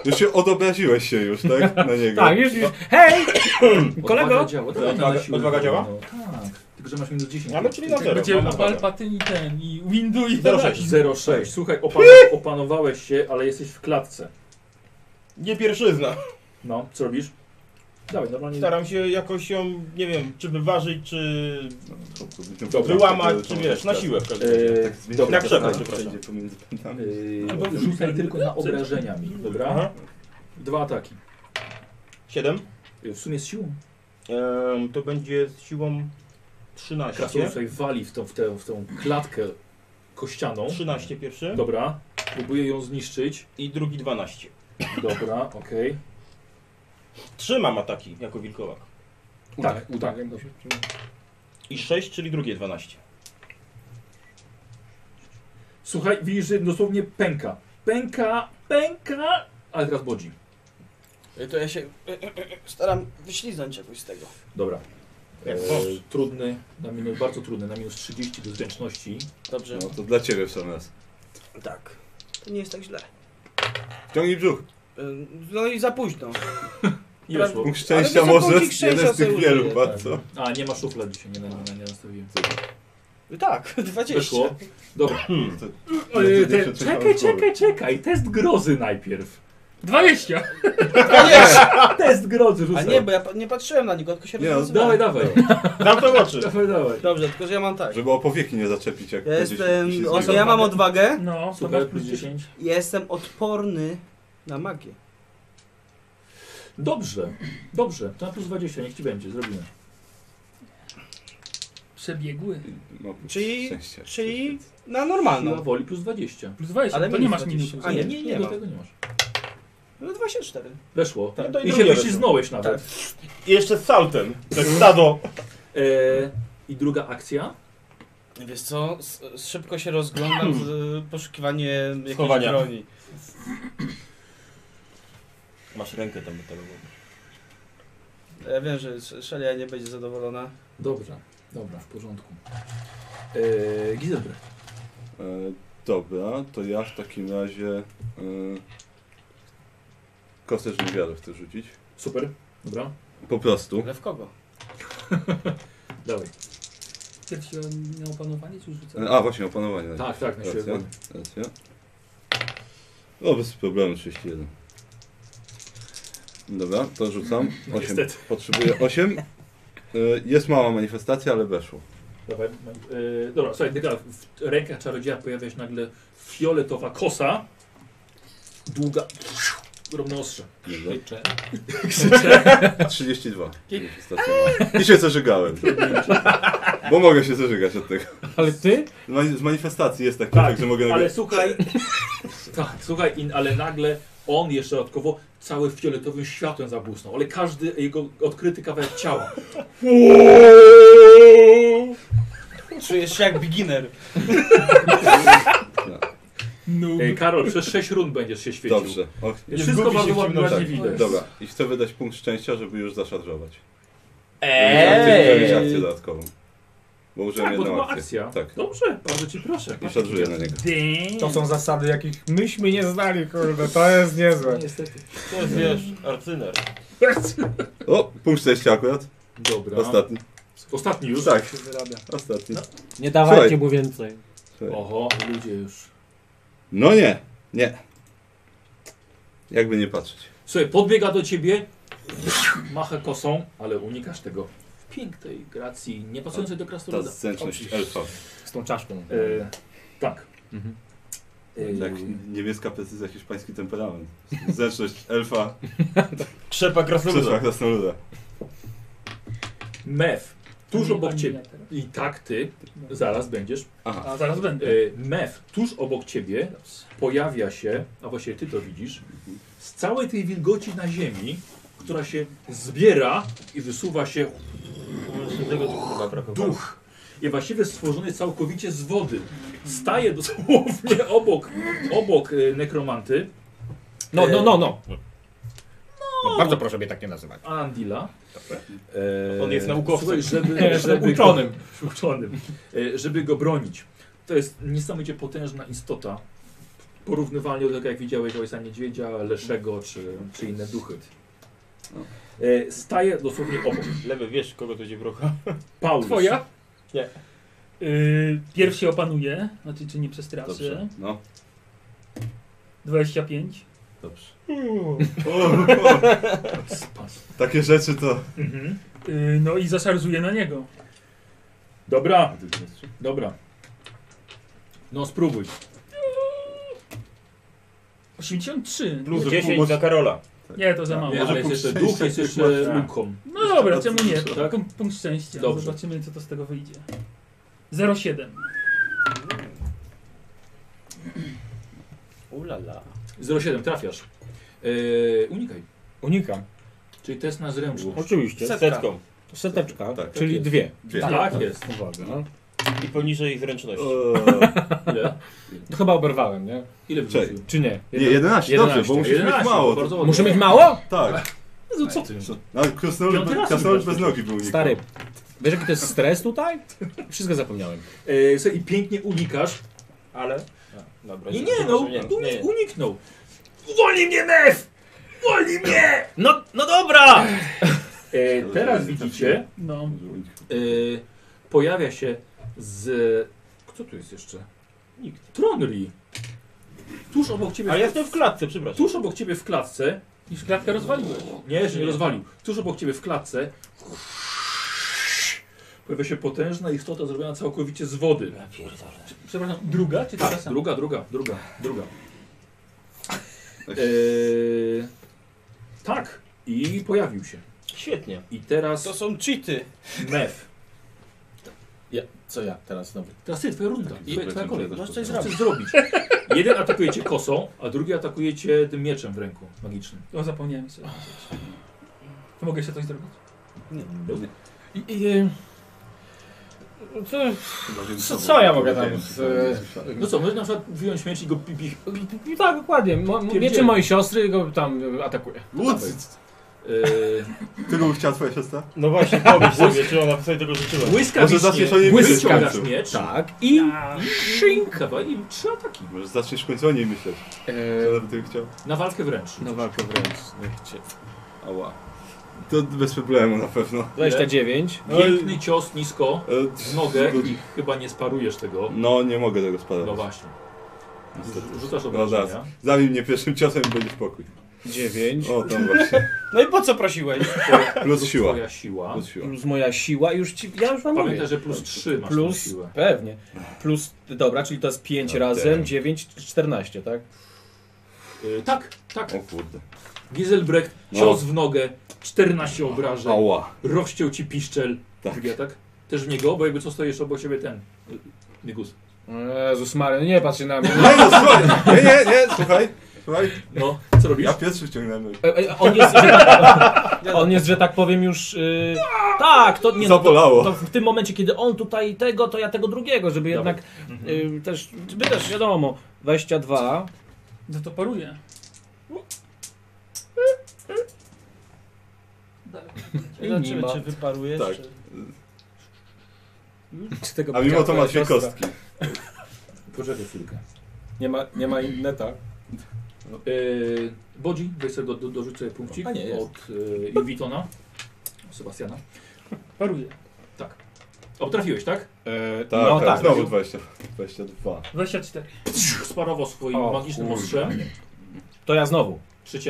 Już się odobraziłeś się już, tak? Na niego. Tak, już, już. Hej! Odwaga Kolego! działa. Odwaga- Tak, na siłę. odwaga działa? Tak. Tylko, że masz minus 10. No, Ale czyli na Tak zero. będzie mam odwagę. Palpatyn i ten, i Windu i Zero tak. sześć. 06. Słuchaj, opan opanowałeś się, ale jesteś w klatce. Nie pierwszyzna. No, co robisz? Dawaj, normalnie. Staram się jakoś ją, nie wiem, czy wyważyć, czy No, Dobra, wyłamać, czy wiesz, na siłę w każdym razie. Yy, dobra, Jak trzeba, tak. przepraszam. Przejdzie pomiędzy pętami. Yy, rzucaj tylko na obrażenia mi, dobra? Aha. Dwa ataki. Siedem. Yy, W sumie z siłą. Ehm, to będzie z siłą 13. Krasnolud tutaj wali w tą, w, tę, w tą klatkę kościaną. 13 pierwszy Dobra, próbuje ją zniszczyć. i drugi 12. Dobra, okej. Trzymam ataki jako wilkołak. Tak, tak. I 6, czyli drugie 12. Słuchaj, widzisz, że dosłownie pęka. Pęka, pęka, ale teraz bodzi. Ej, To ja się e, e, e, staram wyśliznąć jakoś z tego. Dobra. Jak Eee, wąż. trudny, na minus, bardzo trudny, na minus 30 do zręczności. Dobrze. No to dla ciebie w sam raz. Tak. To nie jest tak źle. Ciągnij brzuch. E, No i za późno. Nie weszło. Punkt Ale szczęścia to za może. punkcik szczęścia Jeden z tych sobie wielu, użyję, bardzo. A, nie ma szuflad dzisiaj, nie, nie, nie, nie nastawiłem. No Tak, 20. Weszło. Dobra. To- Eee, wtedy te, się czekam czekaj, z głowy. czekaj, czekaj. Test grozy najpierw. 20! Test grozy No A rzucaj. nie, bo ja pa- nie patrzyłem na niego, tylko się Nie, no, rozwiązywałem. Dawaj, dawaj. Dam to w oczy. Dawaj, dawaj. Dobrze, tylko że ja mam tak. Żeby o powieki nie zaczepić, jak Ja będziesz jestem. się o, zbiegał. Ja mam odwagę. No, to Słuchaj, masz plus 10. Ja jestem odporny na magię. Dobrze, dobrze. To na plus 20, niech ci będzie, zrobimy. Przebiegły. No, punkt Czyli- szczęścia. Czyli na Siła normalną. woli plus 20. Plus 20, Ale to nie minus masz 20. minusu. A nie, nie, No. nie do ma. tego nie masz. No 24. Weszło. Tak. No I, i się drugie wyśliznąłeś nawet. I jeszcze z saltem. Tak stado. E, I druga akcja. Wiesz co, s- s- szybko się rozglądam z e, poszukiwaniem jakiejś Schowania. broni. Masz rękę tam metalową. Ja wiem, że Sz- Shelia nie będzie zadowolona. Dobrze, dobra, w porządku. E, Gizelbrecht. E, dobra, to ja w takim razie. E, Kostę żniwiarów chcę rzucić. Super, dobra, Po prostu. Ale w kogo? dawaj. Pierwszy o- na opanowanie czy już rzucę? A właśnie, opanowanie. Tak, tak, na Racja, siłę. woli. racja. O, bez problemu 31. Dobra, to rzucam. 8. Niestety. Potrzebuję 8. Jest mała manifestacja, ale weszło. Dawaj, yy, dobra, słuchaj, Dygla, w rękach czarodzieja pojawia się nagle fioletowa kosa, długa, równo ostrze. Dobra. Liczę. 32. Manifestacja mała. I się zażygałem. Bo mogę się zażygać od tego. Ale ty? Z mani- Z manifestacji jest taki Tak, efekt, że mogę Ale nagle... słuchaj, tak, słuchaj, in, ale nagle on jeszcze dodatkowo cały fioletowym światłem zabłysnął, ale każdy jego odkryty kawałek ciała. Czujesz się jak beginner. No. Ej, E, Karol, przez 6 rund będziesz się świecił. Dobrze. Och, Nie Wszystko zgubi się bardzo w ładnie ciemnocie. ładnie widać. Dobra, i chcę wydać punkt szczęścia, żeby już zaszarżować. Żeby mieć akcję Eee! dodatkową. Bo użyłem Tak, bo to jedną była akcję. akcja. Tak. Dobrze, bardzo ci proszę. I szarżuję na niego. To To są zasady, jakich myśmy nie znali, kurde, to jest niezłe. Niestety. To jest, wiesz, arcyner. O, punkt szczęścia akurat. Dobra. Ostatni. Ostatni No. już? Tak. No. Ostatni. Nie dawajcie Słuchaj. mu więcej. Słuchaj. Oho, ludzie już. No nie, nie. Jakby nie patrzeć. Słuchaj, podbiega do ciebie, macha kosą, ale unikasz tego. W pięknej gracji, nie pasującej do Ta krasnoluda. zręczność elfa. Z tą czaszką. E, tak. Mhm. E, Jak niemiecka precyzja, hiszpański temperament. Zręczność elfa, Krzepa krzesła krasnoluda. krasnoluda. Mef, tuż Nie, obok nie, ciebie. nie, teraz. I tak ty zaraz będziesz. Aha, A zaraz będę. E, Mef, tuż obok ciebie pojawia się, a właściwie ty to widzisz, z całej tej wilgoci na ziemi, która się zbiera i wysuwa się Tego tu kurwa brakowało. duch. I właściwie stworzony całkowicie z wody. Staje dosłownie obok, obok e, nekromanty No, no, no, no. No, bardzo proszę mnie tak nie nazywać. Anandila. E, On jest naukowcem. Słuchaj, żeby, Nie, żeby uczonym. Go, uczonym. E, Żeby go bronić. To jest niesamowicie potężna istota. Porównywalnie do tego, jak widziałeś ojca niedźwiedzia, leszego czy, czy inne duchy. E, Staje dosłownie obok. Lewy, wiesz, kogo to idzie brocha? Paulus. Twoja? Nie. Yy, pierwszy opanuję, znaczy czy nie przestraszę. dobrze. No, 25. dobrze. O, o, takie rzeczy to... Mhm. Yy, no i zaszarżuję na niego. Dobra, dobra. No spróbuj. 83. Plus Może 10 pomoc- za Karola. Nie, to za mało. Nie, ale jest jeszcze punkt duch, jest szczęścia. jeszcze luką. No dobra, czemu nie? Tak? Punkt- Punkt szczęścia. Dobrze. Zobaczymy co to z tego wyjdzie. 07. Ulala. 07, trafiasz. Eee, unikaj. Unikam. Czyli test na zręczność. Oczywiście. Setka. Setką. Seteczka, Tak, tak czyli jest. dwie. Dwie. Tak, jest. Uwaga. I poniżej zręczności. Ile? To chyba oberwałem, nie? Ile Cześć. wrzucił? Czy nie? Nie, 11, dobrze, 11, bo musisz mieć 11, mało. bardzo To, ładnie. Muszę mieć mało? tak. No co ty? No, krasnolud, Piąty raz krasnolud już bez nogi był unikał. Stary, wiesz jaki to jest stres tutaj? Wszystko zapomniałem. Eee, słuchaj, I pięknie unikasz. Ale? A, dobra, I nie, nie, no, przepraszam, nie, uni- nie, nie. uniknął. Uwolnij mnie, mef! Uwolnij mnie! No, no dobra! Eee, teraz widzicie, No. eee, pojawia się z... Kto tu jest jeszcze? Nikt. Tronri. Tuż obok ciebie... A ja jestem w klatce, przepraszam. Tuż obok ciebie w klatce Już klatkę rozwaliłeś. Nie, jeszcze nie rozwalił. Tuż obok ciebie w klatce pojawia się potężna istota zrobiona całkowicie z wody. Przepraszam, druga czy teraz? Druga, druga, druga, druga. Eee, tak. I pojawił się. Świetnie. I teraz To są cheaty. mef. Ja, co ja teraz no? znowu? Teraz ty, twoja runda. Taki Twoja, twoja prezent, kolej. prezent, Masz coś prezent. zrobić. zrobić. Jeden atakujecie kosą, a drugi atakujecie tym mieczem w ręku magicznym. O, zapomniałem sobie. To mogę jeszcze coś zrobić? I, i, co, co, co ja mogę tam... Z, No co, możesz na przykład wyjąć miecz i go pi- pi- tak, dokładnie. Mo, Pierdzielę. mieczy mojej siostry go tam atakuje. Łódź! E, Ty bym chciał twoje siostra? No właśnie, pomyśl sobie, czy ona sobie tego życzyła. Może zaczniesz o niej myśleć w Błyskawisz końcu. miecz. Tak. I Szynk! Dawaj im trzy ataki. Może zaczniesz w końcu o niej myśleć. E, Co bym ty chciał? Na walkę wręcz. Na walkę wręcz. niech cię- Ała. To bez problemu na pewno. 29. No Piękny cios nisko E, w nogę i chyba nie sparujesz tego. No, nie mogę tego spadać. No właśnie. Niestety. Rzucasz No zaraz. obrażenia. Zabij mnie pierwszym ciosem i będzie spokój. 9. O, tam właśnie. No i po co prosiłeś? Plus Plus siła. Twoja siła. Plus siła. plus moja siła, już ci, ja już wam mówię. Pamiętaj, że plus 3 masz plus... Plus, siłę. pewnie. Plus, dobra, czyli to jest 5 No, razem, tak. 9, 14, tak? Y, tak, tak. O kurde. Giselbrecht, No. cios w nogę, 14 obrażeń, Ała. rozciął ci piszczel. Tak. Drugi atak. Też w niego, bo jakby co stoisz obok siebie ten. y, Nygus. Jezus Maria, nie patrz się na mnie. Nie, no, słuchaj. Nie, nie, nie, słuchaj. Słuchaj. No, co robisz? Ja pierwszy wciągnąłem. E, e, On jest, że tak, no, on jest, że tak powiem, już. y, tak, to nie. no, Zabolało. To, to w tym momencie, kiedy on tutaj tego, to ja tego drugiego, żeby Dawaj. jednak. Mhm. y, też, żeby też wiadomo, 22. No to paruje. Zobaczymy, czy wyparujesz. Tak. Czy... Czy tego A mimo to ma powiedziała twoja dwie kostki. Poczekaj chwilkę. siostra? Nie ma, nie ma inneta. Yy, Bodzi, weź sobie do, do, dorzuć sobie punkcik A nie, jest. od yy, Invitona. Sebastiana. Paruje. Obtrafiłeś, tak? E, Tak, No tak, tak. znowu 20, 22. 24. Sparował swoim O, magicznym kurwa. ostrzem. To ja znowu. Trzeci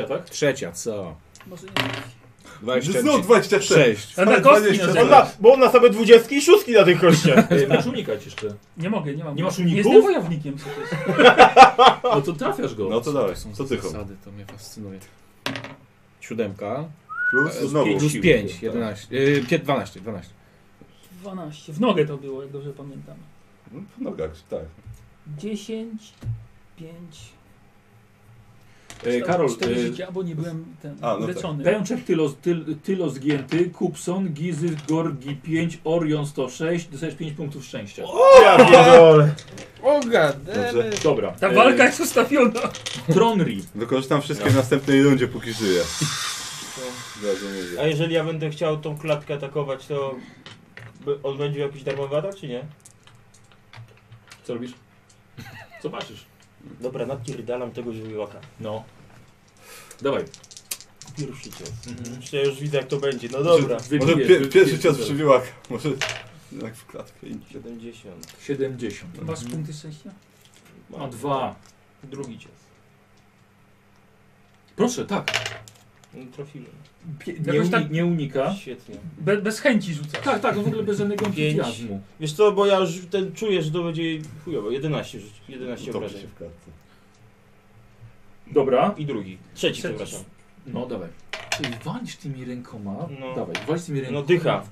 atak. Trzecia, co? Może nie. Znowu 26. 6. A na kostki 22. na On ma, bo on ma sobie dwudziestki i szóstki na tych kościach. Yy, możesz unikać jeszcze. Nie mogę, nie mam. Nie masz Nie uników? Jestem wojownikiem przecież. No to trafiasz go. No to dawaj, są co ty chod? zasady, to mnie fascynuje. Siódemka. E, Plus znowu. pięć. Plus siły, 5, tak. 11. y, pię- 12, 12. 12. W nogę to było, jak dobrze pamiętam. No, Po nogach, tak. 10, 5. Yy, E, Karol, Cztery yy, życia, bo nie byłem ten A, no tak. leczony. Pęczek Tylos, tyl, tylos Gięty, Kupson, Gizy, Gorgi 5, Orion 106, dostajesz 5 punktów szczęścia. Ja pierdolę. O gademy. Dobrze. Dobra. Ta e, walka jest ustawiona. Tronri. Wykorzystam wszystkie w następnej rundzie, póki żyję. Dobrze A mówię. jeżeli ja będę chciał tą klatkę atakować, to by- on będzie miał jakiś darmowy atak, czy nie? Co robisz? Zobaczysz. Dobra, napierdalam tego żywiołaka. No. Dawaj. Pierwszy cios. Mhm. Ja już widzę jak to będzie, no dobra. Może Wybijesz, pie, wybijesz, pierwszy cios teraz. przybiłak. Może tak w klatkę. i- 70. 70. Masz punkty szczęścia? No dwa. Drugi cios. Proszę, tak. No, trafiłem. Pie- nie, Jakoś uni tak- nie unika. Świetnie. Be, bez chęci rzucasz. Tak, tak, no w ogóle bez żadnego Pięć. entuzjazmu. Wiesz co, bo ja już ten czuję, że to będzie chujowo. 11 rzuć. 11 Utopi się obrażeń. w klatce. Dobra. I drugi. Trzeci, Trzeci. przepraszam. No dawaj. Czyli walisz tymi rękoma. No. Dawaj, walisz tymi rękoma. No dycha.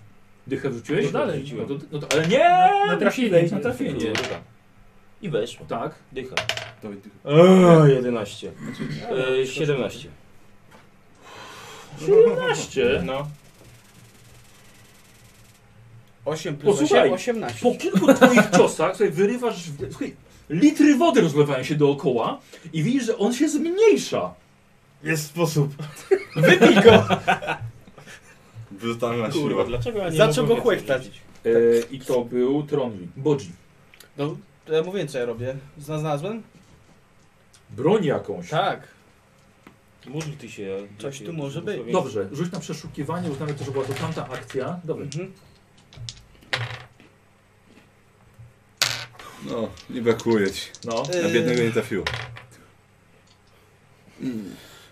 Dychę wrzuciłeś? No dalej. No to, no to, ale nie! Na trafienie. musisz wejść Na trafienie. Dycha. I weszło. Tak. Dycha. Dawaj, dycha. Eee, 11. Eee, 17. 17. No. 8 plus Posłuchaj. 8, 18. Po kilku twoich ciosach sobie Tak, wyrywasz. w- Słuchaj, litry wody rozlewają się dookoła i widzisz, że on się zmniejsza. Jest sposób. Brutalna Kurwa, siła. dlaczego ja nie Zaczął mogłem go więcej chłechtać. rzucić? E, I to był Tronli. Bodzi. No, to ja mówię, co ja robię. Zna- Znalazłem? Broń jakąś. Tak. Módl ty się. Coś ty tu się może być. błogosławień. Dobrze, rzuć na przeszukiwanie, uznamy to, że była to tamta akcja. Dobra. Mhm. No, nie brakuje ci. No. Na Y, biednego nie trafiło.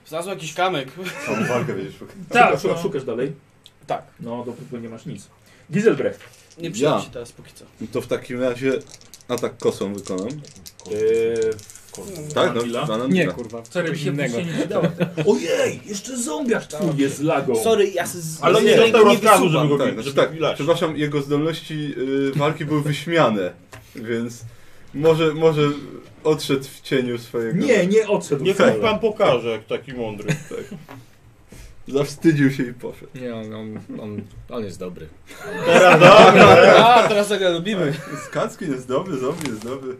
Znalazłem jakiś kamek. Całą walkę będziesz pokazał. Tak, Szukasz, no. szukasz dalej? Tak. No, dopóki nie masz nic. Giselbrecht. Nie Ja. przyda się teraz póki co. No To w takim razie atak kosą wykonam. E, Yy, Tak, Anvila. no, banan Nie, tak. kurwa. Sorry, mi coś się innego. później nie wydało. Ojej, jeszcze zombiarz twój jest lagą. Sorry, ja se z... Ale on nie Nie, dostał nie rozkazu, żeby go Tak, bić, znaczy, żeby tak, bilać. przepraszam, jego zdolności y, walki były wyśmiane, więc może, może odszedł w cieniu swojego. Nie, nie odszedł. Niech wcale. mi pan pokaże, jak taki mądry. Zawstydził się i poszedł. Nie, on, on, on, on jest dobry. Teraz dobra. A, teraz tego lubimy. Skacki jest dobry, zombie jest dobry.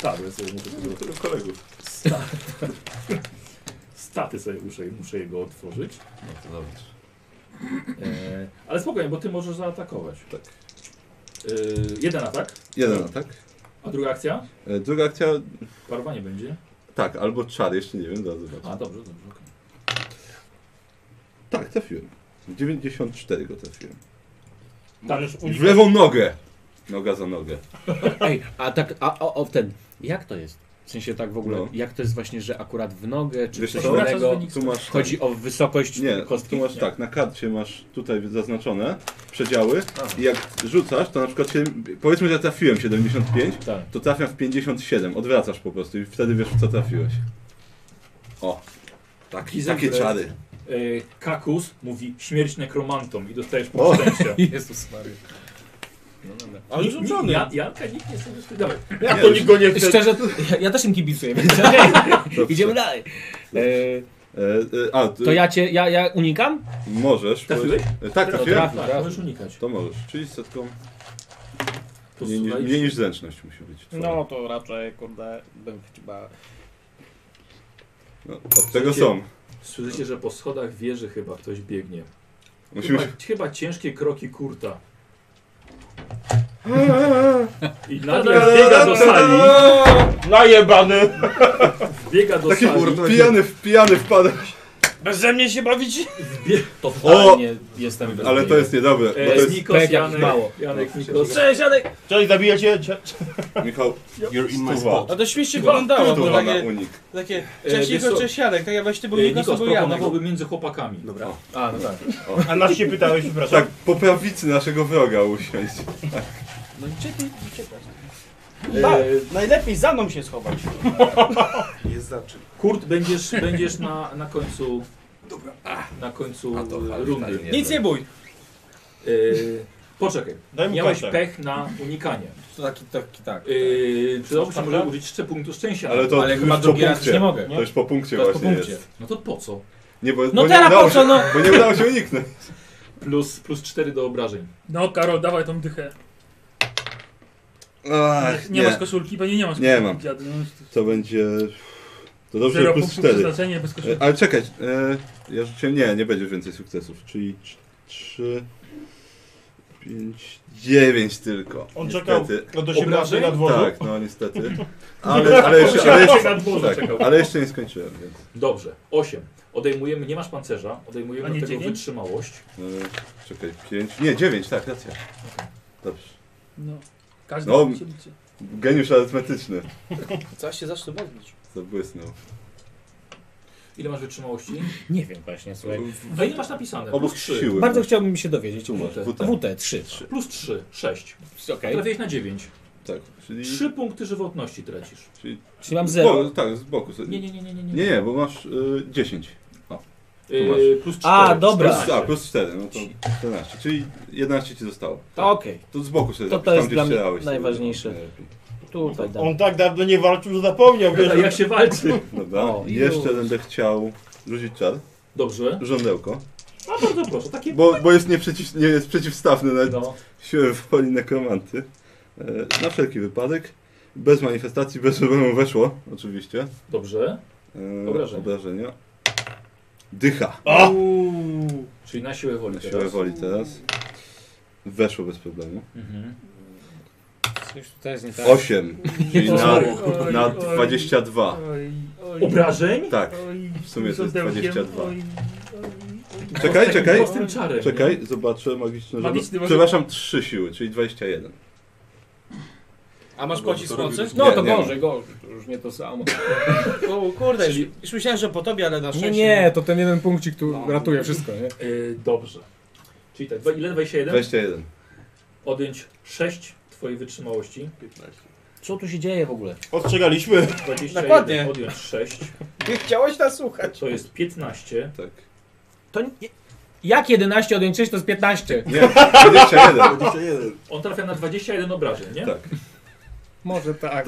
Tak, więc sobie nie to Tylu kolegów. staty sobie muszę, muszę jego otworzyć. No to dobrze. E, ale spokojnie, bo ty możesz zaatakować. Tak. E, jeden atak, Jeden tak? atak. a druga akcja? No. E, Druga akcja, Parowanie będzie. tak, albo czar, jeszcze nie wiem, zaraz A, zobaczę. dobrze, dobrze, okej. Tak, trafiłem. 94 go trafiłem. Możesz Tak. W unikać, lewą nogę! Noga za nogę. Ej, a tak, a o, o ten, jak to jest? W sensie tak w ogóle, No. jak to jest właśnie, że akurat w nogę, czy Wiesz coś co? innego? Tu masz... tak, Chodzi o wysokość Nie, kostki? tu masz tak, na karcie masz tutaj zaznaczone przedziały i jak rzucasz, to na przykład, siedem- powiedzmy, że trafiłem 75, Tak. to trafiam w 57, odwracasz po prostu i wtedy wiesz, w co trafiłeś. O, taki, Kizen takie Blade. czary. E, Kakus mówi śmierć nekromantom i dostajesz O! punkt szczęścia. Jezus Maria. No, no, no. ale rzucony. Ja, Janka nikt nie sobie wstydzał. Jak To nikt go nie chce. Szczerze, ja, ja też im kibicuję, więc Idziemy dalej. E, E, e, a, ty to ja cię, ja, ja unikam? możesz. Trafiłeś? E, tak, No, trafiłem. tak, tak, możesz unikać. To możesz, czyli setką. To Mniej, niż- słuchaj, mniej niż zręczność musi być. twoja. No to raczej, kurde, bym chyba... No, od tego są. Słyszycie, że po schodach wieży chyba ktoś biegnie. Chyba, Musimy. chyba ciężkie kroki kurta. I Ta-da! nagle biega do sali. Najebany! Biega do Taki sali. pijany, pijany wpada. Bez ze mnie się bawić? To totalnie jestem bez Ale to niego. jest niedobre. Bo to E, jest... Nikos, pek jak Janek, mało. Janek, Nikos. Cześć, Janek! Cześć, zabiję cię! Cie- Michał, You're in my Stuwa. spot. A to śmiesznie Dwa, wyglądało, No, bo stuwa na takie, unik. takie E, cześć wiesz Igor, co? cześć Janek, tak ja no właśnie był E, Nikos, to Nikos był Janek. proponowałby między chłopakami. Dobra. A, no tak. A nas się pytałeś, przepraszam. Tak, po prawicy naszego wroga usiąść. No gdzie ty uciekasz? E, Najlepiej za mną się schować. Jest za czym. Kurt, będziesz, będziesz na, na końcu. Na końcu rundy. Nic nie bój. E, poczekaj. Daj mi Miałeś kontakt. pech na unikanie. To taki, taki, tak. Yy, przydałoby się Masz może prawda? użyć jeszcze punktu szczęścia. Ale to Ale już chyba po drugi raz punkcie. już nie mogę. To już po punkcie To jest po właśnie punkcie. jest. No to po co? Nie, bo, No bo teraz nie udało po co, się, no? Bo nie udało się uniknąć. Plus, plus 4 do obrażeń. No Karol, dawaj tą dychę. Ach, nie, masz nie. koszulki? Pewnie nie masz Nie koszulki, mam. dziady. No, To będzie... To dobrze, zero plus punktów 4. przeznaczenia bez E, koszulki. Ale czekaj, e, ja rzuciłem, nie, nie będzie więcej sukcesów, czyli 3, 5, 9 tylko. On czekał niestety. od 18 No na dworzu. Tak, no niestety. Ale, ale, jeszcze, ale, jeszcze, Na dworze tak, czekał. ale jeszcze nie skończyłem, więc. Dobrze, 8. Odejmujemy, nie masz pancerza, odejmujemy A nie od tego dziewięć? wytrzymałość. E, czekaj, 5, nie, 9, tak, racja. Dobrze. No. Każdy No. no. się liczy. Geniusz arytmetyczny Zaraz się zacznę modlić. zabłysnął. Ile masz wytrzymałości? Nie wiem właśnie, słuchaj. A ile masz napisane? Obok Plus 3. siły. no. Bardzo chciałbym się dowiedzieć. WT. WT, 3. Plus 3, 6. Okej. Trafiłeś na 9. Tak, czyli... 3 punkty żywotności tracisz. czyli Czyli mam z 0. boku- tak, z boku. sobie- Nie, nie, nie, nie, nie. Nie, nie, bo masz y, 10. Yy, masz. plus 4. A, dobra. Plus, a, plus 4, no to 14, czyli 11 ci zostało. To Okej. To z boku sobie To zapisz, to tam, jest gdzie dla mnie strzelałeś sobie. najważniejsze. Najlepiej. No Tutaj dam. On tak dawno nie walczył, że zapomniał, tak. wiesz? Jak się walczy? Dobra, O, jeszcze już. będę chciał rzucić czar, Dobrze. żądełko, A bardzo proszę, takie... bo, bo jest, nie przeciw, nie jest przeciwstawny na No. siłę woli nekromanty. E, na wszelki wypadek, bez manifestacji, bez problemu weszło, oczywiście. Dobrze. E, Obrażenia. obrażenia. Dycha, A! Czyli na siłę woli na siłę teraz. woli teraz. Weszło bez problemu. Mhm. Coś tutaj jest nie tak. 8, czyli na, Oj, oj, na oj, 22. Oj, oj, Obrażeń? Tak, oj, w sumie to jest żądełkiem, 22. oj, oj. Czekaj, czekaj. Z tym czarem. czekaj, zobaczę magiczne Magiczny żądełko. może- Przepraszam, 3 siły, czyli 21. A masz koci z mocy? No to Nie, nie. gorzej, gorzej. To już nie to samo. O kurde, Czyli- już myślałem, że po tobie, ale na szczęście. Nie, nie, to ten jeden punkcik tu No. ratuje wszystko, nie? Yy, dobrze. Czyli tak, dwa- ile 21? 21. Odjąć 6 twojej wytrzymałości. Co tu się dzieje w ogóle? Ostrzegaliśmy. 21 Dokładnie. odjąć 6. nie chciałeś nas słuchać. To jest 15. Tak. To nie... Jak 11 odjąć 6 to jest 15? Nie, 21. 21. On trafia na 21 obrażeń, nie? Tak. Może tak.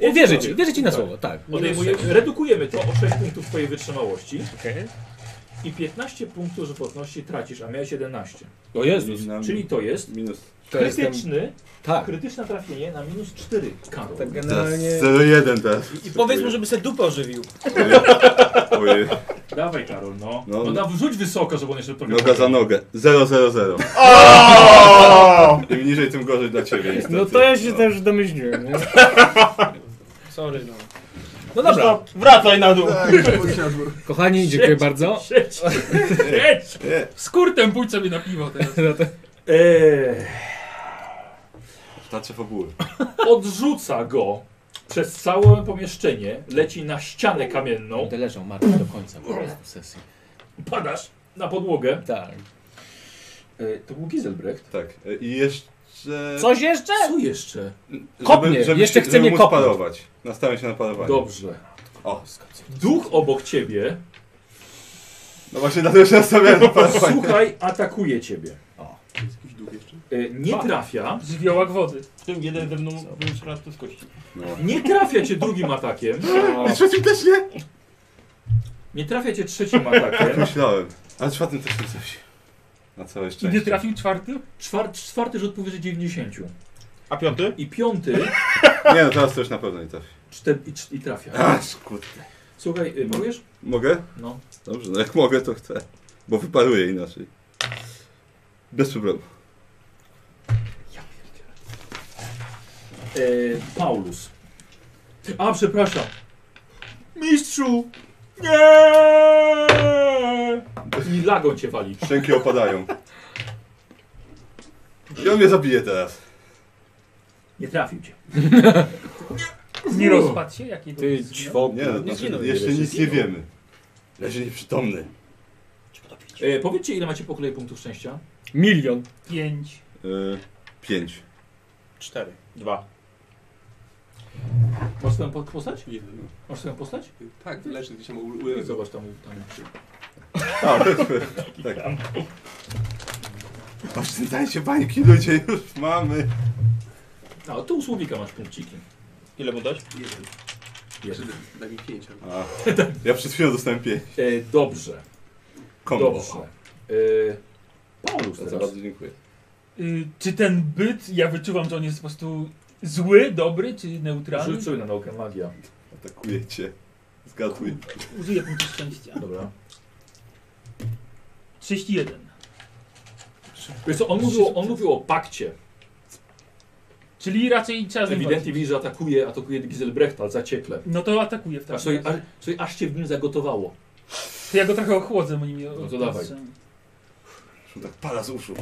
Uwierzę ci, wierzę E, ci na słowo, tak. Odejmujemy, redukujemy to o 6 punktów twojej wytrzymałości Okej. i 15 punktów żywotności tracisz, a miałeś 11. O Jezus. Na mi- Czyli to jest Minus. To jestem... krytyczny, Tak. krytyczne trafienie na minus 4 Karol. Tak Teraz generalnie... tak. 0,1 teraz. I powiedz mu, żeby se dupę ożywił. Ojej. Dawaj Karol, no. No. No, no wrzuć wysoko, żeby on jeszcze No, trochę... Noga za nogę. 0, 0, 0. O! Im niżej, tym gorzej dla ciebie. Niestety. No to ja się też domyśliłem, nie? Sorry, no. No dobra. Wracaj na dół. Kochani, dziękuję bardzo. Siedź, siedź. Nie. Z kurtem pójdź sobie na piwo teraz. Eee, Tacie fabuły. odrzuca go przez całe pomieszczenie, leci na ścianę kamienną, Będę leżał martwy do końca po prostu sesji. padasz na podłogę. Tak. E, Eee, to był Giselbrecht. Tak. e, I jeszcze... Coś jeszcze? Co jeszcze? Kopnie. Jeszcze się- chce mnie móc kopnąć. parować. Nastawiam się na parowanie. Dobrze. O. Duch obok ciebie, No właśnie dlatego się nastawiam na parowanie. słuchaj, atakuje ciebie. Jest jakiś dług jeszcze? Eee, nie trafia, Żywiołak wody. W tym jeden ze mną był jeszcze raz z kości. No. nie trafia cię drugim atakiem, I trzecim też nie? nie trafia cię trzecim atakiem, Myślałem. Ale czwartym też nie coś. Na całe I nie szczęście. trafił czwarty? Czwar, czwarty rzut powyżej 90 A piąty? i piąty Nie no, teraz to już na pewno nie trafi. czter, i, cz- i trafia. A, skut. Słuchaj, eee, próbujesz? Mogę? No. Dobrze, no jak mogę, to chcę. Bo wyparuję inaczej. Bez problemu. E, Paulus. A, przepraszam. Mistrzu! Nie! I lagą cię wali. Szczęki opadają. I on mnie zabije teraz. Nie trafił cię. Nie rozpadł się? Jakiego? Ty ćwoku. Nie, no, znaczy, jeszcze nic nie wiemy. Ja się nieprzytomny. E, powiedzcie, ile macie po kolei punktów szczęścia? Milion. Pięć. Yy, pięć. Cztery. Dwa. Masz swoją po- postać? Jeden. Masz swoją postać? Tak, leczy gdzieś tam u- I u- zobacz tam. tam. Tak. tak. Oszczędzajcie bańki ludzie, już mamy. A, tu u Słowika masz punkciki. Ile mu dać? Jeden. Jeden. Czy Daj mi pięć. albo- A, ja przed chwilą dostałem pięć. E, dobrze, Kombo. dobrze. E, Paulus Za teraz. bardzo dziękuję. Y, czy ten byt, ja wyczuwam, że on jest po prostu zły, dobry czy neutralny? Rzuć sobie na naukę magia. Atakujecie. Zgaduj. Użyję punktu szczęścia. Dobra. 31. Wiesz co, on mówił, on mówił o pakcie. Czyli raczej trzeba z nim Ewidentnie widzisz, że atakuje, atakuje Giselbrechta zaciekle. walczyć. No to atakuje w Aż, takim sobie- aż, razie. sobie aż cię w nim zagotowało. To ja go trochę ochłodzę moim No to dawaj. Zresztą tak pada z uszu.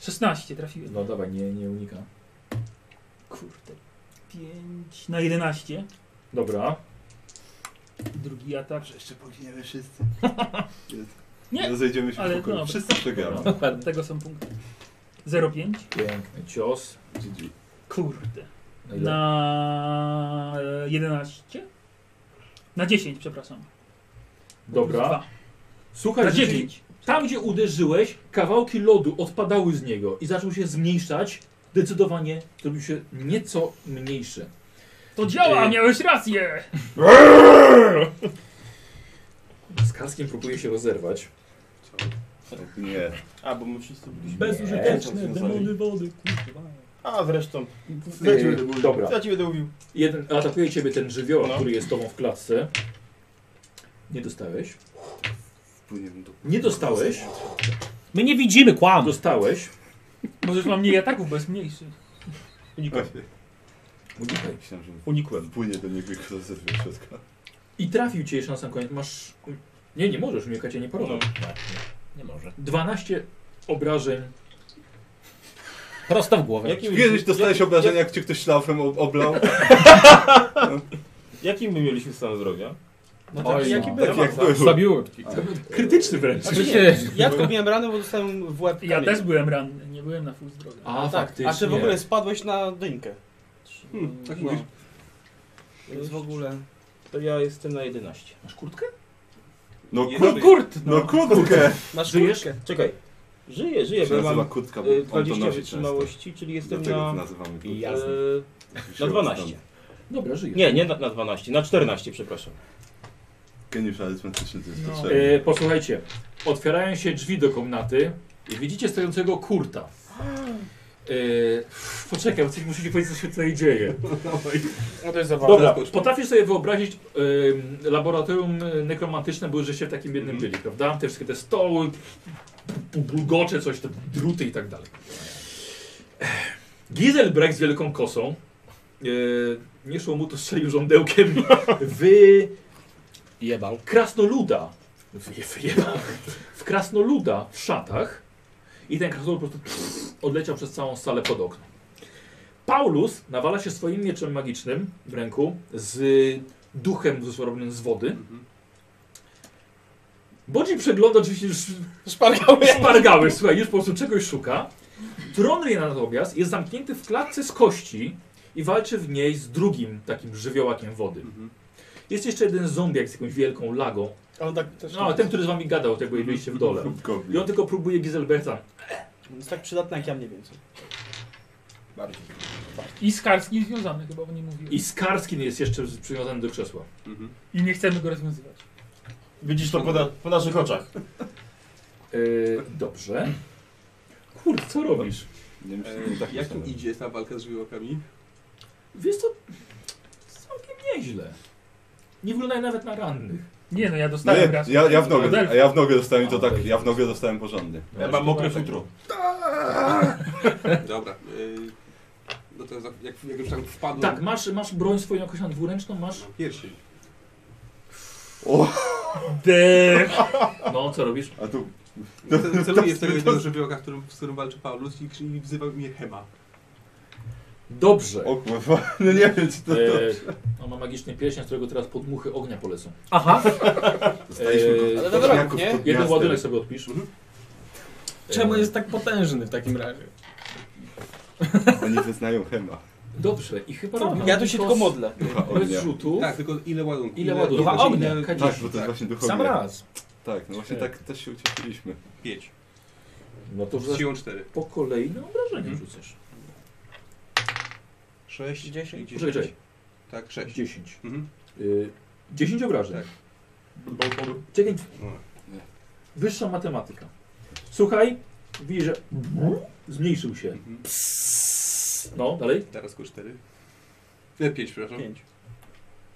16 trafiłem. No dawaj, nie, nie unika. Kurde. 5 na 11. Dobra. Drugi atak. Że jeszcze poginiemy wszyscy. Nie, No zejdziemy się ale w pokoju. dobra. Wszyscy przegramy. Dobra. Od tego są punkty. 0,5. Piękny cios. GG. Kurde. Na ile? Na e, 11? Na 10, przepraszam. Dobra. Dwa. Słuchaj, Na rzeczy- 9. tam gdzie uderzyłeś, kawałki lodu odpadały z niego i zaczął się zmniejszać. Zdecydowanie zrobił się nieco mniejszy. To działa, Ej. miałeś rację! Z kaskiem próbuje się rozerwać. Tak, Nie. A, bo my wszyscy byliśmy. Bezużyteczne demony wody. A zresztą. Yy, Tak. dobra. Ja ci będę mówił. Jeden, atakuje ciebie ten żywioł, No. który jest z tobą w klatce. Nie dostałeś. Wpłyniemy do... Nie dostałeś. My nie widzimy, kłam. Dostałeś. Możesz mam mniej ataków, bo jest mniejszy. Unikłem. Właśnie. Unikaj. Myślałem, że Unikłem. wpłynie do niego i go zerwie wszystko. I trafił cię jeszcze na sam koniec. Masz. Nie, nie możesz, unikać cię nie porobił. Nie może. 12 obrażeń. Prosto w głowę. Jakim, Kiedyś dostałeś jak- obrażenia, jak cię ktoś szlafem ob- oblał? jak- Jaki my mieliśmy stan zdrowia? No Oj, tak, no. jaki Tak jak Awansa. był. Zabiłutki. Krytyczny wręcz. Znaczy nie, Przecież. ja tylko miałem ranę, bo dostałem w łeb Ja kamień. też byłem ranny, nie byłem na full zdrowia. A, tak. faktycznie. A ty w ogóle spadłeś na dynkę. Hmm, Tak No. mówisz? Więc w ogóle... To ja jestem na 11. Masz kurtkę? No Nie kur... dobry. Kurt! No kurtkę! Masz Żyjesz? kurtkę. Czekaj. Żyję, żyję, To się bo ja nazywa mam kurtka, bo y, on to 20 nosi często. wytrzymałości, czyli jestem Dlatego to na... nazywamy y, kurtką. Na 12. Dobra, żyje. Nie, nie na, na 12, na 14, przepraszam. Geniusz arytmetyczny to jest No. potrzebne. Y, E, posłuchajcie, otwierają się drzwi do komnaty i widzicie stojącego kurta. Yy, poczekaj, bo coś muszę ci powiedzieć, co się tutaj dzieje. No to jest zabawne. Dobra, potrafisz sobie wyobrazić, yy, laboratorium yy, nekromantyczne były, że się w takim jednym byli, prawda? Te wszystkie te stoły, pu- bulgocze, coś, te druty i tak dalej. Giselbrecht z wielką kosą, yy, nie szło mu to strzelił żądełkiem, wy... Jebał. Krasnoluda. Wyje, wyjebał. W krasnoluda w szatach. I ten krasnolud po prostu odleciał przez całą salę pod okno. Paulus nawala się swoim mieczem magicznym w ręku z duchem zrobionym z wody. Bodzi przegląda oczywiście już szpargały. szpargały, słuchaj, już po prostu czegoś szuka. Tronry natomiast jest zamknięty w klatce z kości i walczy w niej z drugim takim żywiołakiem wody. Jest jeszcze jeden zombiak z jakąś wielką lagą. A on tak też- No, ten, który z wami gadał, tego byliście w dole. I on tylko próbuje Giselberta. Jest tak przydatny jak ja mniej więcej. Bardziej. I z Karskim związany, chyba o nim mówiłem. I Skarskin jest jeszcze przywiązany do krzesła. I nie chcemy go rozwiązywać. Widzisz to po, na, po naszych oczach. Yy, dobrze. Kurde, co robisz? Nie E, y, myślę, że tak jak im myślałem. idzie ta walka z żywiołkami? Wiesz to całkiem nieźle. Nie wyglądają nawet na rannych. Nie no, ja dostałem Nie, raz. ja, ja w nogę, Delphi. a ja w nogę dostałem i to tak, ja w nogę dostałem porządnie. Ja mam mokre futro. Dobra. e, No to za- jak, jak już tam wpadłem... Tak, masz, masz broń swoją jakąś tam dwuręczną, masz... Pierścień. Dech. No, co robisz? A tu... No, to- Celuję w tego jednego żywiołka, którym, z którym walczy Paulus i, i wzywa mnie Hema. Dobrze. O kurwa, no nie wiem czy to... E, Eee, on ma magiczny pierścień, z którego teraz podmuchy ognia polecą. Aha. Dostaliśmy Eee, go Ale od dobra, pewniaków nie? pod Jeden miastem. ładunek sobie odpisz. Czemu Eee, jest tak potężny w takim razie? Oni wyznają Hema. Dobrze, i chyba robimy Ja tu się to tylko z- modlę. Ducha Bez ognia. rzutu. Tak, tylko ile ładunków? Ile ładunków? ile- Ducha ile- ognia. Tak, bo to jest właśnie duch Sam ognia. raz. Tak, no właśnie tak też się ucieszyliśmy. Pięć. No to Z zaraz siłą cztery. Mhm. po kolei na obrażenie rzucasz. Sześć, dziesięć. Poczekaj, czekaj. Tak, sześć. 10. Mhm. Y, 10 obrażeń. Tak. Czekaj. Wyższa matematyka. Słuchaj, widzisz, że zmniejszył się. Mhm. No, dalej. Teraz ku cztery. Nie, pięć, przepraszam. Pięć.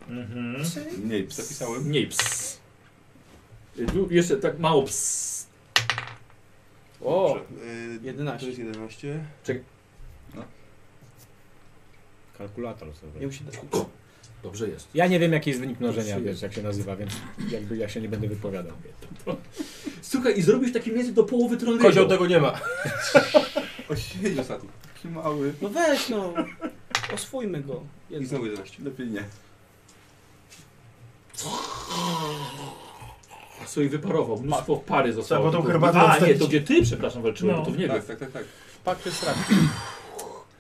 Mhm. E, Mniej ps. Zapisałem. Mniej ps. Y, Tu jeszcze tak mało ps. O, Dobrze. Y, 11. To jest 11. Kalkulator sobie. nie musi dać. Dobrze jest. Ja nie wiem, jaki jest wynik mnożenia, Trzy. wiesz, jak się nazywa, więc jakby ja się nie będę wypowiadał. Słuchaj, i zrobisz taki język do połowy tronu. Kozioł tego nie ma. O, siedź ostatni. Taki mały. No weź no, oswójmy go. I Jedno. znowu 11. Lepiej nie. Słuchaj, wyparował. Mnóstwo pary zostało. Trzeba tą Tylko- herbatę A, nie, odstawić. to gdzie ty, przepraszam, walczyłem, No. bo to w niebie. Tak, tak, tak, tak. Pakty strach.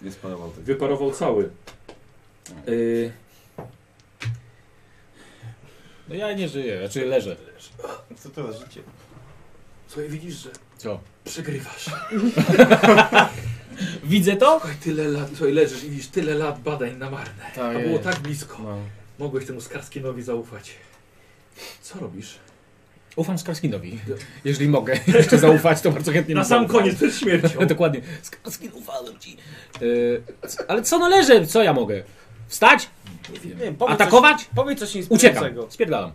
Nie sparował tego. Wyparował cały. Y, No ja nie żyję, znaczy leżę. Co to za życie? Słuchaj, widzisz, że Co? przegrywasz. Widzę to? Słuchaj, tyle lat, słuchaj, leżysz i widzisz tyle lat badań na marne. Tak, A było tak blisko. No. Mogłeś temu Skarskinowi zaufać. Co robisz? Ufam Skarskinowi. Jeżeli mogę jeszcze zaufać, to bardzo chętnie Na mu sam zaufam. koniec, przed śmiercią. Dokładnie. Skarskin, ufałem ci. Yy, c- ale co należy? Co ja mogę? Wstać? Nie wiem, powiedz Atakować? Coś, powiedz coś Uciekam. inspirującego. Spierdalam.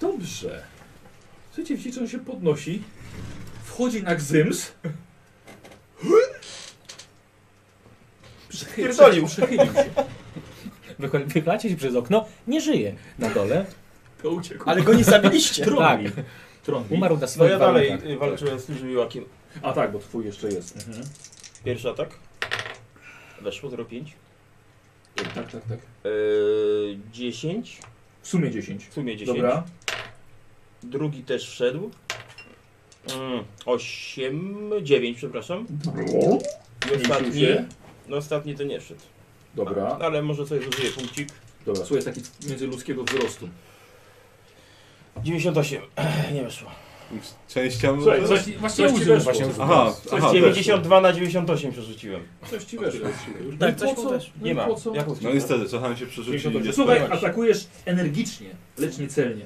Dobrze. Słuchajcie, widzicie, że on się podnosi. Wchodzi na gzyms. Przechy- Pierdolił. Przechylił się. Wycho- Wychlacie się przez okno. Nie żyję na dole. To uciekł. Ale go nie zabiliście. Tak. Trąbi. Trąbi. Umarł na No swoich ja dalej warunkach. y, walczyłem z tym Joakim. A tak, bo twój jeszcze jest. Mhm. Pierwszy atak. Weszło 0,5. Tak, tak, tak. Yy, 10. W sumie 10. W sumie 10. Dobra. Drugi też wszedł. Mm, 8, 9, przepraszam. I Zmniejszył ostatni. się. No ostatni to nie wszedł. Dobra. Ale może sobie zużyję punkcik. Dobra, słuchaj, jest taki międzyludzkiego wzrostu. 98. Nie weszło. Częścią... Słuchaj, coś, Właśnie ci użył. weszło. Właśnie- Aha, Coś aha, 92 na 98 przerzuciłem. Coś ci weszło. No i Tak, po coś mu co? też. No Nie i ma. po co? Jak weszło. No niestety, czasami się przerzuci. i nie Słuchaj, spadać. atakujesz energicznie, lecz niecelnie.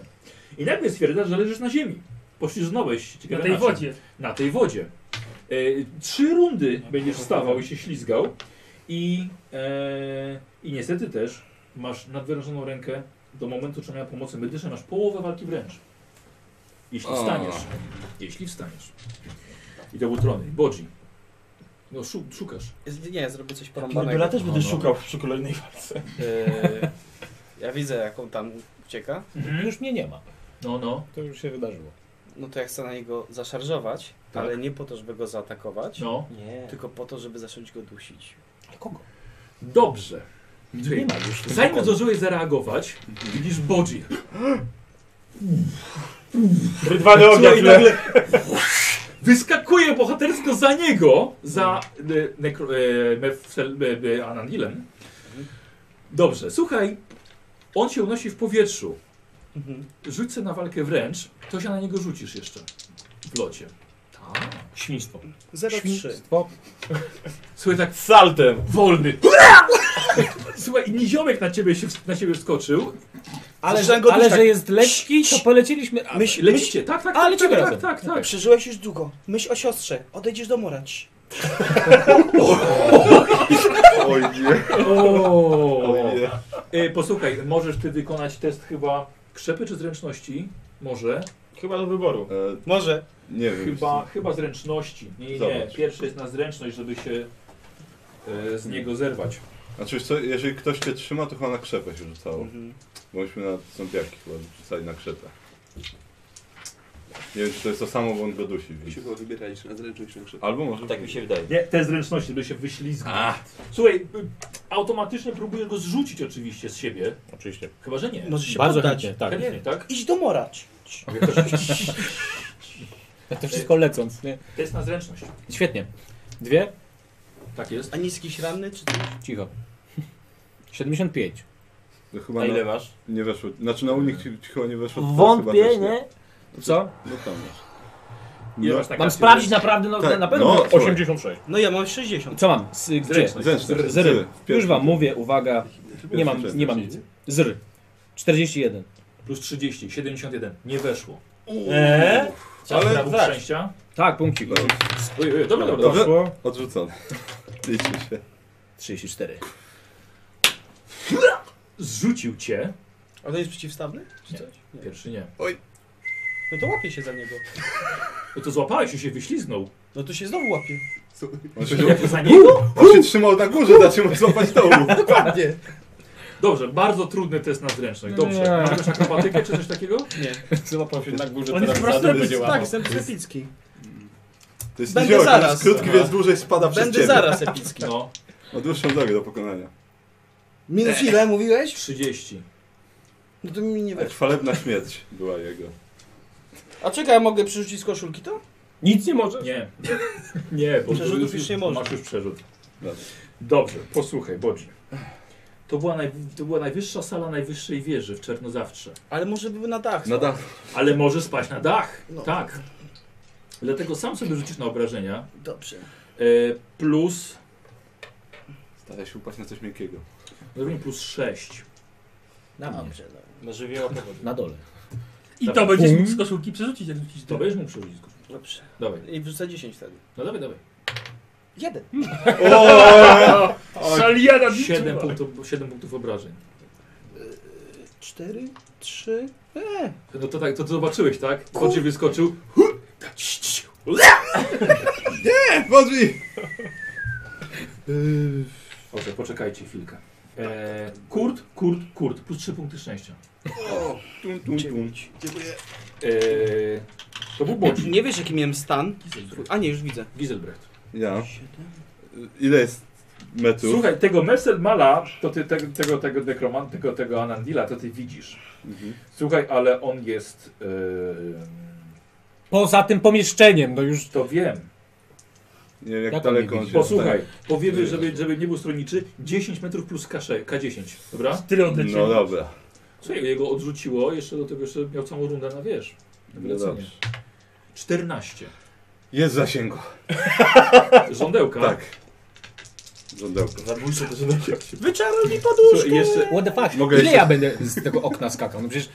I nagle stwierdzasz, że leżysz na ziemi. poślizgnąłeś się. Na tej granatem. wodzie. Na tej wodzie. E, trzy rundy będziesz stawał i się ślizgał i, e, i niestety też masz nadwyrężoną rękę do momentu otrzymania pomocy medycznej, masz połowę walki wręcz. Jeśli O. wstaniesz. Jeśli wstaniesz. I to był trony. Bodzi. No szu- szukasz. Z- Nie, zrobię coś porąbanego. Pinodora też będę No, no. szukał przy kolejnej walce. Eee, ja widzę, jak on tam ucieka. Już mnie nie ma. No, no. To już się wydarzyło. No to ja chcę na niego zaszarżować, Tak. ale nie po to, żeby go zaatakować, No. Nie. tylko po to, żeby zacząć go dusić. Dobrze. Nie ma już. Zanim zdążyłeś zareagować, widzisz Bodzi. Rydwany ognia Słuchaj, nagle... Wyskakuje bohatersko za niego, za e, nekro, e, Mefsel- e, e, Anandilem. Dobrze, słuchaj. On się unosi w powietrzu. Mhm. Rzuć sobie na walkę wręcz, to się na niego rzucisz jeszcze w locie. Tak. Świństwo. 0,3. Słuchaj, tak Saltem! wolny. Słuchaj, i niziomek na ciebie, się, na ciebie wskoczył. Ale, Zacząłem że, go ale dusić, że jest lekki, to polecieliśmy. A, Myśl, myśl, Lecicie, tak, tak, A, tak, tak, lecimy tak, razem. tak, tak. przeżyłeś już długo. Myśl o siostrze. Odejdziesz do mora. Cii. Oj nie, O. oj nie. E, Posłuchaj, możesz ty wykonać test chyba krzepy czy zręczności? Może. Chyba do wyboru. E, Może. nie wiem. Chyba, chyba zręczności. Nie, nie, nie. Zobacz. Pierwszy jest na zręczność, żeby się e, z niego zerwać. Znaczy, wiesz co, jeżeli ktoś cię trzyma, to chyba na krzepę się rzucało. Mhm. Bo myśmy na zombiaki chyba rzucali na krzepę. Nie wiem, czy to jest to samo, bo on go dusi. I się Więc... chyba wybieraliście na zręczność na krzyk. Albo może... Tak mi się wydaje. Nie, test zręczności, żeby się wyślizgnął. Słuchaj, y, automatycznie próbujesz go zrzucić oczywiście z siebie. Oczywiście. Chyba, że nie. Możesz No, się bardzo poddać. chętnie, tak. nie, tak? Idź do mora. Cii. Ja tak. to wszystko lecąc. Nie? Test na zręczność. Świetnie. Dwie? Tak jest. A niski ranny czy coś? Cicho. 75. No, chyba A na... ile masz? nie weszło. Znaczy na unik ci, ci chyba nie weszło. to chyba Wątpię, też nie? Co? No tam masz. Ile No, masz tak Mam akcji? sprawdzić naprawdę, no, Tak, na pewno. no. 86. No ja mam 60. Co mam? Z, gdzie? Zręczność. Zręczność. Zry. Zry. W Już pierwszym. wam mówię, uwaga. Nie mam, Pierwszy nie mam nic. Zr. 41. Plus 30, 71. Nie weszło. Eee? Ale Ale punkt szczęścia. Tak, punkcik. No, Oj, oj, dobra, dobra. Dobrze. dobra. Poszło. Odrzucony. Liczy się. 34. Zrzucił cię. A to jest przeciwstawny? Czy Nie. coś? Nie. Pierwszy nie. No to łapię się za niego. No to złapałeś i się wyślizgnął. No to się znowu łapię. On się, Jak to za niego? on się trzymał na górze, zaczynał złapać dołu. Dokładnie. Dobrze, bardzo trudny test na No Nie. zręczność. Dobrze. Masz też akrobatykę czy coś takiego? Nie. Złapał się na górze, On jest teraz po prostu razem będzie epicki, łamał. Tak, jestem epicki. To jest Będę niziołek, on zaraz. jest krótki, Aha. więc dłużej spada przez Będę ciebie. zaraz epicki. No, Ma dłuższą drogę do pokonania. Minus ile mówiłeś? 30. No to mi nie Tak, wiesz. chwalebna śmierć była jego. A czekaj, ja mogę przerzucić z koszulki to? Nic nie może. Nie. Nie, bo Przerzutów to już, już nie można. Masz już przerzut. Dobrze. Dobrze, posłuchaj, Bodzi. To była, naj, to była najwyższa sala najwyższej wieży w Czernozawsze. Ale może były na dach. Na dach. Ale może spaść na dach. No. Tak. Dlatego sam sobie rzucisz na obrażenia. Dobrze. E, plus. Staraj się upaść na coś miękkiego. Zrobimy no plus 6. Na mnie. Dobrze, no. Na żywioła powodzi. Na dole. I to Dobra. będziesz mógł z koszulki przerzucić, jak rzucić To to. będziesz mu przerzucić. Dobrze. Dawaj. I wrzucę 10 wtedy. No dawaj, dawaj. Jeden. Szaliana 7 Siedem punktów, 7 punktów obrażeń. Cztery, trzy. No to tak, to, to zobaczyłeś, tak? Bodzi wyskoczył. Wodzi! Dobrze, poczekajcie chwilkę. E, kurt, kurt, kurt. Plus 3 punkty szczęścia. Tum, tum, tum. E, to był Bodzi. Nie wiesz jaki miałem stan? A nie, już widzę. Giselbrecht. Ja. Ile jest metrów? Słuchaj, tego Messelmala, to ty tego, tego, tego dekromant, tego, tego Anandila, to ty widzisz. Mhm. Słuchaj, ale on jest. e, Poza tym pomieszczeniem, no już. to wiem. Nie wiem, jak Jak on daleko mnie on widzi? się Posłuchaj, powiemy, żeby, żeby nie był stronniczy, 10 metrów plus K6, K10, dobra? Tyle No odleciło. dobra. Słuchaj, jego odrzuciło, jeszcze do tego jeszcze miał całą rundę na wież. No Na wlecenie. dobrze. 14. Jest w zasięgu. Żądełka. Tak. Żądełko. Zabójcie to żywioła. Wyczaruj mi poduszkę! Słuchaj, jeszcze, What the fuck? Mogę Ile jeszcze- ja będę z tego okna skakał? No przecież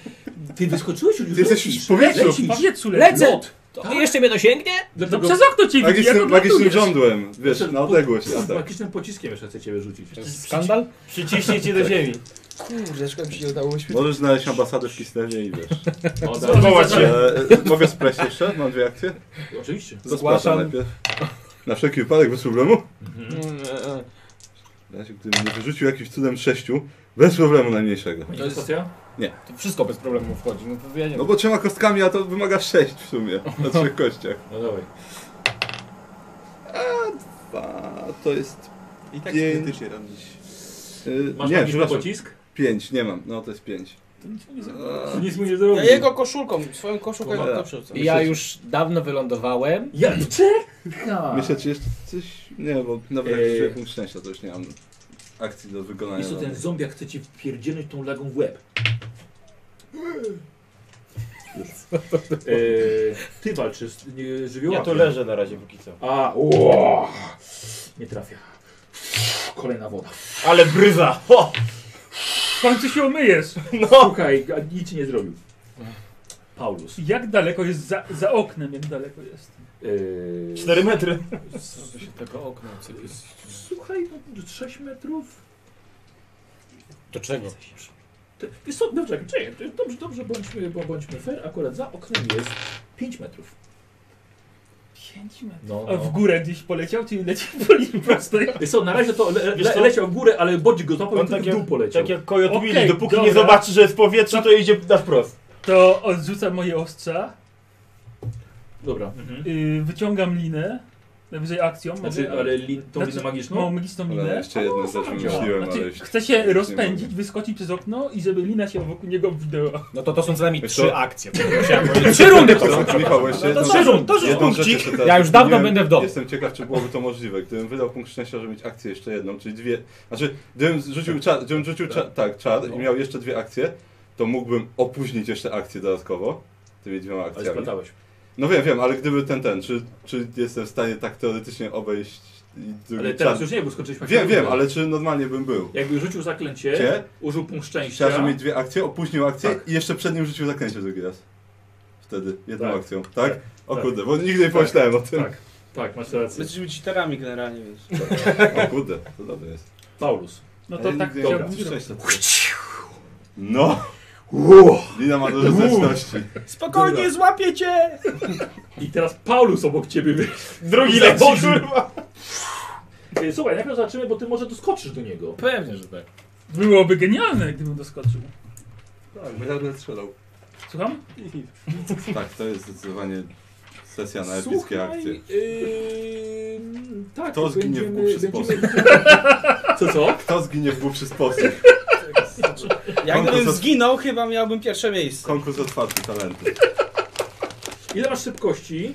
Ty wyskoczyłeś już? Ty jesteś już w powietrzu. Lecisz. W powietrzu Lecę. lecisz. No, To jeszcze mnie dosięgnie? No Dlatego- przez okno Tak cię widzi, jak Magicznym, odlatujesz. magicznym żądłem, wiesz, na odległość. tak. Z atak. magicznym pociskiem jeszcze chcę ciebie rzucić. skandal? Przyciśnie Tak. cię do ziemi. Kurde, szkoda, że się nie udało mi Możesz znaleźć ambasadę w Kislewie i wiesz. O, tak. Zwołać Zwołać się. E, Mogę sprawdzić jeszcze? Mam dwie akcje? Oczywiście. To Zgłaszam. sprawdzam najpierw. Na wszelki wypadek, bez problemu. Mhm. W razie, gdybym nie wyrzucił jakimś cudem sześciu, bez problemu najmniejszego. To jest stacja? Nie. To wszystko bez problemu wchodzi. No, to ja nie No bo trzema kostkami, a to wymaga sześć w sumie. Na trzech kościach. No dawaj. Dwa, to jest I tak pięć. krytycznie tam dziś. Y, Masz nie, magiczny przepraszam. pocisk? Pięć, nie mam. No to jest pięć. To nic mu nie zrobi. Ja jego koszulką, swoją koszulką Dobra. ja to przerzucę. Ja już dawno wylądowałem. Ja A. Myślę, czy jeszcze coś... Nie, bo nawet jak Ej. czuję punkt szczęścia, to już nie mam akcji do wykonania. Jest to ten żadnych. zombiak chce cię wpierdzielnąć tą lagą w łeb. Eee, ty walczysz z nie, żywiołem. Ja tu leżę na razie póki co. A, o, nie trafia. Kolejna woda. Ale bryza! Ho! W końcu się umyjesz. No. Słuchaj, a nic ci nie zrobił. Paulus. Jak daleko jest za, za oknem, jak daleko jest? Eee, Cztery metry. S- Tego okna. co to jest? Słuchaj, no 6 metrów. Do czego? Ty- Wiesz co, dobrze, czekaj, czekaj, dobrze, dobrze, bądźmy, bo- bądźmy fair, akurat za oknem jest 5 metrów. 5 metrów. No, A w górę gdzieś poleciał, czy leci po linii prostej? Wiesz co, na razie to le, Wiesz le, co? leciał w górę, ale bodź go złapał i On tak tak w dół jak- poleciał. tak jak Kojot Okej, Willy, dopóki dobra. nie zobaczy, że jest w powietrzu, to idzie na wprost. To odrzucam moje ostrza, Dobra. yy, wyciągam linę, najwyżej akcją. Znaczy, mogę- ale lin- tą linę magiczną? Mam magiczną Ale linę. jeszcze jedno zarzuciłem, ale Znaczy, już- chcę już się nie rozpędzić, wyskoczyć przez okno i żeby lina się wokół niego obwinęła. No to to są co najmniej Wiesz trzy co? akcje. Musiałem powiedzieć. Trzy rundy to są. Michał, jeszcze jedną, trzy rundy, to jedną już rzecz punkcik. jeszcze teraz Ja już dawno zrobiłem. będę w domu. Jestem ciekaw, czy byłoby to możliwe. Gdybym wydał punkt szczęścia, żeby mieć akcję jeszcze jedną, czyli dwie... Znaczy, gdybym rzucił czar, gdybym rzucił czar, tak, czar i miał jeszcze dwie akcje, to mógłbym opóźnić jeszcze akcję dodatkowo tymi dwiema akcjami. splatałeś. No wiem, wiem, ale gdyby ten, ten, czy, czy jestem w stanie tak teoretycznie obejść i drugi Ale teraz czar- już nie, bo skończyliśmy tak Wiem, akcję. wiem, ale czy normalnie bym był? Jakby rzucił zaklęcie, Cie? użył punkt szczęścia. Chciałem, żeby mieć dwie akcje, opóźnił akcję i jeszcze przed nim rzucił zaklęcie drugi raz. Wtedy, jedną Tak. akcją, tak? O Tak. kurde, bo nigdy nie Tak. pomyślałem o tym. Tak, tak, masz rację. Jesteśmy cheaterami generalnie, wiesz. O kurde, to dobre jest. Paulus. No to tak nigdy- chciałbym Dobra. zrobić. No! Lina ma dużo zręczności. Spokojnie, Dobra. złapię cię! I teraz Paulus obok ciebie. wy- Drugi za leci, boku. kurwa. Ej, Słuchaj, najpierw zobaczymy, bo ty może doskoczysz do niego. Pewnie, że tak. Byłoby genialne, gdybym doskoczył. Tak, bo ja bym strzelał. Słucham? Tak, to jest zdecydowanie sesja na epickie Słuchaj, akcje. Yy, tak, Kto zginie w głupszy będziemy- będziemy- sposób? Co, co? Kto zginie w głupszy sposób? Jakbym Konkurs- zginął, chyba miałbym pierwsze miejsce. Konkurs otwarty talentu. Ile masz szybkości?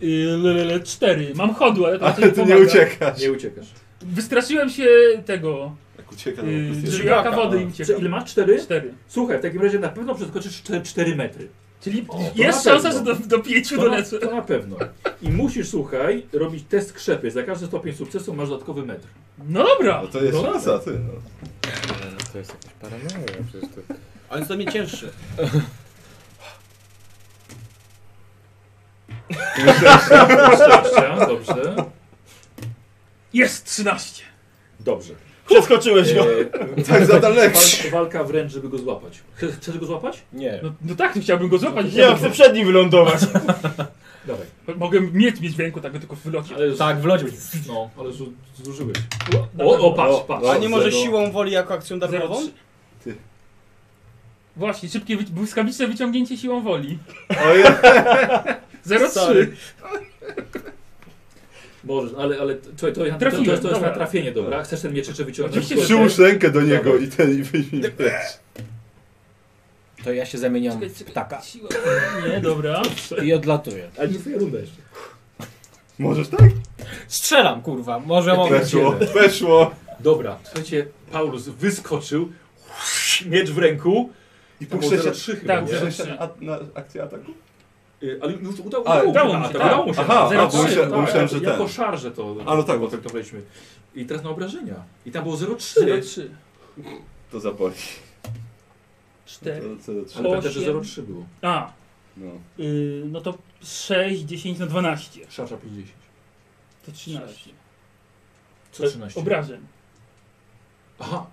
Yy, le, le, le, cztery. Mam chodła, ale to Ale raczej ty nie pomaga. uciekasz. Nie uciekasz. Wystraszyłem się tego. Jak ucieka, No, to po Yy, prostu jest- drzwiaka wody i Czy uciekam. ile masz? Cztery? Cztery. Słuchaj, w takim razie na pewno przeskoczysz 4 metry. Czyli O, to jest na szansa, że pewno. do, do pięciu To na, dolecę. to na pewno. I musisz, słuchaj, robić test krzepy. Za każdy stopień sukcesu masz dodatkowy metr. No dobra. No to jest No tak. szansa, ty no. To jest jakaś paranoja przecież to. Ale jest dla mnie cięższy. Szczęścia, dobrze. Jest 13. Dobrze. Przeskoczyłeś go. Tak za daleko. Wal, E, walka wręcz, żeby go złapać. Chcesz, chcesz go złapać? Nie. No, no tak, to chciałbym go złapać. Nie, on chce przed nim wylądować. Dawaj. Mogę mieć mieć w ręku, tak tylko w wylocie. Ale już, Tak, w lodzie. no, ale już zużyłeś. Na O, pewno. o patrz, O, patrz. o, A nie może Zero. siłą woli jako akcją darmową? Zero trzy. Właśnie, szybkie, wy... błyskawiczne wyciągnięcie siłą woli. Ojej, 0,3. Sorry. Możesz, ale, ale to, to, to, jest- to, to, Trafiłem, jest- to jest na dobra. trafienie, dobra? Chcesz ten miecz jeszcze wyciągnąć? Oczywiście, że przyłóż rękę do niego i ten i wyjmij miecz. To ja się zamieniam w ptaka Nie, dobra. i odlatuję. Ale nie twoja runda jeszcze. Możesz tak? Strzelam, kurwa. Może mogę. Weszło, weszło. Dobra, słuchajcie, Paulus wyskoczył, miecz w ręku I To punkt było szczęścia, 0,3 chyba, Tak, nie? zero punkt trzy. szczęścia a- na akcję ataku? Y, Ale już udało, Ale- udało, Udało mu mi się, się, tak. udało mu się. Aha, Zero a, bo trzy, myślałem- bo myślałem, że Jako ten. szarże to A, no tak, bo tak. potraktowaliśmy. I teraz na obrażenia. I tam było 0,3. 0,3. To zaboli. 4, To- to- to- Ale pamiętaj, że 8. 0,3 było. A, No. y, no to 6, 10, no 12. Szasza plus 10. To 13. Co 13? Obrażeń. Aha.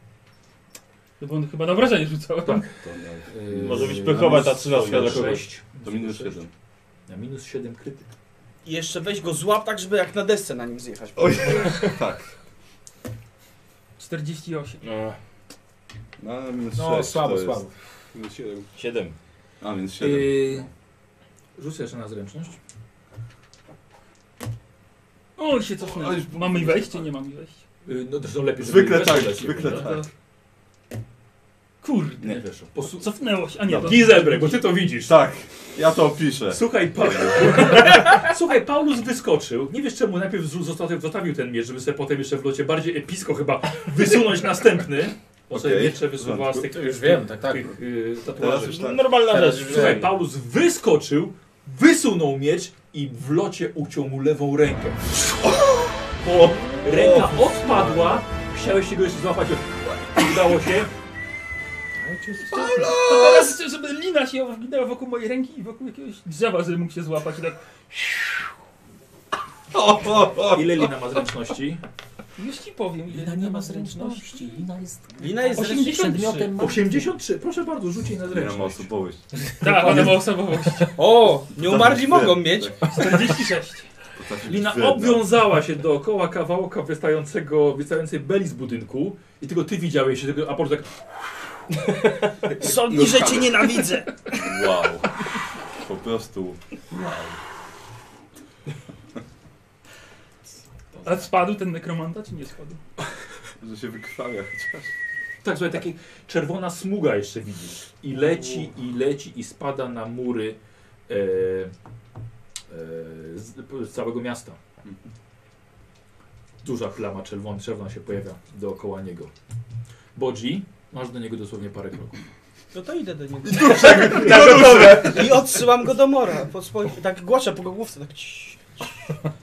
No bo on chyba na obrażenie rzucał. Tak. To, Yy, Może być pechowa ta minus- 13 dla minus kogoś. sześć. to minus 7. Na minus 7 krytyk. I jeszcze weź go złap tak, żeby jak na desce na nim zjechać. Oj, tak. 48. No, minus No, 6 słabo, to jest... słabo. Minus 7. 7. A, minus 7. Yy, rzucę jeszcze na zręczność. Oj, się cofnęło. Oj, Mamy i wejście, nie mam i wejście. Yy, no zresztą lepiej, żeby Zwykle weszło tak, dla ciebie, zwykle no tak. to Kurde. Nie weszło. Posu... Cofnęło się, a nie. Pij zebrek, bo ty to widzisz. Tak, ja to opiszę. Słuchaj, pa... Słuchaj, Paulus wyskoczył. Nie wiesz czemu, najpierw zrzu- zostawił, zostawił ten miecz, żeby sobie potem jeszcze w locie bardziej epicko chyba wysunąć następny. Bo sobie Okej. miecze wysuwała z tych, To już wiem, tak, tak. tych yy, Teraz tatuaży. już tak. Normalna Teraz rzecz. już Słuchaj, Paulus wyskoczył, wysunął miecz i w locie uciął mu lewą rękę. Bo ręka odpadła, chciałeś się go jeszcze złapać, udało się. Paulo! To teraz chcę, żeby lina się wginęła wokół mojej ręki i wokół jakiegoś drzewa, żeby mógł się złapać. I tak Ile Lina ma zręczności? Już ci powiem, ile Lina nie ma zręczności. Lina jest Lina jest 83. przedmiotem 83, proszę bardzo, rzucij na Nie mam zręczność. osobowość. Tak, ona ma osobowość. O, nie Tak, umarli mogą mieć. 46. Potrafię być Lina wredna. obwiązała się dookoła kawałka wystającego, wystającej beli z budynku i tylko ty widziałeś się, tylko Apollo tak Sądni, że cię nienawidzę. Wow. Po prostu. A spadł ten nekromanta, czy nie spadł? Że się wykrwawia chociaż. Tak, słuchaj, taka czerwona smuga jeszcze widzisz. I leci, i leci, i spada na mury e, e, z, z całego miasta. Duża plama czerwona, czerwona się pojawia dookoła niego. Bodzi, masz do niego dosłownie parę kroków. No to idę do niego. Na gotowe! I odsyłam go do mora. Po swoim, tak głaszę po głowce, tak ciii,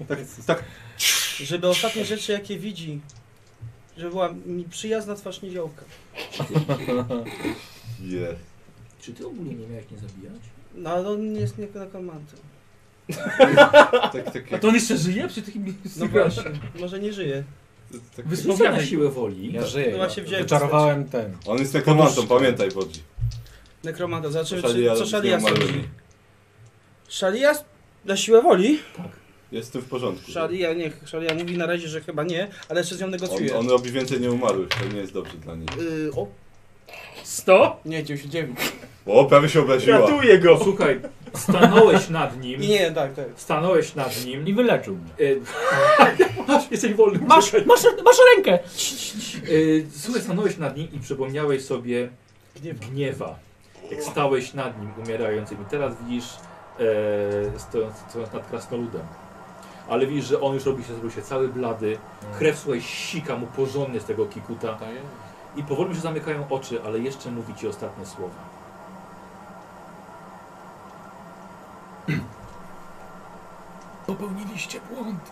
Tak, tak. Żeby ostatnie rzeczy jakie widzi, żeby była mi przyjazna twarz niziołka. Jest. Czy ty ogólnie nie miałeś nie zabijać? No ale on jest nie nekromantą. Tak, tak, A jak- to on jeszcze żyje przy tym No właśnie, może nie żyje. tak. Rzucaj na Wyspowiadaj siłę woli. Ja żyję. Chyba się wziąłem. Wyczarowałem ten. On jest nekromantą, pamiętaj, Bodzi. Nekromanta, zobaczymy Szali- czy, co z Szalia nieumarłymi. sądzi. Szalia na siłę woli. Jest tu w porządku. Szalia, nie, Szalia mówi na razie, że chyba nie, ale jeszcze z nią On, negocjuje. on robi więcej nieumarłych, to nie jest dobrze dla niej. Y, o, 100? Nie, 99. O, prawie się obraziła. Ratuję go! Słuchaj, stanąłeś nad nim. nie, nie, tak, tak. Stanąłeś nad nim. I wyleczył mnie. Y, E, masz, jesteś wolny. Masz, masz, masz rękę! E, Słuchaj, stanąłeś nad nim i przypomniałeś sobie Gniewa. gniewa. Jak stałeś nad nim umierającym i teraz widzisz e, stojąc, stojąc nad krasnoludem. Ale widzisz, że on już robi się, zrobił się cały blady. Krew słuchaj, sika mu porządnie z tego kikuta. I powoli mu się zamykają oczy, ale jeszcze mówi ci ostatnie słowa. Popełniliście błąd.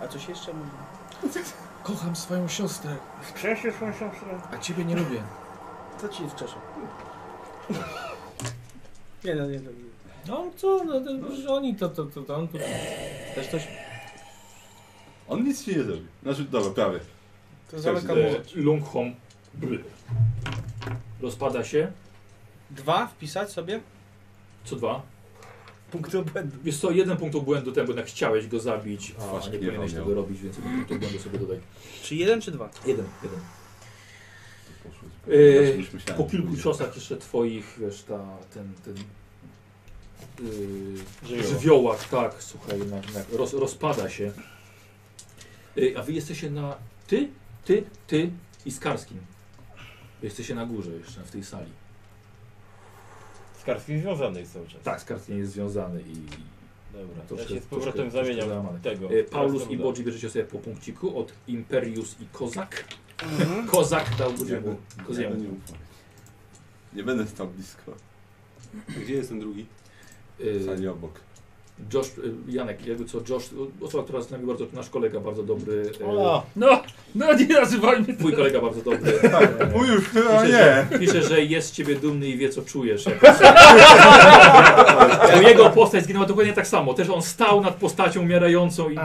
A coś jeszcze mówi? Kocham swoją siostrę, Przecież swoją siostrę. a ciebie nie lubię. To ci wczeszę. Nie, no nie, no, nie. No co, no, to, że oni to, to, to, to, on tu... Też coś... On nic ci nie zrobi. Znaczy, dobra, prawie. To zamyka mu. E, Lung Hom Bry. Rozpada się. Dwa wpisać sobie? Co dwa? Punkty obłędu. Wiesz co, jeden punkt obłędu ten, bo jednak chciałeś go zabić, a Właśnie nie nie powinieneś miał. tego robić, więc jeden punkt obłędu sobie dodaj. Czy jeden, czy dwa? Jeden, jeden. To poszło. Yy, Znaczy, już myślałem, Po że kilku będzie. ciosach jeszcze twoich, wiesz, ta, ten, ten yy, Żywioł. żywiołach, tak, słuchaj, na, na, roz, rozpada się. Yy, a wy jesteście na ty, ty, ty i Skarskim. Wy Jesteście na górze jeszcze, w tej sali. Skarski związany jest cały czas. Tak, Skarskim jest związany i... Dobra, Troszkę- ja się z troszkę- powrotem troszkę zamieniam załamany. tego. Yy, Paulus i Krasnoluda. Bodzi bierzecie sobie po punkciku od Imperius i Kozak. Kozak dał Bodziemu. Nie, Koziemu. nie ufam. Nie będę stał blisko. Gdzie jest ten drugi? Yy, Sali obok. Josh, y, Janek, jakby co, Josh, o- osoba, która z nami bardzo, nasz kolega bardzo dobry. y, O. No, no nie nazywaj mnie Twój kolega bardzo dobry. Tak, e, mój już chyba pisze, nie. Że, pisze, że jest z ciebie dumny i wie co czujesz. jak- Bo jego postać zginęła dokładnie tak samo. Też on stał nad postacią umierającą i...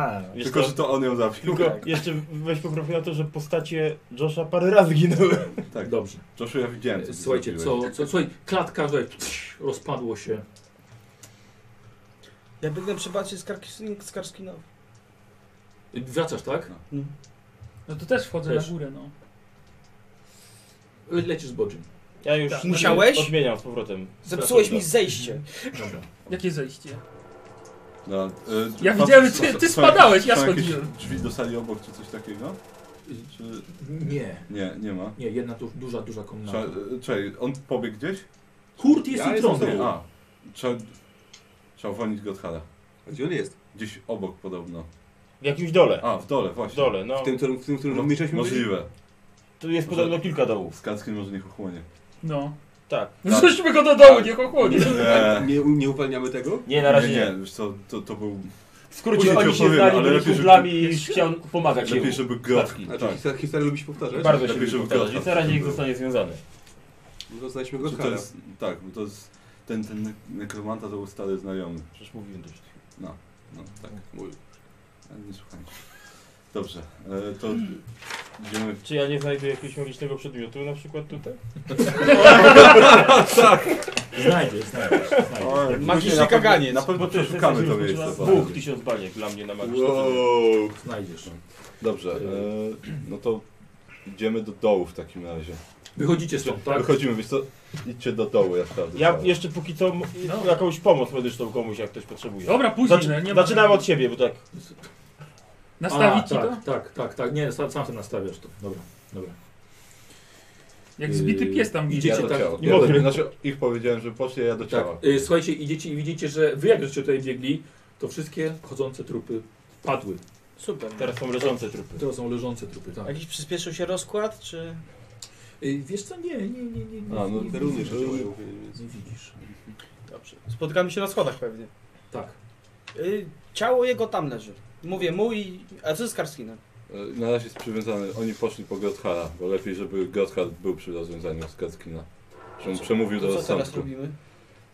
Tylko, że to on ją zabił. Tylko jeszcze weź poprawkę na to, że postacie Josha parę razy ginęły. Tak, dobrze. Joshu, ja widziałem. E, ty Słuchajcie, co, zrobiłeś. co, słuchaj, klatka, że rozpadło się. Ja biegnę przy bacie Skarski- Skarskinowi. Y, Wracasz, tak? No to też wchodzę Też. na górę, no. Le lecisz z Bodzim. Ja już Tak. Musiałeś? Odmieniam z powrotem. Zepsułeś mi zejście. Dobra. Jakie zejście? No, y, Ja są- widziałem, są- ty- są- ty są jakieś- spadałeś, ja są jakieś schodziłem. Drzwi do sali obok czy coś takiego? Czy... Nie. Nie, nie ma. Nie, jedna du duża, duża komnata. Trzeba, y, czekaj, on pobiegł gdzieś? Kurt jest i jestem trąbą. z tyłu. A, trzeba, trzeba uwolnić Gotthada. Gdzie on jest? Gdzieś obok podobno. W jakimś dole. A, w dole, właśnie. W dole, no. W tym, którym- w tym, którym Mo- mieliśmy Możliwe. Tu jest Może- podobno kilka dołów. Z Kackiem może niech uchłonie. No. Tak. Wrzućmy go do dołu, niech ochłonie. A Nie, nie uwalniamy tego? Nie, na razie nie. nie. Nie, wiesz co, to, to był... W skrócie Później oni ci się opowiem, znali, ale byli lepiej, żeby- kumplami i chciał pomagać Lepiej, jemu. żeby Goth... Klatki. Znaczy, Tak. historia- historia lubi się powtarzać? Bardzo się Lepiej, żeby lubi pokazać. Gotthard Więc na razie niech był. zostanie związany. No to Znaliśmy Czy to Gotthada. jest... Tak, bo to jest... Ten, ten nek- nekromanta to był stary znajomy. Przecież mówiłem dość. No, no tak. Mój. Ale nie słuchaj. Dobrze, e, to idziemy... Czy ja nie znajdę jakiegoś magicznego przedmiotu na przykład tutaj? Znajdziesz, znajdziesz. znajdziesz. O, Magiczny na pewno- kaganiec. Na pewno Bo to jest przeszukamy to jesteś miejsce. już panowie. Dwóch tysiąc baniek dla mnie na magiczne przedmioty. Wow. Znajdziesz. Dobrze, e, Eee. no to idziemy do dołu w takim razie. Wychodzicie stąd, tak? Wychodzimy, wiesz co, idźcie do dołu, ja sprawdzę. Ja sprawę. jeszcze póki co m- No. jakąś pomoc medyczną komuś, jak ktoś potrzebuje. Dobra, później, Zaczy- no, nie ma- Zaczynam od siebie, bo tak. Nastawić A, ci to? tak, tak, tak, tak. Nie, sam, sam sobie nastawiasz to. Dobra, dobra. Jak zbity Yy, pies tam idziecie idzie. ja do tak- ciała. i Ja do, mokry. znaczy, ich powiedziałem, że poszli, a ja do ciała. Tak. Y, słuchajcie, idziecie i widzicie, że wy jak żeście tutaj biegli, to wszystkie chodzące trupy padły. Super. Teraz są leżące trupy. Teraz są leżące trupy, tak. Jakiś przyspieszył się rozkład, czy... Y, wiesz co, nie, nie, nie, nie. nie, A, no, nie, Te runy jeszcze nie, działają. nie widzisz. Dobrze. Spotkamy się na schodach pewnie. Tak. Y, ciało jego tam leży. Mówię mu i... A co z Karskinem? E, Na razie jest przywiązany, oni poszli po Gotthara, bo lepiej, żeby Gotthard był przy rozwiązaniu z Gatkina. Że on przemówił do To co teraz rozsądku. robimy?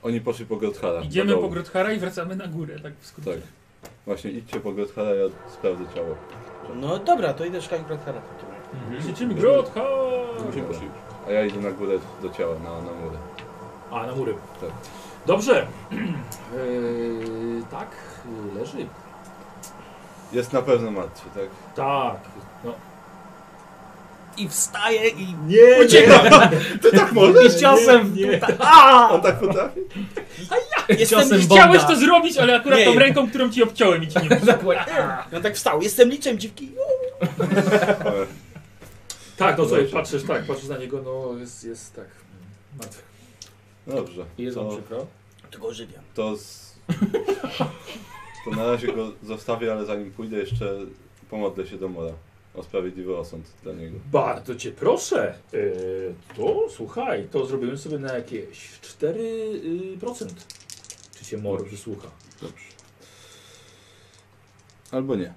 Oni poszli po Gotthara. Idziemy do po dołu. Grothara i wracamy na górę, tak w skrócie. Tak. Właśnie, idźcie po Gotthara, ja sprawdzę ciało. No dobra, to idę szukać Grakara. Krzyczymy Grothar! Musimy poszli. A ja idę na górę do ciała, na, na murę. A, na mury. Tak. Dobrze. Yy, tak, y, leży. Jest na pewno martwy, tak? Tak. No. I wstaję i... Nie, Ty tak możesz? ciosem nie. On tak potrafi? Jestem Nie chciałeś to zrobić, ale akurat Nie. tą ręką, którą ci obciąłem i ci nie I on tak wstał. Jestem liczem dziwki. Ale Tak, no sobie Dobrze. patrzysz, tak, patrzysz na niego, no jest, jest tak. Martwy. Dobrze. Jest wam to, przykro? Tylko ożywiam. to, z... to na razie go zostawię, ale zanim pójdę jeszcze pomodlę się do Mora. O sprawiedliwy osąd dla niego. Bardzo cię proszę. Yy, to słuchaj, to zrobiłem sobie na jakieś 4%. Yy, procent. Czy się mor wysłucha? Dobrze. Albo nie.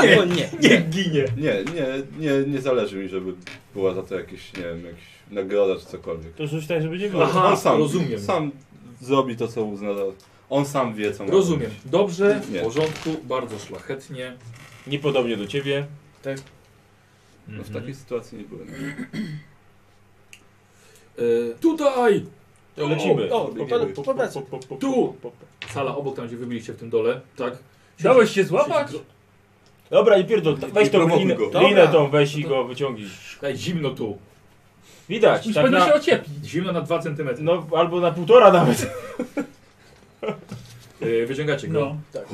Albo nie. Nie ginie. Nie, nie, nie, nie zależy mi, żeby była za to jakieś, nie wiem, jakaś nagroda czy cokolwiek. To już tak, żeby nie było. Aha, rozumiem. Sam zrobi to, co uzna. za- On sam wie, co ma Rozumiem. robić. Dobrze, w Nie. porządku, bardzo szlachetnie. Niepodobnie do ciebie. No, w Mhm. takiej sytuacji nie byłem. Yy, tutaj! To lecimy. O, to- to powiedz. Tu! Sala obok tam, gdzie wybiliście w tym dole, tak? Dałeś się złapać? Dobra, i pierdol, ta- weź Nie tą prowokuj linę, go. linę Dobra. tą weź i go wyciągnij. Słuchaj, zimno tu. Widać, Już tak będę na, się ocieplić. Zimno na 2 cm. no albo na półtora nawet. Yy, wyciągacie go. No. Tak.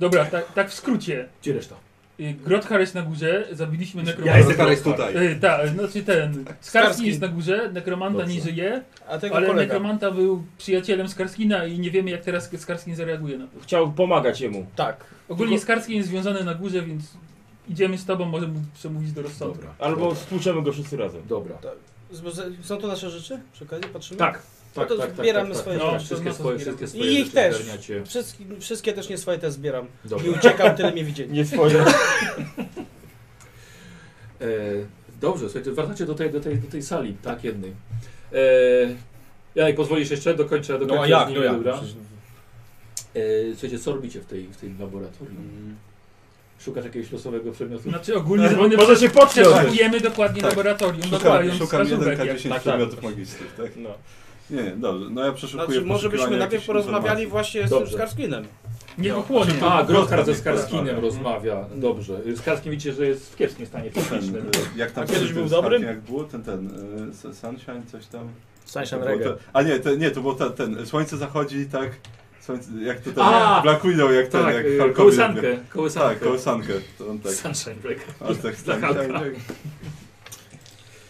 Dobra, tak, tak w skrócie. Gdzie reszta? Y, Grothar jest na górze, zabiliśmy Ja nekromanta. jestem teraz tutaj. Y, tak, znaczy ten. Skarski Skarski. jest na górze, nekromanta Dobrze. nie żyje, A tego ale kolega. nekromanta był przyjacielem Skarskina i nie wiemy jak teraz Skarskin zareaguje na to. Chciał pomagać jemu. Tak. Ogólnie Skarskin jest związany na górze, więc idziemy z tobą, możemy mu przemówić do rozsądku. Dobra. Albo Dobra. stłuczemy go wszyscy razem. Dobra. Tak. Z- z- Są to nasze rzeczy? Przy okazji patrzymy? Tak, tak, no to tak, tak, zbieramy tak, tak. swoje No, rzeczy. wszystkie to swoje- zbieram. wszystkie swoje I ich rzeczy też. ogarniacie. Wszystkie, wszystkie też nie swoje też zbieram. Dobra. I uciekam, tyle mnie widzieli. Nie swoje. E, dobrze, słuchajcie, wracacie do tej, do tej, do tej sali, tak, jednej. E, Janek, pozwolisz jeszcze? Dokończę, dokończę No a jak, z no nimi, jak? dobra? Przecież- E, słuchajcie, co robicie w tej, w tej laboratorium? Szukasz jakiegoś losowego przedmiotu? Znaczy ogólnie No, Tak. zrobiony Może się podpiąć. Przeszukujemy dokładnie Tak. laboratorium, no, Szukam, dokładając szukam wskazówek. 1K10 Tak, jak- przedmiotów magistrów, tak? No. Nie, nie, dobrze. No ja przeszukuję Znaczy, może byśmy poszukiwania najpierw jakichś porozmawiali informacji. właśnie Dobrze. z Skarskinem. Niech No. ochłonie. A, Grothar ze Grothar Skarskim rozmawia. rozmawia. Dobrze. Z Karskim widzicie, że jest w kiepskim stanie psychicznym. Ten, e, jak tam A kiedyś przy tym był statku, dobrym? Jak było ten, ten, e, Sun- Sunshine, coś tam. Sunshine To było Reggae. te- A nie, to, nie, to było ten, ten, słońce zachodzi tak, słońce, jak to ten, A! Black Widow, jak ten, Tak, jak e, Hulkowi kołysankę, robił. kołysankę. Tak, kołysankę, to on tak, Sunshine Breaker. aż tak Dla Sunshine Halka. Reggae.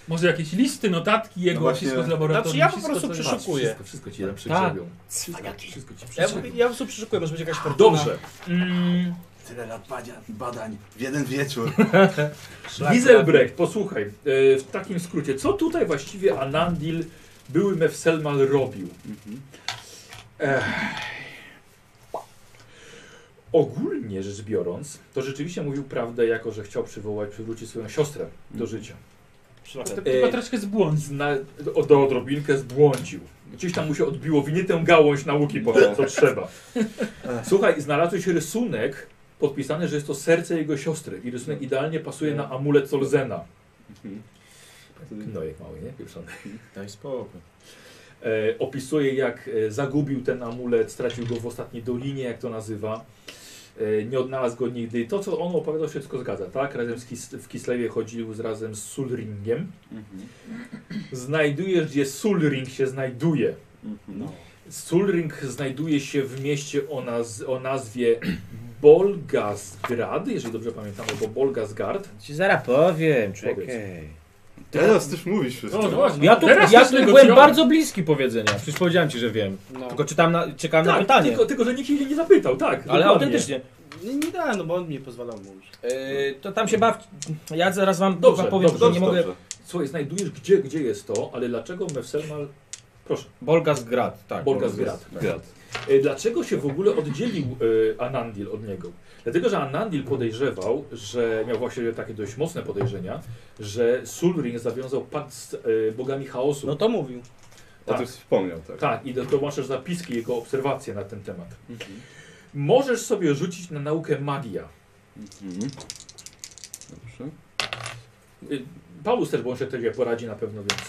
Może jakieś listy, notatki jego No właśnie. wszystko z laboratorium. Znaczy, ja po wszystko, prostu co- przeszukuję. Wszystko, wszystko Tak. ci tam przygrzebią. Wszystko, wszystko ci Ja, przygrzebią. ja po prostu przeszukuję, może będzie jakaś fortuna. Dobrze. Mm, Tyle lat badań, badań w jeden wieczór. Tak, Giselbrecht, posłuchaj. e, W takim skrócie, co tutaj właściwie Anandil, były Mefselmal robił? Ech. Ogólnie rzecz biorąc, to rzeczywiście mówił prawdę, jako że chciał przywołać, przywrócić swoją siostrę do życia. Szlachetny. e, Chyba troszkę zbłąd. Zna, o, do odrobinkę zbłądził. Gdzieś tam mu się odbiło winitę gałąź nauki, po to, co trzeba. Słuchaj, znalazłeś rysunek podpisany, że jest to serce jego siostry. I rysunek idealnie pasuje na amulet Solzena. No jak mały, nie? Pieprzony. Daj spokój. E, opisuje jak e, zagubił ten amulet, stracił go w ostatniej dolinie, jak to nazywa. E, nie odnalazł go nigdy. To, co on opowiadał, się wszystko zgadza, tak? Razem z Kis w Kislewie chodził z, razem z Sulringiem. Mhm, Znajdujesz, gdzie Sulring się znajduje. mhm. Sulring znajduje się w mieście o, naz o nazwie Bolgasgrad, jeżeli dobrze pamiętam, albo Bolgasgard. Ci zaraz powiem, Powiedz. czekaj. Teraz też mówisz wszystko. No, no właśnie. Ja tu, Teraz ja też tu negocjowałem. byłem bardzo bliski powiedzenia. Przecież powiedziałem ci, że wiem. No. Tylko czytam na, czekam na Tak, pytanie. tylko, tylko, że nikt jej nie zapytał, tak. Ale dokładnie. autentycznie. Nie, nie dałem, no bo on mi nie pozwalał mówić. Yy, to tam się baw. Ja zaraz wam Dobrze, wam powiem, dobrze, że nie Dobrze, mogę. dobrze. Słuchaj, znajdujesz gdzie, gdzie jest to, ale dlaczego Mefselmal... Proszę, Bolgasgrad, tak. Bolgasgrad. E, Dlaczego się w ogóle oddzielił e, Anandil od niego? Dlatego, że Anandil podejrzewał, że miał właśnie takie dość mocne podejrzenia, że Sulring zawiązał pakt z e, bogami chaosu. No to mówił. O Tak. tym wspomniał, tak. Tak, i do- to masz zapiski, jego obserwacje na ten temat. Możesz sobie rzucić na naukę magia. Mhm. Dobrze. Y, Paulus też, bo on się tobie poradzi na pewno, więc...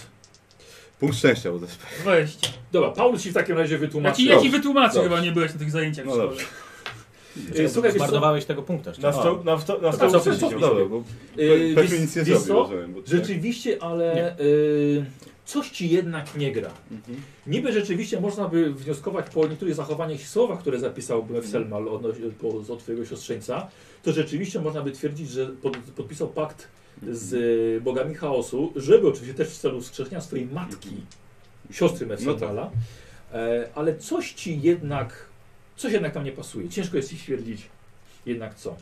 Punkt szczęścia, bo to jest... Weź. Dobra, Paulus ci w takim razie Znaczy, wytłumaczy. ja ci Dobrze, wytłumaczę, dobrze. chyba nie byłeś na tych zajęciach w No szkole. dobrze. Y, Słuchaj, wiesz co, Zmarnowałeś tego punkta. Na stoł, na stoł, na Tak, stoł co- przyjdzie. co- Dobra, bo y, Pe- wiesz- Pepe nic nie wiesz zrobił, co? rozumiem. Bo Rzeczywiście, ale y, coś ci jednak nie gra. Mhm. Niby rzeczywiście można by wnioskować po niektórych zachowaniach i słowach, które zapisał Selmal od, po- od twojego siostrzeńca, to rzeczywiście można by twierdzić, że pod, podpisał pakt z y, bogami chaosu, żeby oczywiście też w celu wskrzeszenia swojej matki, siostry No tak. Mefselmala, e, ale coś ci jednak, coś jednak tam nie pasuje. Ciężko jest ci stwierdzić jednak co.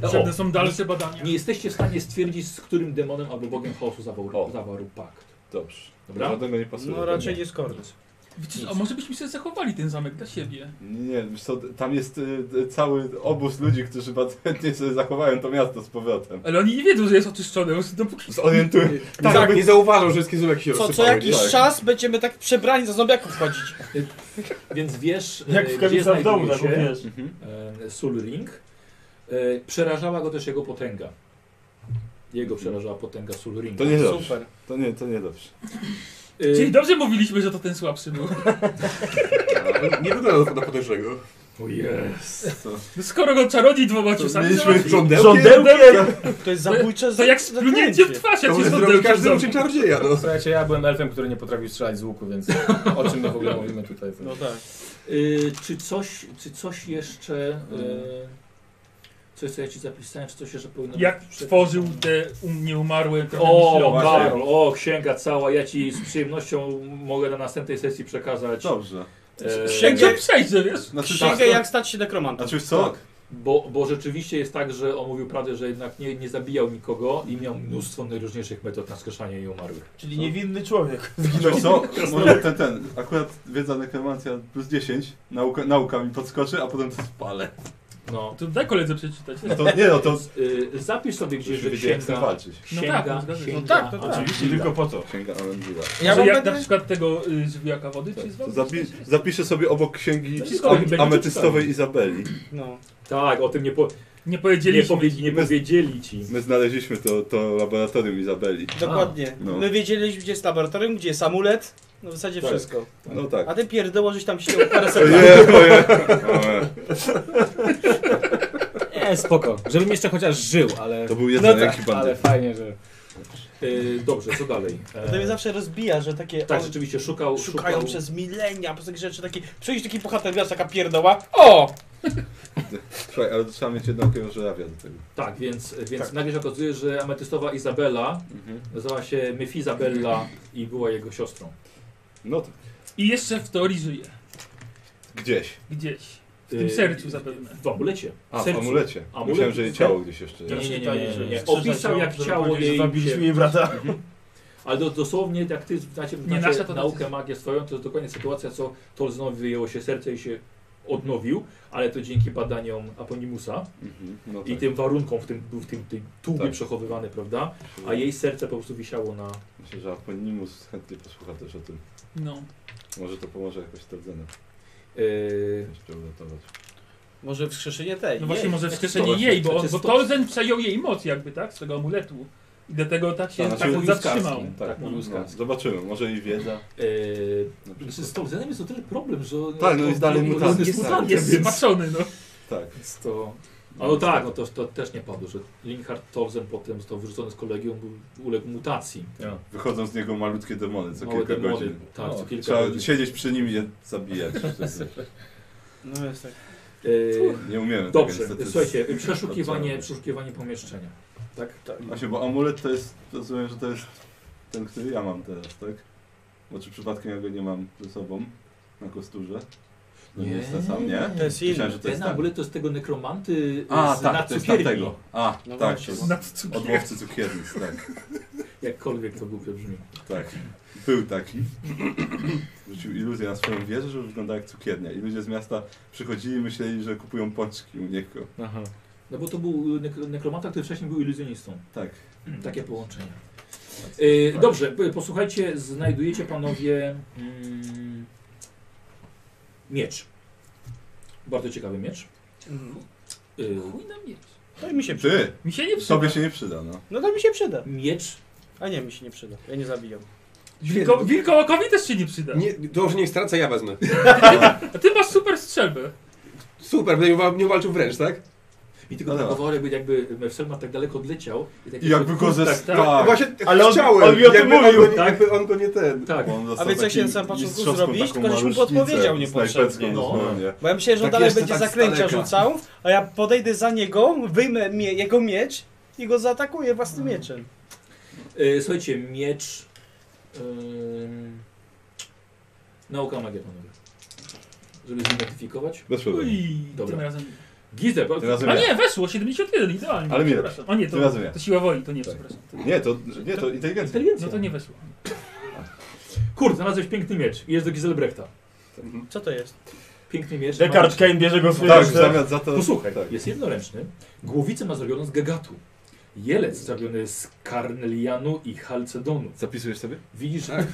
Potrzebne są dalsze badania. Nie jesteście w stanie stwardzić, z którym demonem albo bogiem chaosu zawarł, O. zawarł pakt. Dobrze. Dobra? Żadnego nie pasuje. No raczej nie Skorys. Widzisz, a może byśmy sobie zachowali ten zamek dla siebie? Nie, nie wiesz co, tam jest y, y, cały obóz ludzi, którzy bardzo chętnie sobie zachowają to miasto z powrotem. Ale oni nie wiedzą, że jest oczyszczone, już dopóki... Zorientuję. Tak, Tak, nie zauważą, że wszystkie zubek się Co, co rozsypały, jakiś nie? czas będziemy tak przebrani za zombiaków chodzić. Więc wiesz, Jak e, w gdzie kamicach w domu, znajduje tak się wiesz. e, Sulring. E, Przerażała go też jego potęga. Jego przerażała potęga Sulringa. To nie dobrze. Super. To nie, to nie dobrze. E, Czyli dobrze mówiliśmy, że to ten słabszy był. No, Nie wygląda to na podejrzego. O jest. Co? No Skoro go czarodziej dwoma Znaczy, ciosami Mieliśmy załatwił, No, żądełkiem. To jest zabójcze to jak z plunięciem w zaklęcie. twarz, To jak może jest zrobić każdy uczeń odełkiem czarodzieja, no. Słuchajcie, ja byłem elfem, który nie potrafił strzelać z łuku, więc o czym my w ogóle mówimy tutaj? No tak. E, Czy coś, czy coś jeszcze... E, coś, co ja ci zapisałem, czy coś jeszcze powinno Jak być? stworzył te um, nieumarłe O, trochę właśnie. Karol, o, księga cała. Ja ci z przyjemnością mogę na następnej sesji przekazać. Dobrze. e, Księgę przejdzie, wiesz? Znaczy, Księgę tak, jak stać się nekromantem. Znaczy co? Bo, bo rzeczywiście jest tak, że on mówił prawdę, że jednak nie, nie zabijał nikogo i miał mnóstwo najróżniejszych metod na skrzeszanie i umarłych. Czyli niewinny człowiek. Wiesz co, może ten, ten, akurat wiedza nekromancja plus 10, nauka, nauka mi podskoczy, a potem to spalę. No. To daj koledze przeczytać. tak, No to- nie, no to- Y, Zapisz sobie gdzieś, Już że wiedzieć, jak z tym księga... walczyć. No tak, Księga, no zgadza się. księga, No tak, to tak. Oczywiście, Tylko po co? Księga Alendila. Ja Ja mam mam jak będę- na przykład tego y, żywiołaka wody Tak, przyzwał? to zapi zapiszę sobie obok księgi Wszystko am- będzie czytane. ametystowej Izabeli. No. Tak, o tym nie, po, Nie nie, powiedzieliśmy. powie, nie powiedzieli ci. My znaleźliśmy to, to laboratorium Izabeli. Dokładnie. no. My wiedzieliśmy, gdzie jest laboratorium, gdzie jest amulet. No w zasadzie Tak. wszystko. No tak. A ty pierdoło, żeś tam siedział parę sekund. Oje, oje. oje. Nie, E, spoko. Żebym jeszcze chociaż żył, ale... To był jeden No tak, ręki bandy. Ale fajnie, że... Y, dobrze, co dalej? To mnie E, zawsze rozbija, że takie tak, o, rzeczywiście, szukał... szukają szukał przez milenia, po prostu takie rzeczy takie. Przyjść taki bohater, wiesz, taka pierdoła. O! Słuchaj, ale to trzeba mieć jedną żerawia do tego. Tak, więc, więc nagle się okazuje, że ametystowa Izabela Mhm. nazywała się Mefizabella i była jego siostrą. No to I jeszcze w teorii żyje. gdzieś. Gdzieś. W tym sercu zapewne. Y, W amulecie. A, w sercu. amulecie. Amulet Myślałem, że jej w ciało gdzieś jeszcze Nie, jest. nie, nie, Czytanie, nie, że nie, nie. strzeże Opisał jak żeby ciało powiedzieć, że jej Zabiliśmy się- jej brata. Ale do, dosłownie, jak ty znacie, znacie nasza to naukę, decyzja. magię swoją, to jest dokładnie sytuacja, co Tolznowi wyjęło się serce i się odnowił, ale to dzięki badaniom Aponimusa Mhm, no i tak. tym warunkom w tym, był w tym, tym tubie Tak. Mhm. przechowywany, prawda? A jej serce po prostu wisiało na... Myślę, że Aponimus chętnie posłucha też o tym. No. Może to pomoże jakoś no. Tordzenę Yy, jeszcze uratować. Może wskrzeszenie tej. No właśnie jej. może to wskrzeszenie właśnie, jej, bo, to on, jest bo to- Tolzen przejął jej moc jakby, tak? Z tego amuletu. I dlatego tak się Tak, tak, znaczy on mówił zatrzymał. Skarski, Tak, Tak, mówił no, Skarski. Zobaczymy, może i wiedza. yy, na przykład. z Tolzenem jest o tyle problem, że... Tak, no on- jest dalej on mutantem. Jest mutantem, Jest więc... spaczony, no. Tak. Więc to... A no tak, no to, to też nie padło, że Linhard Tolzen potem został wyrzucony z kolegium, był- uległ mutacji. Wychodzą z niego malutkie demony co Małe kilka demony. godzin. Tak, co kilka Trzeba godzin. siedzieć przy nim i je zabijać. No jest tak. Yy, Nie umiemy Dobrze, tego niestety. słuchajcie, z- przeszukiwanie, odciągnąć. przeszukiwanie pomieszczenia. Tak? Tak. Właśnie, bo amulet to jest, rozumiem, że to jest ten, który ja mam teraz, tak? Bo czy przypadkiem ja go nie mam ze sobą na kosturze? No nie, Nie. jest ten sam, nie? To jest Myślałem, że inny. to jest Ten ten. amulet to jest tego nekromanty A, z tak, to jest nacukierni. tamtego. A, No tak, właśnie. to Nad jest od łowcy cukiernic, tak, Jakkolwiek to głupio brzmi. tak. Był taki. Rzucił iluzję na swoją wieżę, że wygląda jak cukiernia. I ludzie z miasta przychodzili i myśleli, że kupują pączki u niego. Aha. No bo to był y, nek- nekromanta, który wcześniej był iluzjonistą. Tak. Takie połączenie. Y, dobrze, p- posłuchajcie, znajdujecie panowie mm, miecz. Bardzo ciekawy miecz. Y, Chuj na miecz. To mi się przyda. Ty! Mi się nie przyda. Tobie się nie przyda, no. No to mi się przyda. miecz A nie, mi się nie przyda. Ja nie zabijam. Wilko, wilkołakowi też się nie przyda. Nie, to już niech stracę, ja wezmę. A ty masz super strzelbę. Super, będę wa- nie walczył wręcz, tak? i tylko No ten dobra. kowal jakby, jakby Mefselma tak daleko odleciał. I, tak I jakby go ze... tak, tak. No tak. Właśnie Ale on- chciałem, on mi o tym jakby, mówił, on go nie, tak? jakby on go nie ten. Tak. Bo on został A więc ja takim chciałem na samym początku mistrzowską zrobić, taką tylko żeś mu marusznicę podpowiedział niepotrzebnie. snajperską No. dosłownie. Bo ja myślałem, że on Tak dalej jeszcze będzie tak z zaklęcia daleka. rzucał, a ja podejdę za niego, wyjmę mie jego miecz i go zaatakuję własnym Mm. mieczem. E, słuchajcie, miecz. ym, nauka magia, panowie. Żeby zidentyfikować. Weszło do mnie. Uj, Dobra. tym razem. Gizę, Tym razem A ja. nie, weszło, 71, idealnie. Ale mi Przepraszam. O nie, Tym to, razem ja. to siła woli, to nie, Tak. przepraszam. Nie, to, nie, to inteligencja. Inteligencja. No to nie weszło. Kurde, znalazłeś piękny miecz. Jest do Giselbrechta. Co to jest? Piękny miecz. Descartes Ma- Kane bierze go w Tak, ręce. w zamian za to... Posłuchaj, tak. jest jednoręczny. Głowicę ma zrobioną z gagatu. Jelec zrobiony z karnelianu i halcedonu. Zapisujesz sobie? Widzisz, że...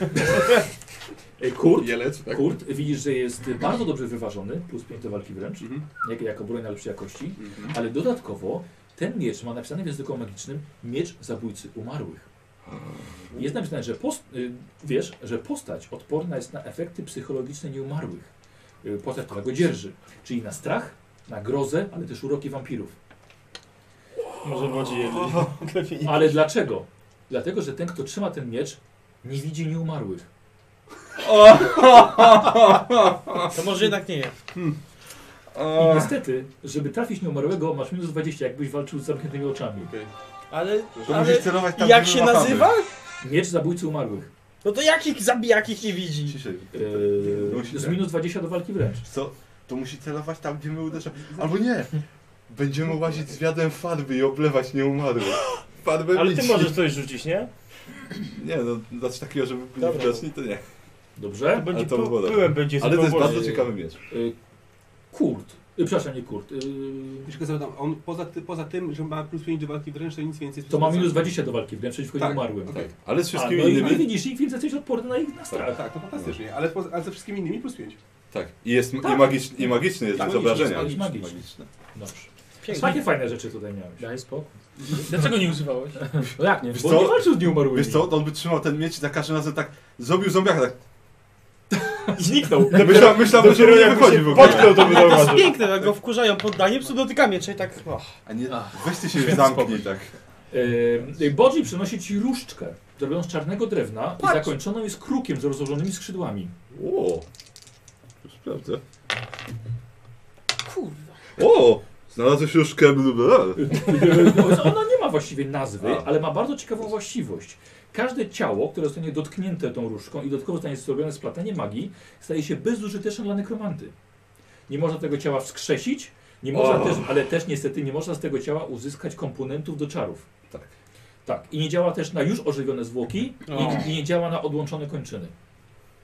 E, Kurt, Jelec, tak? Kurt, widzisz, że jest bardzo dobrze wyważony, plus 5 do walki wręcz, Mhm. jak, jako broń najlepszej jakości. Mhm. Ale dodatkowo ten miecz ma napisane w języku magicznym miecz zabójcy umarłych. Jest napisane, że post, y, wiesz, że postać odporna jest na efekty psychologiczne nieumarłych. Y, Postać, która go dzierży. Czyli na strach, na grozę, ale też uroki wampirów. Może wodzi jedli. Ale dlaczego? Dlatego, że ten, kto trzyma ten miecz, nie widzi nieumarłych. To może jednak nie ja. I niestety, żeby trafić nieumarłego, masz minus 20, jakbyś walczył z zamkniętymi oczami. Ale, To ale musisz celować tam, jak gdzie się machamy. nazywa? Miecz zabójcy umarłych. No to jakich zabijakich nie widzi? Ciszej. Yy, Musi, z tak. minus 20 do walki wręcz. Co? To musi celować tam, gdzie my uderzamy. Albo nie! Będziemy łazić z wiadem farby i oblewać nieumarłych. Farby Ale ty ludzi. możesz coś rzucić, nie? Nie, no coś takiego, żeby byli Dobra. widoczni, to nie. Dobrze? To będzie Ale to pył- by było dobre. pyłem będzie Ale to jest sypał bardzo wodę. ciekawy miecz. Y, Kurt. Y, Przepraszam, nie Kurt. y, Wiesz, co tam, on poza, ty, poza tym, że ma plus 5 do walki wręcz, to nic więcej. To ma minus 20 do walki wręcz przeciwko Tak, nieumarłym. okej. Ale z wszystkimi A, no i- innymi- I widzisz, ich więc jesteś odporny na ich na strach. Tak, to fantastycznie, ale, poza, ale ze wszystkimi innymi plus 5. Tak. I, jest, i, Tak. magiczny, i magiczny jest Tak, bez obrażenia. magiczny, magiczny. Dobrze. Takie fajne rzeczy tutaj miałeś. Daj spokój. Dlaczego nie używałeś? Tak. No jak nie? Wiesz Bo co? nie walczył z nieumarłymi. Wiesz co, on by trzymał ten miecz i za każdym razem tak zrobił zombiaka, tak I zniknął. Myślałem, myślałem że Dopiero nie jakby wychodzi się w ogóle. potknął, to by To jest zauważył. piękne, jak go wkurzają poddanie, psu dotyka miecza i tak... Och. A nie, Ach, weź ty się święty zamknij tak. Yy, Bodzi przynosi ci różdżkę, zrobioną z czarnego drewna i zakończoną jest krukiem z rozłożonymi skrzydłami. O, to sprawdzę. Kurwa. O, znalazłeś już kebl. Ona- Ona nie ma właściwie nazwy, A. ale ma bardzo ciekawą właściwość. Każde ciało, które zostanie dotknięte tą różdżką i dodatkowo zostanie zrobione splatanie magii, staje się bezużyteczne dla nekromanty. Nie można tego ciała wskrzesić, nie można O. też, ale też niestety nie można z tego ciała uzyskać komponentów do czarów. Tak. Tak. I nie działa też na już ożywione zwłoki O. i, i nie działa na odłączone kończyny.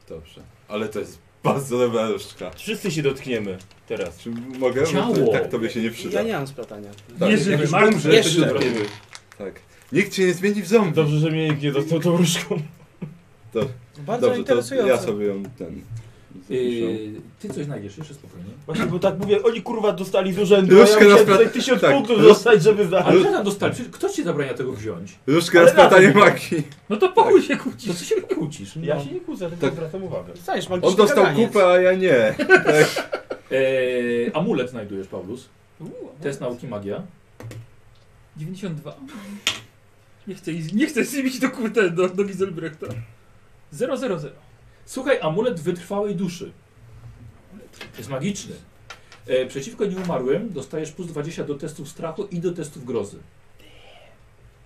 Dobrze, ale to jest bardzo dobra różdżka. Wszyscy się dotkniemy teraz. Czy mogę? Bo Ciało. to, tak tobie się nie przyda. Ja nie mam splatania. Tak, Nieżywy, jak już martwy. umrze, to Jeszcze. się dotkniemy. Tak. Nikt cię nie zmieni w zombie. Dobrze, że mnie nikt nie dostał tą różką. To, Bardzo dobrze, to interesujące. ja sobie ją ten... zapiszę. Yy, ty coś znajdziesz, jeszcze spokojnie. Właśnie, bo tak mówię, oni kurwa dostali z urzędu, Różkę a ja musiałem na spra- tutaj tysiąc tak, punktów róż- dostać, żeby Ale zabrać. co tam dostali? Przecież Kto ci zabrania tego wziąć? Różdżka Ale na splatanie razem. magii. No to pochuj się kłócić. To co się kłócisz? No. Ja się nie kłócę, tylko Tak. zwracam uwagę. Stajesz, magiczny On dostał kaganiec. kupę, a ja nie. Tak. Eee, amulet znajdujesz, Paulus. Test nauki magia. 92. Nie chcę, iść- nie chcę zbić do kurde do, do Giselbrechta. 000. Słuchaj, amulet wytrwałej duszy. Jest magiczny. E, przeciwko nieumarłym dostajesz plus 20 do testów strachu i do testów grozy.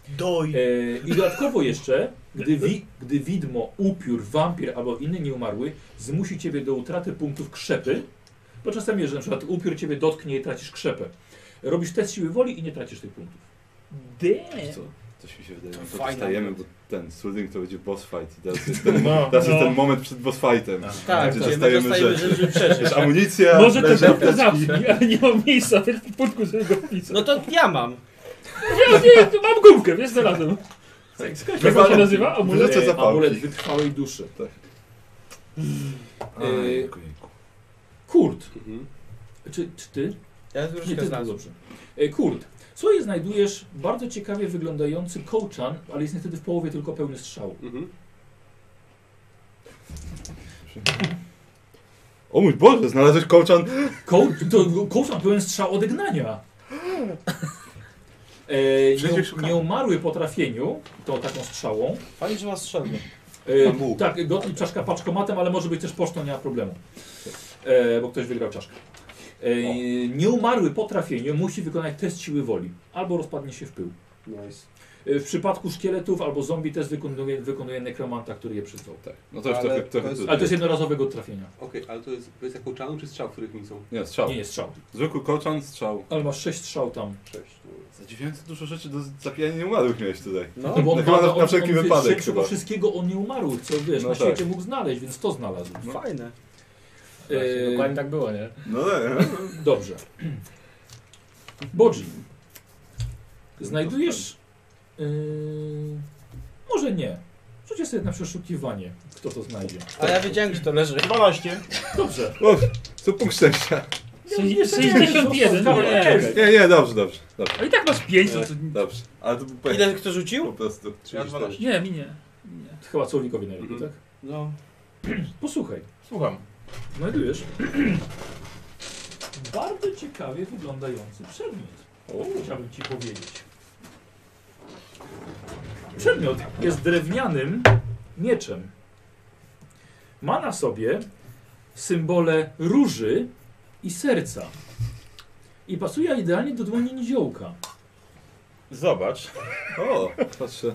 Doj. E, I dodatkowo jeszcze, gdy, wi, gdy widmo, upiór, wampir albo inny nieumarły zmusi ciebie do utraty punktów krzepy, bo czasami, jeżeli na przykład upiór ciebie dotknie i tracisz krzepę, robisz test siły woli i nie tracisz tych punktów. Damn. Co? Coś mi się wydaje, że to Fajna. dostajemy, bo ten Sulling to będzie boss fight. i Teraz jest ten, No, teraz jest no. ten moment przed boss fightem. Tak, Gdzie gdzie dostajemy, dostajemy rzecz, żeby przeżyć. Wiesz, amunicja, Może to leży tylko apteczki. zabrzmi, ale nie mam miejsca w ekwipunku, żeby go wpisać. No to ja mam. Ja nie, tu mam gumkę, wiesz, znalazłem. Jak on się Wywalą- nazywa? Amulet? Wyrzucę E, zapałki. amulet wytrwałej duszy. Aj, Yy, jejku. Kurt, Mhm. czy, czy ty? Ja Nie, różkę ty znalazł. znalazłem. Dobrze. E, Kurt, słuchaj, znajdujesz bardzo ciekawie wyglądający kołczan, ale jest niestety w połowie tylko pełny strzału. Mhm. O mój Boże, znalazłeś kołczan? Koł, to kołczan pełen strzał odegnania. E, nie, nieumarły po trafieniu, tą taką strzałą. Fajnie, że ma strzelbę. E, Na łuk. tak, gotli czaszka paczkomatem, ale może być też pocztą, nie ma problemu. E, bo ktoś wygrał czaszkę. E, nieumarły po trafieniu musi wykonać test siły woli, albo rozpadnie się w pył. Nice. E, W przypadku szkieletów albo zombie też wykonuje, wykonuje nekromanta, który je przyzwał. Tak, no to już Ale trochę, to trochę jest- trudniej. Ale to jest jednorazowego trafienia. Okej, ale to jest, to jest jako czanu czy strzał, których nie są? Nie, strzał. Nie jest strzał. Zwykły kołczan, strzał. Ale masz 6 strzał tam. Cześć. Zadziwiająco dużo rzeczy do zabijania nieumarłych miałeś tutaj. No, No. bo No chyba na- na wszelki on, wypadek szybszy chyba. do wszystkiego on nie umarł, co wiesz, No na tak. świecie mógł znaleźć, więc to znalazł. Fajne. E, Dokładnie tak było, nie? No tak. Dobrze. Bodzi. Znajdujesz... Yy, może nie. Rzucie sobie na przeszukiwanie, kto to znajdzie. A ja wiedziałem, gdzie to leży. 12. Dobrze. O, co punkt szczęścia. nie, 61. to- to- Nie. czekaj. Nie, nie, dobrze, dobrze. Dobrze, A i tak masz 5. Nie, dobrze. Ale to był pech, Ile kto po rzucił? prostu. Ja 12. Nie, minie. Nie. Chyba Słowikowi najlepiej, Mhm. tak? No. Posłuchaj. Słucham. Znajdujesz bardzo ciekawie wyglądający przedmiot. Chciałbym ci powiedzieć. Przedmiot jest drewnianym mieczem. Ma na sobie symbole róży i serca. I pasuje idealnie do dłoni niziołka. Zobacz. O, patrzę.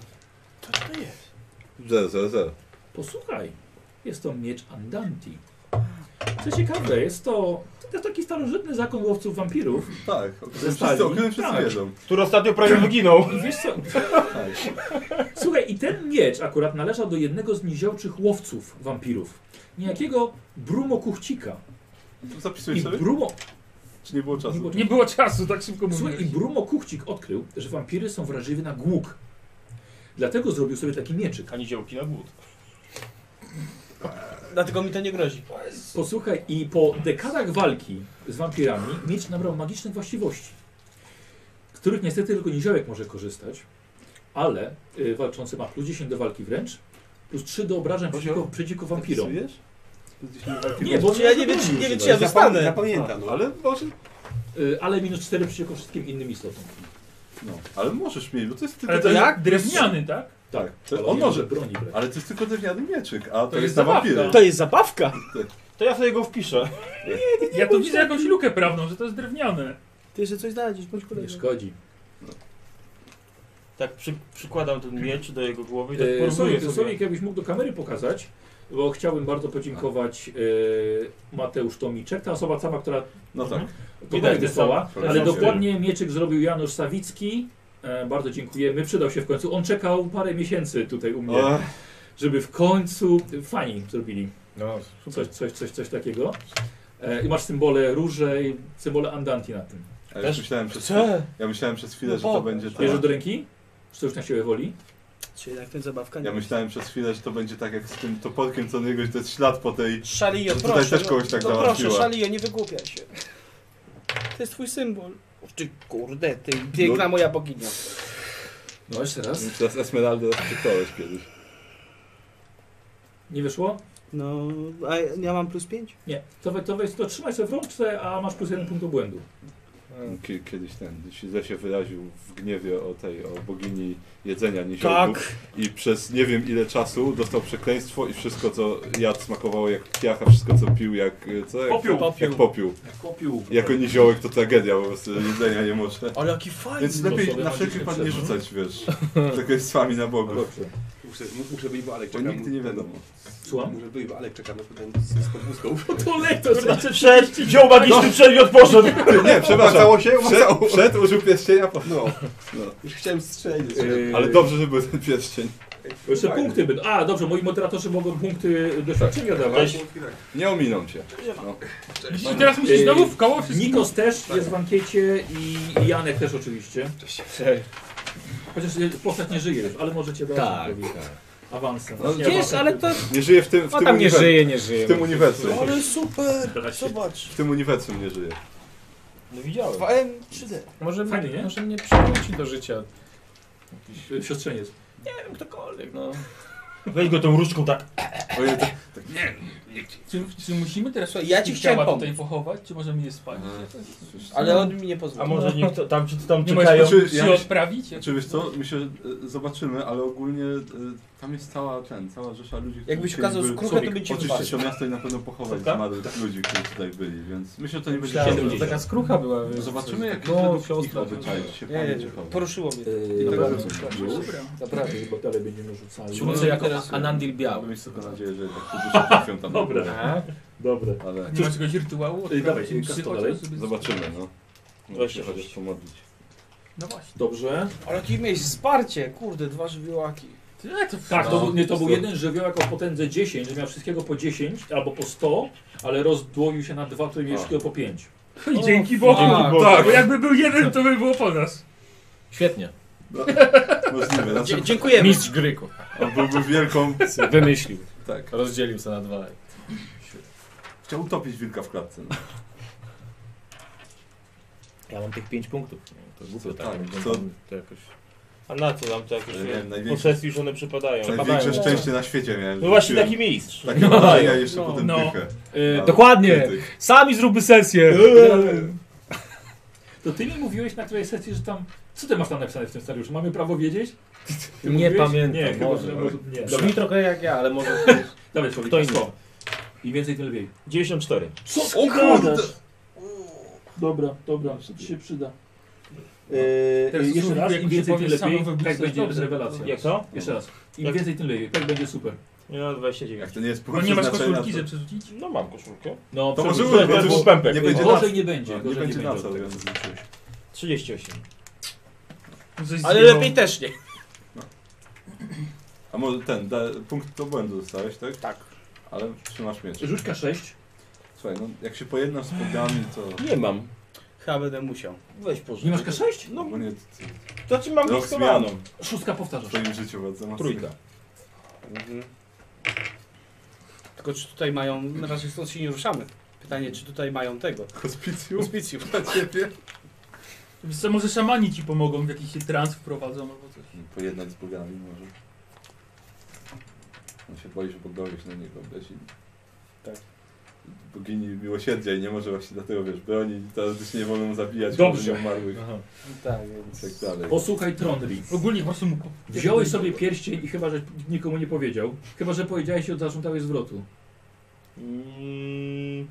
Co to jest? Zero, zero, zero. Posłuchaj, jest to miecz Andanti. Co ciekawe, jest to, to jest taki starożytny zakon łowców wampirów. Tak, o Ze którym stali. wszyscy- o którym wszyscy Tak. wiedzą. Który ostatnio prawie wyginął. I wiesz co? Słuchaj, i ten miecz akurat należał do jednego z niziołczych łowców wampirów. Niejakiego Brumo Kuchcika. Zapisujesz I sobie? Brumo... Czy nie było czasu? Nie było czasu, tak szybko Słuchaj, i Brumo Kuchcik odkrył, że wampiry są wrażliwe na głód. Dlatego zrobił sobie taki mieczyk. A niziołki na głód. Dlatego mi to nie grozi. Posłuchaj, i po dekadach walki z wampirami miecz nabrał magicznych właściwości, z których niestety tylko niziołek może korzystać, ale y, walczący ma plus 10 do walki wręcz, plus 3 do obrażeń przeciwko, przeciwko wampirom. Nie, bo Znaczy, Ja nie wiem, wiem, czy- nie wiem, czy ja dostanę. Zapamiętam, no, ale może... y, Ale minus 4 przeciwko wszystkim innym istotom. No, ale możesz mieć, bo to jest tylko... Ale to ten- jak? Drewniany, tak? Tak, to Ale on nie może. ma broni brać. Ale to jest tylko drewniany mieczyk, a to, jest jest na zabawka. wampiry. To jest zabawka. To ja sobie go wpiszę. tak? Ja tu widzę jakąś lukę prawną, że to jest drewniane. Ty jeszcze coś znajdziesz, bądź Nie kolejny. szkodzi. Tak przy, przykładam ten miecz do jego głowy i Yy, tak E, porównuję Słowik, sobie. Słowik, jakbyś mógł do kamery pokazać, bo chciałbym bardzo podziękować e, Mateusz Tomiczek, ta osoba sama, która No tak. Widać Widać, wysłała, że są- ale są dokładnie mieczyk zrobił Janusz Sawicki. E, bardzo dziękujemy, przydał się w końcu. On czekał parę miesięcy tutaj u mnie, Ech. żeby w końcu fani zrobili No, coś, coś, coś, coś takiego. E, I masz symbole róże i symbole Andanti na tym. A ja już myślałem przez, Chcę. ja myślałem przez chwilę, No że to pokaż. będzie tak. Bierzesz do ręki? Czy to już na siłę woli? Czyli jak ten zabawka nie Ja myślałem przez chwilę, że to będzie tak jak z tym toporkiem, co niego, że to jest ślad po tej... Szalio, Tutaj proszę. też kogoś tak no, no proszę, załatwiła. Szalio, nie wygłupiaj się. To jest twój symbol. Ty kurde, ty piękna moja bogini. No jeszcze raz. Przez Esmeraldę rozczytałeś kiedyś. Nie wyszło? No, a ja mam plus 5? Nie. To, we, to, we, to trzymaj sobie w rączce, a masz plus jeden punkt obłędu. Ki- Kiedyś ten, źle się wyraził w gniewie o tej, o bogini jedzenia niziołków. Tak. I przez nie wiem ile czasu dostał przekleństwo i wszystko co jadł smakowało jak piach, a wszystko co pił jak... y, Co? Jak Popiół. Jak, jak popił. Kopił. Jako niziołek to tragedia, po prostu jedzenia nie może. Ale jaki fajny. Więc lepiej sobie na ma wszelki dzisiaj pan nie No przed, no. rzucać, wiesz, przekleństwami na bogów. Dobrze. Muszę, muszę być, bo Alek Bo czeka. nigdy nie wiadomo. Słucham? Muszę być, bo Alek czeka na pytanie z podwózką. To leto, Znaczy, Przed, wziął magiczny No. przedmiot, poszedł. Nie, przepraszam. Umacało się, umacało. Przed, przed użył pierścienia, po... No, no. już chciałem strzelić. Ale dobrze, że był ten pierścień. Jeszcze punkty będą. A, dobrze, moi moderatorzy mogą punkty doświadczenia dawać. Nie ominą cię. I teraz musisz Yy, znowu w koło wszystkim. Nikos też jest w ankiecie i i Janek też oczywiście. Chociaż y, postać nie żyje już, ale możecie dać Tak, im awansem. No, Nie, Wiesz, awansem, ale tylko- to... Nie żyje w tym, w A No tam tym nie uniwersum. żyje, nie żyje. W tym uniwersum. Ale super, Raczej. zobacz. W tym uniwersum nie żyje. No widziałem. 2M, 3D. Może, Fajnie, nie? mnie, może mnie przywróci do życia. y, Siostrzeniec. Ktokolwiek, no. Weź go tą różdżką tak. Ojej, tak, Czy, czy musimy teraz Słuchaj, ja ci ciała chciałem tutaj pochować, czy możemy je spać? Ale on mi nie A No. pozwolił. może niech to, tam ci tam Nie czekają. możesz Czy- się ja myślę- odprawić? Czy wiesz co, my się e, zobaczymy, ale ogólnie e, tam jest cała ten, cała rzesza ludzi, którzy Jakbyś okazał chcieliby skruchę, to by cię Oczyścić wybaczył. to miasto i na pewno pochować Kruka? zmarłych ludzi, którzy tutaj byli, więc myślę, że to nie będzie Myślałem, problem. że taka skrucha była. wiesz, Zobaczymy, coś jak takiego. no, według ich siostra, obyczajów się Nie, pamięć nie, poruszyło mnie. to. Yy, I tak Dobra, zrobimy. naprawdę, bo dalej będziemy rzucali. Rzucę jako Anandil Mam Biały. mieć tylko nadzieję, że jednak te dusze trafią tam. Dobra. A? Dobre. Ale Nie ma jakiegoś rytuału? Ej, dawaj, odprawy, kasto psy chociaż, dalej. żeby- zobaczymy, no. Muszę Weź się się chociaż pomodlić. No właśnie. Dobrze. Ale jakie miałeś wsparcie, kurde, dwa żywiołaki. Ty, to Tak, to, No. był- nie, to był jeden żywiołek o potędze 10, że miał wszystkiego po 10 albo po 100, ale rozdłoił się na dwa, który miał A. wszystkiego po 5. I No, dzięki Bogu. Dzięki Bogu. Bo jakby był jeden, to by było po nas. Świetnie. No, możliwe, na Dzie przykład dziękujemy. Mistrz gry, kurwa. on byłby wielką... Wymyślił. Tak. Rozdzielił się na dwa. Chciał utopić wilka w klatce. No. Ja mam tych 5 punktów. To głupio tak. tak, jakbym co- To jakoś... A na co nam to jakieś Nie wiem, po największe- sesji już one przypadają? Największe Tak szczęście na świecie miałem. No właśnie Rzuciłem taki mistrz. Takie wrażenia jeszcze no, potem no. dychę. Yy, A, Dokładnie! krytyk. Sami zróbmy sesję! to ty mi mówiłeś na której sesji, że tam. Co ty masz tam napisane w tym scenariuszu? Mamy prawo wiedzieć? Nie Ty mówiłeś? pamiętam, Nie, chyba, może, że ale- może. Nie. Dobra, Brzmi trochę jak ja, ale może... Dawaj, człowiek, Kto to inny? sto. Im więcej, tym lepiej. 94. Co? O kurde! Dobra, dobra, to się przyda. Yy, Teraz jeszcze słuchaj, raz, jak im mi się więcej, tym powiesz, lepiej. samo wybić, Tak to jest będzie dobrze. rewelacja. Jak to? Jeszcze raz. Im Jak- więcej, tym lepiej. Tak będzie super. Nie, no 29. Jak to nie jest Bo No nie masz koszulki, żeby przerzucić? No mam koszulkę. No, to przerzuć, może bo to to był już pępek. nie będzie no. na- Gorzej nie będzie, No, gorzej nie będzie na od co, tego. więc zliczyłeś. 38. Coś Ale zjebał. lepiej też nie. A może ten, da, punkt do błędu dostałeś, tak? Tak. Ale trzymasz miecz. Rzuć K6. Słuchaj, no jak się pojednasz z podgami, to... Nie mam. Chyba będę musiał. Weź porzuć. Nie masz K6? No, Bo nie, znaczy mam Rok miksowaną. zmian. Szóstka w powtarzasz. twoim życiu bardzo mocno. Trójka. Mhm. Tylko czy tutaj mają, raczej stąd się nie ruszamy. Pytanie, czy tutaj mają tego? Hospicjum? Hospicjum dla ciebie. Wiesz co, może szamani ci pomogą, w jakiś się trans wprowadzą albo coś. No, Pojednać z bogami może. On się boi, że bogowie się na niego obleśni. Tak. Bogini miłosierdzia i nie może właśnie dlatego, wiesz, broni, teoretycznie nie wolno mu zabijać może Dobrze. nie umarłych Tak, i więc... tak dalej. Posłuchaj Trondri. Ogólnie właśnie mu... Wziąłeś sobie pierścień i chyba, że nikomu nie powiedział. Chyba, że powiedziałeś i zażądałeś zwrotu. Mm,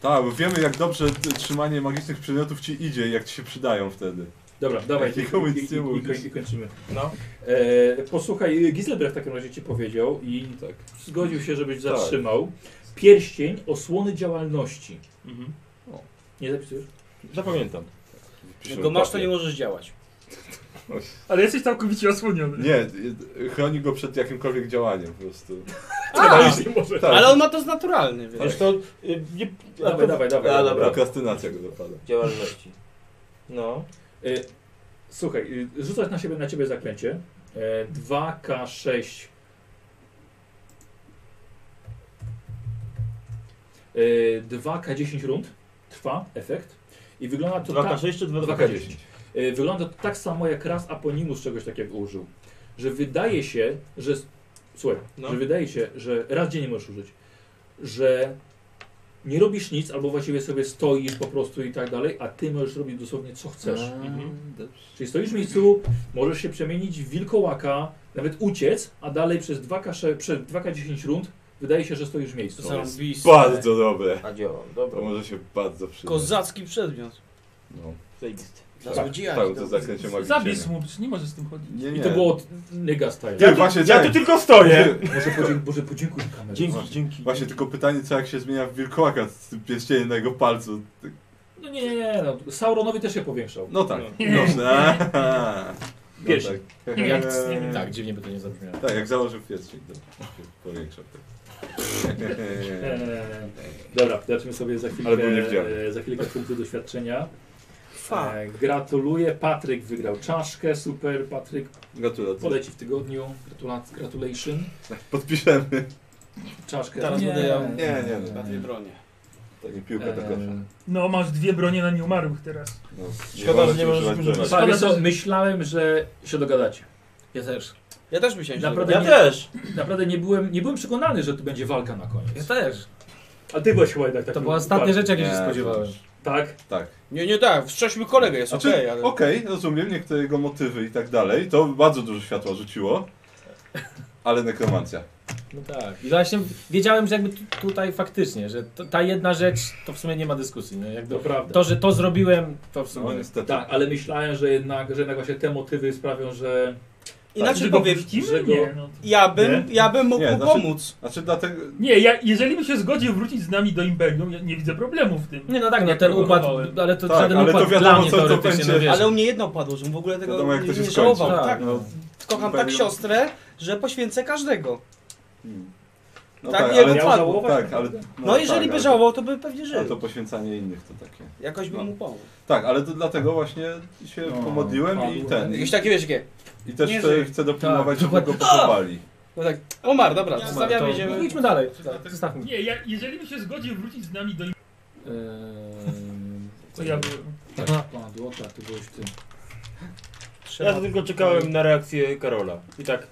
Tak, bo wiemy jak dobrze t- trzymanie magicznych przedmiotów ci idzie i jak ci się przydają wtedy. Dobra, dawaj. Nikomu i- nic i- nie i- mówisz. i koń- I kończymy. no. Eee, E, posłuchaj, Gislebrecht w takim razie ci powiedział i Tak. zgodził się, żebyś Tak. zatrzymał. Pierścień osłony działalności. Mhm. Nie zapisujesz? Zapamiętam. No Jak go masz, to nie możesz działać. Ale jesteś całkowicie osłoniony. Nie, y- chroni go przed jakimkolwiek działaniem po prostu. A, Nie może. Tak. ale on ma to z naturalny, wiesz. Wiesz to... y, Nie, a Dawaj, to- A, dawaj, dawaj. dawaj. dobra. Prokrastynacja go dopada. Działalności. No. E, słuchaj, e, rzucać na siebie na ciebie zaklęcie. E, 2K6. E, 2K10 rund trwa efekt i wygląda to tak. 2K6 czy 2K10? 2K10. E, Wygląda to tak samo jak raz Aponimus czegoś takiego użył. Że wydaje się, że. Słuchaj, No. że wydaje się, że raz dziennie możesz użyć, że nie robisz nic, albo właściwie sobie stoisz po prostu i tak dalej, a ty możesz robić dosłownie co chcesz. No. Mhm. Czyli stoisz w miejscu, możesz się przemienić w wilkołaka, nawet uciec, a dalej przez 2K, przez 2K10 rund wydaje się, że stoisz w miejscu. To są Bardzo dobre. A działam, To dobra. może się bardzo przydać. Kozacki przedmiot. No. Zajebisty. Dla Tak, złodzieja. tak, ci to to- zaklęcie Zabij magiczne. słup, nie możesz z tym chodzić. Nie, nie. I to było od Nega Style. Ja właśnie Ja tak. tu tylko stoję. Może, podzie Boże, podziękuj kamerze. Dzięki, Właśnie- dzięki. Właśnie tylko pytanie, co jak się zmienia w wilkołaka z tym pierścieniem na jego palcu. No nie, nie, nie, no. Sauronowi też się powiększał. No tak, No. dobrze. Pierścień. No Jak, tak. tak, dziwnie by to nie zabrzmiało. tak, jak założył pierścień, to się powiększał. Tak. Eee, dobra, zobaczymy sobie za chwilkę, Ale był niewidzialny. e, za chwilkę punkty doświadczenia. Fa. E, gratuluję, Patryk wygrał czaszkę, super, Patryk Gratulacje. poleci w tygodniu, Gratula- gratulation. Podpiszemy. Czaszkę Tak. Eee, Teraz będę ja- Nie, nie, Na dwie bronie. To nie E, piłka, to kosza. No, masz dwie bronie na nieumarłych teraz. No, Szkoda, wolno ci że nie możesz używać tym broni. rzucać. Panie, Szkoda, co, że- myślałem, że się dogadacie. Ja też. Ja też myślałem, że... Naprawdę Ja nie- też. Naprawdę nie byłem, nie byłem przekonany, że tu będzie walka na koniec. też. A ty byłeś chyba jednak taki To była ostatnia uparty. rzecz, jakiej się Nie, to spodziewałem. Tak? Tak. Nie, nie tak, wstrzeźmy kolegę, jest Znaczy, okej, Okej, ale... rozumiem niektóre jego motywy i tak dalej. To bardzo dużo światła rzuciło. Ale nekromancja. No tak. I właśnie wiedziałem, że jakby tu- tutaj faktycznie, że to, ta jedna rzecz, to w sumie nie ma dyskusji. Nie? Jakby To prawda. to, że to zrobiłem, to w No sumie... niestety. Tak, ale myślałem, że jednak, że jednak właśnie te motywy sprawią, że tak, Inaczej Że go powiem, puścimy? Kim? Nie, no. ja bym, ja bym mógł Nie, mu znaczy- pomóc. Znaczy dlatego... nie ja, jeżeli by się zgodził wrócić z nami do Imperium, ja nie widzę problemu w tym. Nie, no tak, no ten upad, próbowałem. ale to Tak, żaden ale to upad wiadomo, dla mnie co to teoretycznie, będzie. no wiesz. Ale u mnie jedno padło, że w ogóle tego Wiadomo, jak to się nie skończy. żałował. Tak, Tak, no. Kocham tak Imperium. siostrę, że poświęcę każdego. Hmm. No Tak, tak, nie, ale... padło. Tak, ale... No, jeżeli tak, by ale- żałował, to by pewnie Ale to żył. poświęcanie innych to takie. Jakoś bym No. mu pomógł. Tak, ale to dlatego właśnie się No, pomodliłem i padło. ten. I, Jakieś takie, wiesz, jakie... i też nie chcę, żyje. chcę dopilnować, Tak, żeby go pochowali. No tak, Omar, dobra, Dobra, zostawiamy, to- idziemy. no Idźmy dalej. Zostawmy. Nie, ja, jeżeli by się zgodził wrócić z nami do Imperium, Eee, to ja byłem. Tak, pana Dłota, ty byłeś ty. Ja to tylko No czekałem na reakcję Karola. I tak.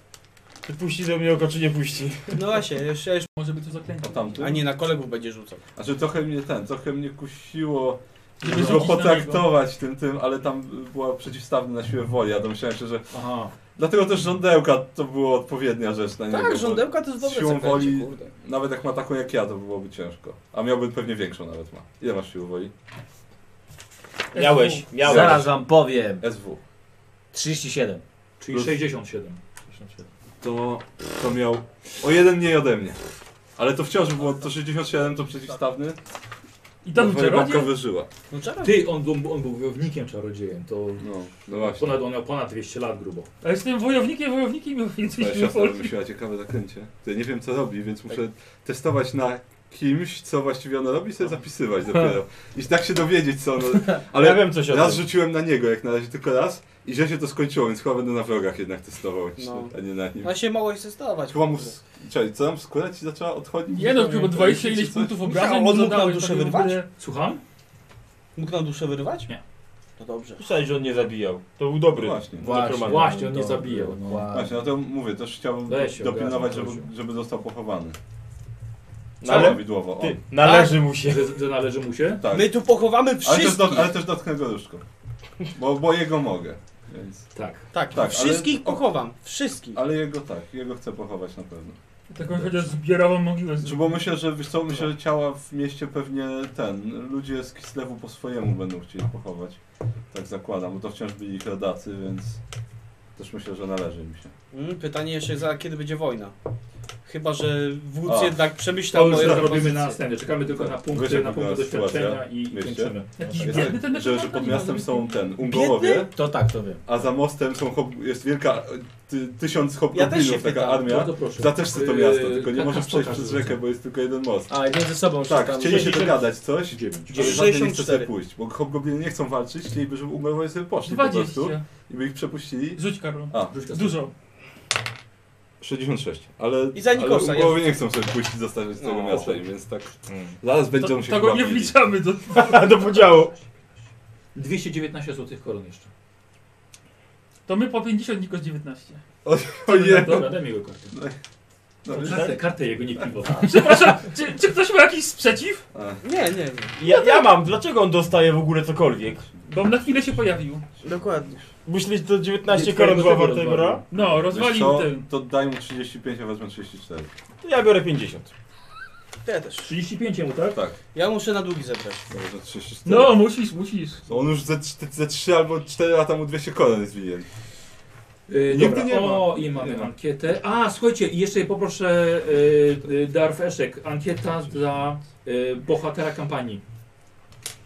Czy puści do mnie oko, czy nie puści? No właśnie, jeszcze, jeszcze... Może by to A zaklęcie. tamty? A nie, na kolegów będzie rzucał. Znaczy trochę mnie ten, trochę mnie kusiło, Żeby żeby go rzucić na potraktować tym, tym, ale tam była przeciwstawna na siłę woli, ja domyślałem się, że... Aha. Dlatego też żądełka to była odpowiednia rzecz na niego. Tak, bo żądełka to jest dobre siłą zaklęcie, woli- kurde. Nawet jak ma taką jak ja, to byłoby ciężko. A miałby pewnie większą nawet ma. Ile masz siły woli? Miałeś, miałeś. Zaraz wam powiem. SW. 37. Czyli Plus- 67. to, to miał o jeden mniej ode mnie. Ale to wciąż było to 67 to przeciwstawny. I to był babka wyżyła. No Ty, on, był- on był wojownikiem czarodziejem, to no, właśnie. ponad, on miał ponad 200 lat grubo. A jestem wojownikiem, wojownikiem i więcej Moja siły siostra Polski. wymyśliła ciekawe zakręcie. To ja nie wiem co robi, więc muszę testować na kimś, co właściwie ona robi i sobie zapisywać dopiero. I tak się dowiedzieć co ona... Ale Ja wiem coś o raz tym. rzuciłem na niego jak na razie tylko raz i że się to skończyło, więc chyba będę na wrogach jednak testował, myślę, No. a nie na nim. No się mało chce stawać. Chyba mu... w- Czekaj, co tam skóra ci zaczęła odchodzić? Nie no, chyba 20 ileś punktów obrażeń. Michał, on mu mógł nam zadałeś, duszę tak w wyrwać? ogóle- Słucham? Mógł nam duszę wyrywać? Nie. To dobrze. Myślałeś, że on nie zabijał. To był dobry. No Właśnie. Właśnie, Nekromanta. właśnie on nie Dobry. zabijał. No. Właśnie, no to mówię, też chciałbym Weź się, dopilnować, ogarnij, żeby, żeby został pochowany. Co? Ale prawidłowo. on. Ty, No. należy mu się. Że, że należy mu się? Tak. My tu pochowamy Ale też, wszystkich. dot, ale też dotknę go różdżką. Bo, bo jego mogę. Więc... Tak. Tak, Tak, ale- wszystkich pochowam. Wszystkich. Ale jego tak, jego chcę pochować na pewno. Taką chociaż zbierową mogiłę. Czy bo myślę, że wiesz co, myślę, że ciała w mieście pewnie ten, ludzie z Kislewu po swojemu będą chcieli pochować. Tak zakładam, bo to wciąż byli ich rodacy, więc też myślę, że należy im się. Mm, pytanie jeszcze za kiedy będzie wojna. Chyba, że wódz A. jednak przemyślał To już moje zrobimy propozycje. na następny. Czekamy tylko na Wiesz, punkty, jak na punkty wygląda doświadczenia sytuacja i w mieście? kończymy. Jakiś Jest, biedny ten że, że nekromanta pod nie miastem może są ten, Ungołowie, To tak, to wiem. a za mostem są hob- jest wielka e, ty, tysiąc Ja też się hobgoblinów, taka pytam. armia. Bardzo proszę. Za też chce to Yy, miasto, tylko nie tak, możesz tak, przejść tak, przez tak. rzekę, bo jest tylko jeden most. A, jeden ze sobą Tak, tam- chcieli się dogadać coś, ale żaden nie chce sobie 64. pójść, bo hobgobliny nie chcą walczyć, chcieliby, żeby umarły sobie poszli po 20. prostu i by ich przepuścili. Rzuć Karol. A, Dużo. 66, ale, I za Nikosa ale umowy nie chcą sobie pójść i zostawić z tego No. miasta, i więc tak zaraz To, będą się to go nie chyba bili. wliczamy do... Do podziału. 219 złotych koron jeszcze. To my po 50, Nikos 19. O nie, Dobra, daj mi jego kartę. no, Kartę, Tak? kartę jego, nie piwo. Przepraszam, czy, czy ktoś ma jakiś sprzeciw? Nie, nie, Ja, ja mam, dlaczego on dostaje w ogóle cokolwiek? Bo on na chwilę się pojawił. nie. Dokładnie. Myślisz, że to 19 Nie, koron była twojego warta tego euro? rozwalił. No, wiesz rozwalił co, ten. to daj mu 35, a wezmę 34. To ja biorę 50. To ja też. 35 mu, tak? Tak, Ja muszę na długi zebrać. może 34. No, musisz, musisz. To On już ze, cz- ze 3 albo 4 lata mu 200 koron jest winien. Yy, Y, Nigdy dobra. nie ma. O, i mamy Nie ma. ankietę. A, słuchajcie, i jeszcze poproszę yy, yy, Darf Eszek. Ankieta dla yy, bohatera kampanii.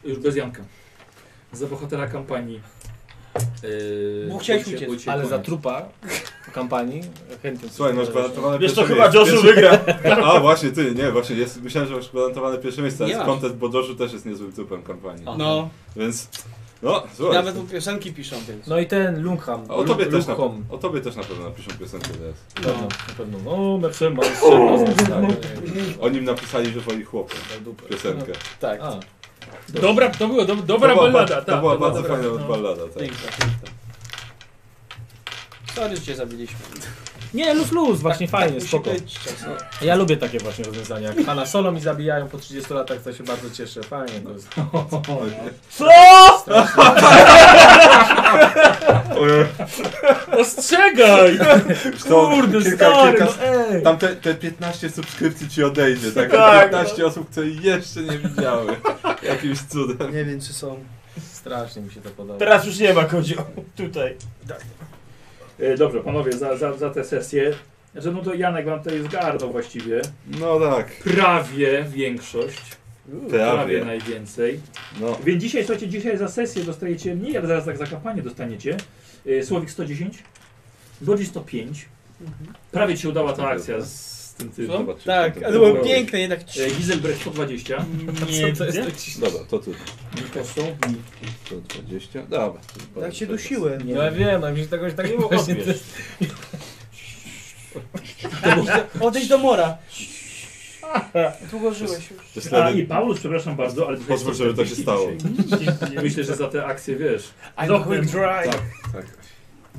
Już bez Janka. Za bohatera kampanii. Yy, Bo chciałeś Wojciech- uciec, Wojciech Ale za Koniec. trupa kampanii chętnie. Słuchaj, masz gwarantowane Wiesz to pierwsze chyba miejsce. Josh wygra. Pierwsze- A właśnie, ty, nie, właśnie, jest, myślałem, że masz gwarantowane pierwsze miejsce, Nie ale masz. kontent Bodoszu też jest niezłym typem kampanii. No, Więc, no, słuchaj. nawet mu piosenki piszą, więc. No i ten Lungham. A o tobie, też na, Lungham. o tobie też na pewno napiszą piosenkę teraz. No. Na pewno. No, me przema, przema. O nim napisali, że woli chłopy. Piosenkę. Tak. A, Dobra, to była do, dobra to była, ballada. ba- tak, to była to była bardzo dobra, fajna no. ballada, tak. Piękna, piękna. Sorry, że cię zabiliśmy. Nie, luz, luz, właśnie Tak, fajnie, musi spoko. być no. czasem. Ja lubię takie właśnie rozwiązania. Jak pana solo mi zabijają po 30 latach, to się bardzo cieszę. Fajnie to jest. Ostrzegaj! Kurde, stary, no ej! Tam te, te 15 subskrypcji ci odejdzie, tak? Tak, no. 15 osób, które jeszcze nie widziały. Jakimś cudem. Nie wiem, czy są. Strasznie mi się to podoba. Teraz już nie ma kozioł. Tutaj. Yy, dobrze, panowie, za, za, za tę sesję. Znaczy, no to Janek wam tutaj zgarnął właściwie. No tak, Prawie większość. Prawie prawie. najwięcej. No. Więc dzisiaj, słuchajcie, dzisiaj za sesję dostajecie mniej, ale zaraz tak za kampanię dostaniecie. Yy, Słowik 110, Godzi 105. Prawie ci się udała ta akcja z tym tym. Co? Zobaczymy. Mhm. Tak, Ten- ale było ten- piękne jednak. Yy, Giselbrecht 120. Nie widzę. Dobra, to ty. Nikosu. To 20. Dobra. to Tak bardzo- się dusiłem. No ja wiem, no mi się tego tak Nie nie było właśnie wiesz. to jest- Odejdź do mora. Długo żyłeś już. To jest A jeden- i Paulus, przepraszam bardzo, ale dzisiaj Pozwól, żeby to się 140 stało. dzisiaj. Myślę, że za te akcje wiesz. I'm a Zochłem. quick dry. Tak.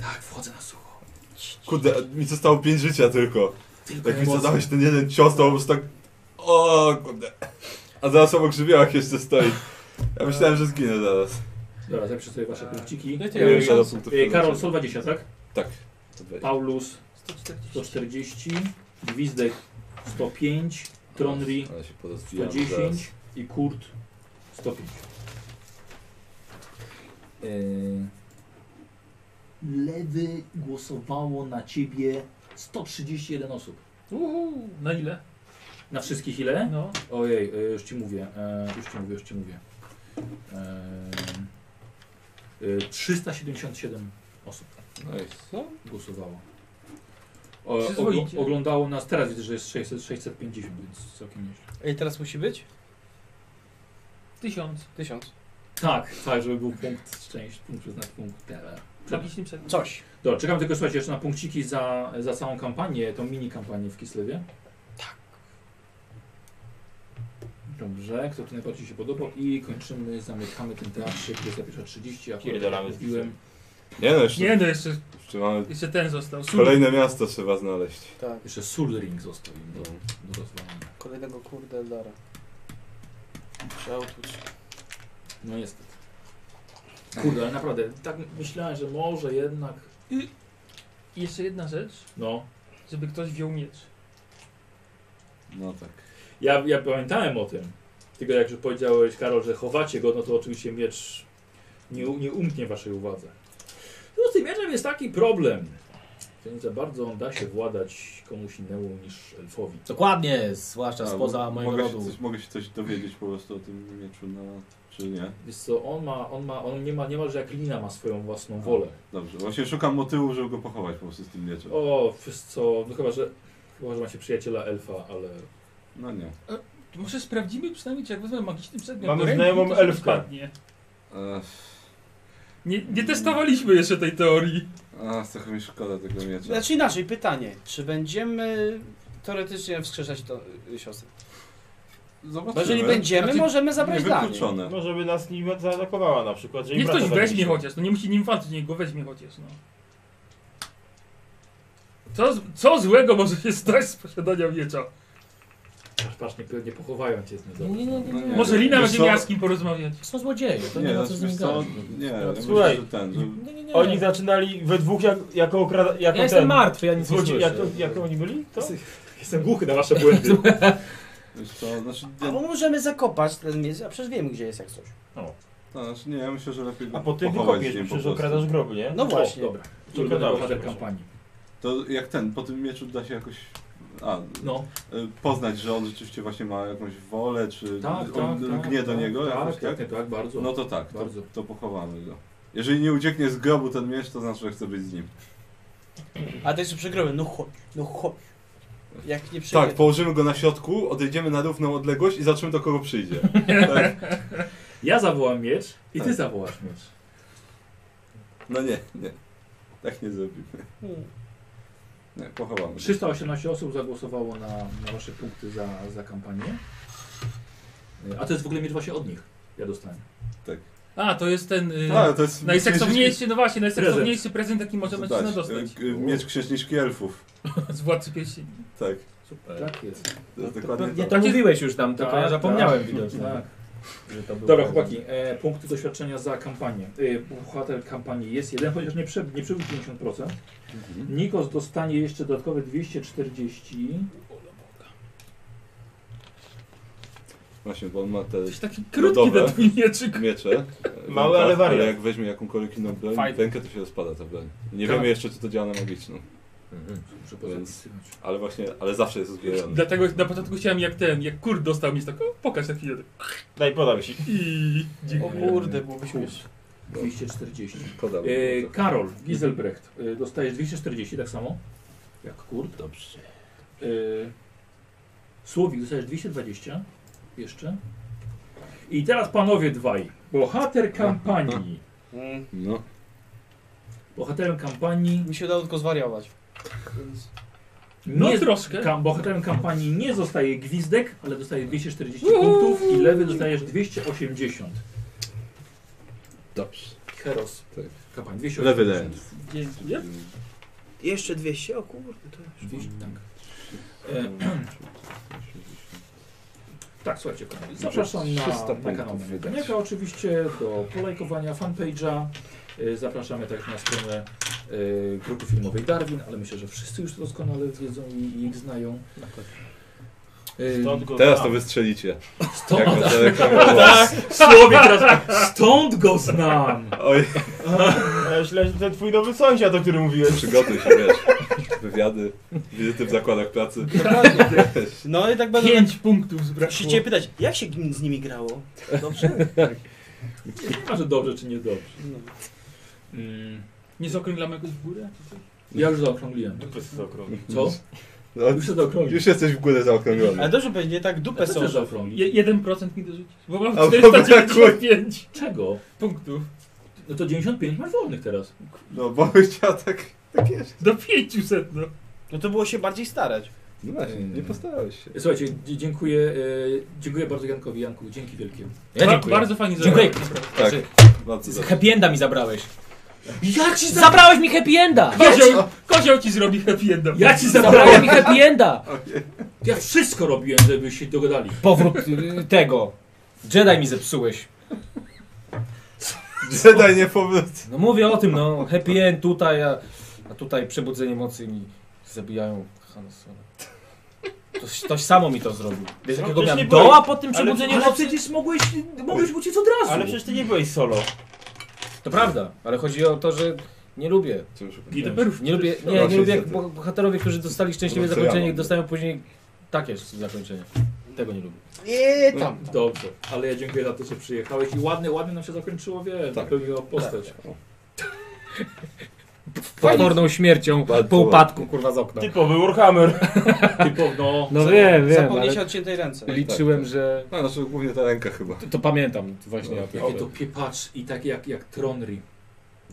Tak, wchodzę na sucho. Kurde, mi zostało 5 życia tylko. Tylko Jak mi emocje. zadałeś ten jeden cios, to po prostu tak... O kurde. A zaraz obok żywiołach jeszcze stoi. Ja myślałem, że zginę zaraz. Dobra, zapiszę sobie wasze punkciki. No i Nie wiem, tyle. ile do punktów Yy, Karol przeznaczenia. 120, tak? Tak. To dwadzieścia. Paulus 140, Gwizdek 105, Tronri Ale się porozwijamy zaraz. 110 i Kurt 105. Lewy głosowało na ciebie 131 osób. Uhu, na ile? Na wszystkich ile? No. Ojej, y, już ci mówię, y, już ci mówię, już ci mówię. Y, y, 377 osób No. głosowało. O, ogl- Przyzwoicie. oglądało nas, teraz widzę, że jest 600, 650, więc całkiem nieźle. I teraz musi być? Tysiąc. Tysiąc. Tak, tak, żeby był punkt szczęścia, punkt przyznać punkt. tele. Zapiszmy przed. Coś. Dobra, czekam tylko słuchajcie jeszcze na punkciki za, za całą kampanię, tą mini kampanię w Kislewie. Tak. Dobrze, kto tu najbardziej się podobał i kończymy, zamykamy ten teatrzyk, jest zapisza 30, a Pierdolamy z mówiłem. Nie no, jeszcze, Nie no, jeszcze, jeszcze mamy jeszcze ten został. Sól. kolejne miasto trzeba znaleźć. Tak. Jeszcze Sulring został im do, do rozwalania. Kolejnego kurde Eldara. Trzeba utłuć. No niestety. Kurde, ale naprawdę, tak myślałem, że może jednak. I jeszcze jedna rzecz, No. żeby ktoś wziął miecz. No tak. Ja, ja pamiętałem o tym. Tylko jak już powiedziałeś, Karol, że chowacie go, no to oczywiście miecz nie, u- nie umknie waszej uwadze. No z tym mieczem jest taki problem, że nie za bardzo on da się władać komuś innemu niż elfowi. Dokładnie, zwłaszcza A, spoza mojego mogę się, rodu. coś, mogę się coś dowiedzieć po prostu o tym mieczu, no, czy nie? Wiesz co, on ma, on ma, on nie ma, niemalże jak lina ma swoją własną wolę. Dobrze, właśnie szukam motywu, żeby go pochować po prostu z tym mieczem. O, wiesz co, no chyba, że, chyba, że macie przyjaciela elfa, ale... No nie. To Może sprawdzimy przynajmniej, czy jak wezmę magiczny przedmiot Mamy do ręki, znajomą to sobie elfkę. spadnie. Ech, Nie, nie testowaliśmy jeszcze tej teorii. a, trochę mi szkoda tego miecza. Znaczy inaczej, pytanie. Czy będziemy teoretycznie wskrzeszać to y, siostrę? Zobaczymy. Bo jeżeli będziemy, Znaczy, możemy zabrać dla niej. Niewykluczone. No żeby nas nie zaatakowała na przykład. że jej Niech ktoś brata weźmie zabiła. chociaż, no nie musi nim walczyć, niech go weźmie chociaż, no. Co, z- co złego może się stać z posiadania miecza? Aż patrz, nie, nie pochowają cię z Nie, niedobry. nie, nie, nie. No nie. Może Lina Wiesz będzie co? miała z kim porozmawiać. Są złodzieje, to nie, Nie, ma no, co z wiesz nym co, gadać. nie, ja myślę, Słuchaj. że ten, że... No, nie, nie. Oni zaczynali we dwóch jak, jako okrada... Jako Ja jestem ten- martwy, ja nic nie Złodzie... słyszę. Jak, jak oni byli? To? Jestem głuchy na wasze błędy. Wiesz co, znaczy, nie, Albo możemy zakopać ten miecz, a przecież wiemy gdzie jest jak coś. no, znaczy nie, ja myślę, że lepiej go A po tym pochować z wykopiesz, nim po przecież prostu. okradasz groby, nie? No O, właśnie. dobra. Tylko Ulubiony dałeś bohater się. kampanii. To jak ten, po tym mieczu da się jakoś... A, No, y, poznać, że on rzeczywiście właśnie ma jakąś wolę, czy tak, tak, on tak, lgnie tak, do niego tak, jakoś, tak? tak, tak, bardzo. No to tak, to, Bardzo. to pochowamy go. Jeżeli nie ucieknie z grobu ten miecz, to znaczy, że chce być z nim. A to jeszcze przegramy, no chodź, no chodź. Jak nie przyjdzie. Tak, położymy go na środku, odejdziemy na równą odległość i zobaczymy do kogo przyjdzie. Tak? Ja zawołam miecz i ty Tak. zawołasz miecz. No nie, nie. Tak nie zrobimy. Hmm. Nie, pochowamy. go. 318 osób zagłosowało na, na wasze punkty za, za kampanię. A to jest w ogóle miecz właśnie od nich. Ja dostałem. A, to jest ten... Y, A, to jest tak najseksowniejszy, no właśnie, najseksowniejszy prezent, jaki może Dać, mężczyzna dostać. y, y, Miecz księżniczki elfów. Z władcy pierścieni. Tak, Super. Tak jest. to jest dokładnie Nie, to. to mówiłeś już tam, tylko Tak, ja zapomniałem tak, widocznie. tak. Że to było Dobra, chłopaki, e, punkty doświadczenia za kampanię. E, bohater kampanii jest jeden, chociaż nie, prze, nie przebył 50%. Mhm. Nikos dostanie jeszcze dodatkowe 240. Właśnie, bo on ma te Coś taki krótki Lodowe. ten twój mieczyk. miecze. e, Mały, ale wariat. Ale jak weźmie jakąkolwiek inną broń, Fajny. rękę, to się rozpada ta broń. Nie Tak. wiemy jeszcze, czy to działa na magiczną. Mhm. Muszę pozapisywać. Ale właśnie, ale zawsze jest uzbrojony. Dlatego na początku chciałem jak ten, jak kur dostał mi tak, o, pokaż na chwilę. Daj, podam ci. I... O kurde, byłoby śmieszne. 240. Podam. E, Karol Giselbrecht, e, dostajesz 240, tak samo? Jak kurt. Dobrze. E, Słowik, dostajesz 220 jeszcze. I teraz panowie dwaj. Bohater kampanii. Mm. No. Bohaterem kampanii. Mi się udało tylko zwariować. Więc... No Nie, troszkę. kam, bohaterem kampanii nie zostaje gwizdek, ale dostaje 240 Uhu. punktów i lewy dostajesz 280. Dobrze. Heros. Tak. Kampanii Lewy 280. daje. Dzięki. Jeszcze 200, o kurde, to już. 200, tak. E, Tak, słuchajcie, kochani, zapraszam na, 300 na kanał punktów wydać. Maniaka oczywiście, do polajkowania fanpage'a. Y, Zapraszamy także na stronę y, grupy filmowej Darwin, ale myślę, że wszyscy już to doskonale wiedzą i, i ich znają. Y, Stąd go Teraz to znam. wystrzelicie. Stąd, Jak go zareklamował. Słowie teraz, stąd go znam! Oj, Ja myślałem, że ten twój nowy sąsiad, o którym mówiłeś. przygotuj się, wiesz. wywiady, wizyty w zakładach pracy. No i tak będę... Pięć punktów zbrakło. Musi cię pytać, jak się gin- z nimi grało? Dobrze? A że dobrze czy niedobrze. Mm. Nie zaokrąglam jakoś w górę? czy coś? Ja już zaokrągliłem. Dupy sobie zaokrąglił. Co? No, Już się zaokrąglił. Już jesteś w górę zaokrąglony. Ale dobrze powiedzieć, tak dupę Ja też są. zaokrąglił. Je, 1% mi dorzucić, bo mam A, bo 495 Czego? punktów. No to 95 masz wolnych teraz. No bo bym chciał tak... tak jeszcze. Do 500 no. No to było się bardziej starać. No właśnie, nie postarałeś się. Słuchajcie, d- dziękuję, y, e, dziękuję bardzo Jankowi Janku. Dzięki wielkie. Ja Ba- dziękuję. bardzo fajnie Dziękuję. zagrałeś, naprawdę. Tak, Znaczy, bardzo z- dobrze. Happy enda mi zabrałeś. Ja ci zabrałem! Zabrałeś mi happy enda! Kozioł, kozioł ci zrobi happy enda. Ja ci Zabrałeś zabrałem! mi happy enda! Ja wszystko robiłem, żeby się dogadali. Powrót y, tego. Jedi mi zepsułeś. Jedi nie powrót. No mówię o tym, no. Happy end tutaj, a, a tutaj przebudzenie mocy mi zabijają Han Solo. Toś, toś samo mi to zrobił. Wiesz, jakiego No, przecież miałem nie byłem- doła po tym ale- przebudzeniu Ale mocy? przecież mogłeś, mogłeś uciec od razu. Ale przecież ty nie byłeś solo. To prawda, ale chodzi o to, że nie lubię. Cóż, Gideberów. Nie lubię, nie, nie lubię jak bo- bohaterowie, którzy dostali szczęśliwe No, co ja zakończenie, mam? dostają później takie zakończenie. Tego nie lubię. Nie, tam. Dobrze, ale ja dziękuję za to, że przyjechałeś i ładnie, ładnie nam się zakończyło, Tak. wiesz, napełniła postać. Pokorną śmiercią Bardzo po upadku, kurwa, z okna. Typowy Warhammer. Typowo, no, No wiem, wiem, Zapomnieliście ale o ciętej ręce. liczyłem, że... No, znaczy głównie ta ręka chyba. To pamiętam właśnie o tym. jakie to piepacz i tak jak, jak Tronry.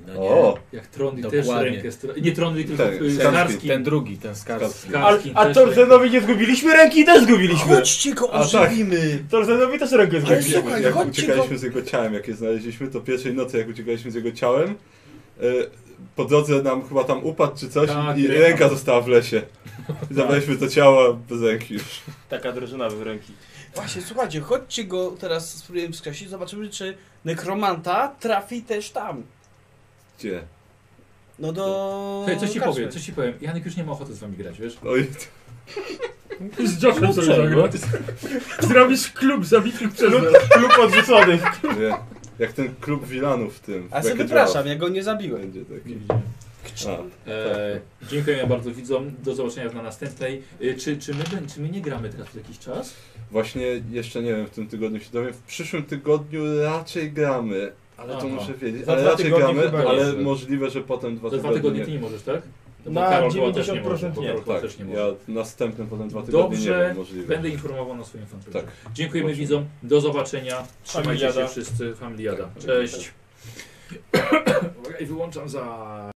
No O! Jak Tronry też Dokładnie. rękę... Stra... Nie Tronry, tylko Tak, Skarski. y, Skarski. Ten drugi, ten skarski. A, Skarski a też Torzenowi nie zgubiliśmy ręki i też zgubiliśmy. Chodźcie A, go tak. ożywimy. Torzenowi też rękę Ale zgubiliśmy. słuchaj, jak chodźcie uciekaliśmy z jego ciałem, jak je znaleźliśmy, to pierwszej nocy jak uciekaliśmy z jego ciałem, e, po drodze nam chyba tam upadł czy coś Tak, i ręka. ręka została w lesie. I zabraliśmy to ciało bez ręki już. Taka drużyna bez ręki. Właśnie, słuchajcie, chodźcie go teraz spróbujemy wskrzesić, zobaczymy czy nekromanta trafi też tam. Gdzie? No do... Słuchaj, coś ci karczmy. powiem, coś ci powiem. Janek już nie ma ochoty z wami grać, wiesz? Oj, Z No, No Joshem sobie zagrać. Zrobisz klub zabitych przez nas. Klub odrzuconych. nie. Jak ten klub wilanów w tym. w A se Wreck-It wypraszam, ja go nie Ralph. zabiłem. Będzie taki. Nie widzimy. A, E, Tak. dziękujemy bardzo widzom. Do zobaczenia na następnej. E, czy, czy, my, bę- czy my nie gramy teraz przez jakiś czas? właśnie jeszcze nie wiem, w tym tygodniu się dowiem. W przyszłym tygodniu raczej gramy. Ale to Aha. muszę wiedzieć. Za Ale dwa raczej tygodnie gramy, chyba ale jeszcze. możliwe, że potem dwa Za dwa tygodnie ty nie. nie możesz, tak? No, Na bo Karol Koła też 90% może, bo nie. Karol Koła Tak, też nie może. ja następnym potem dwa tygodnie nie Dobrze, wiem, możliwe. Będę informował na swoim fanpage. Tak. Dziękujemy Dobrze. widzom. Do zobaczenia. Trzymajcie Familiada. Tak, się wszyscy. Familiada. Cześć. I wyłączam za...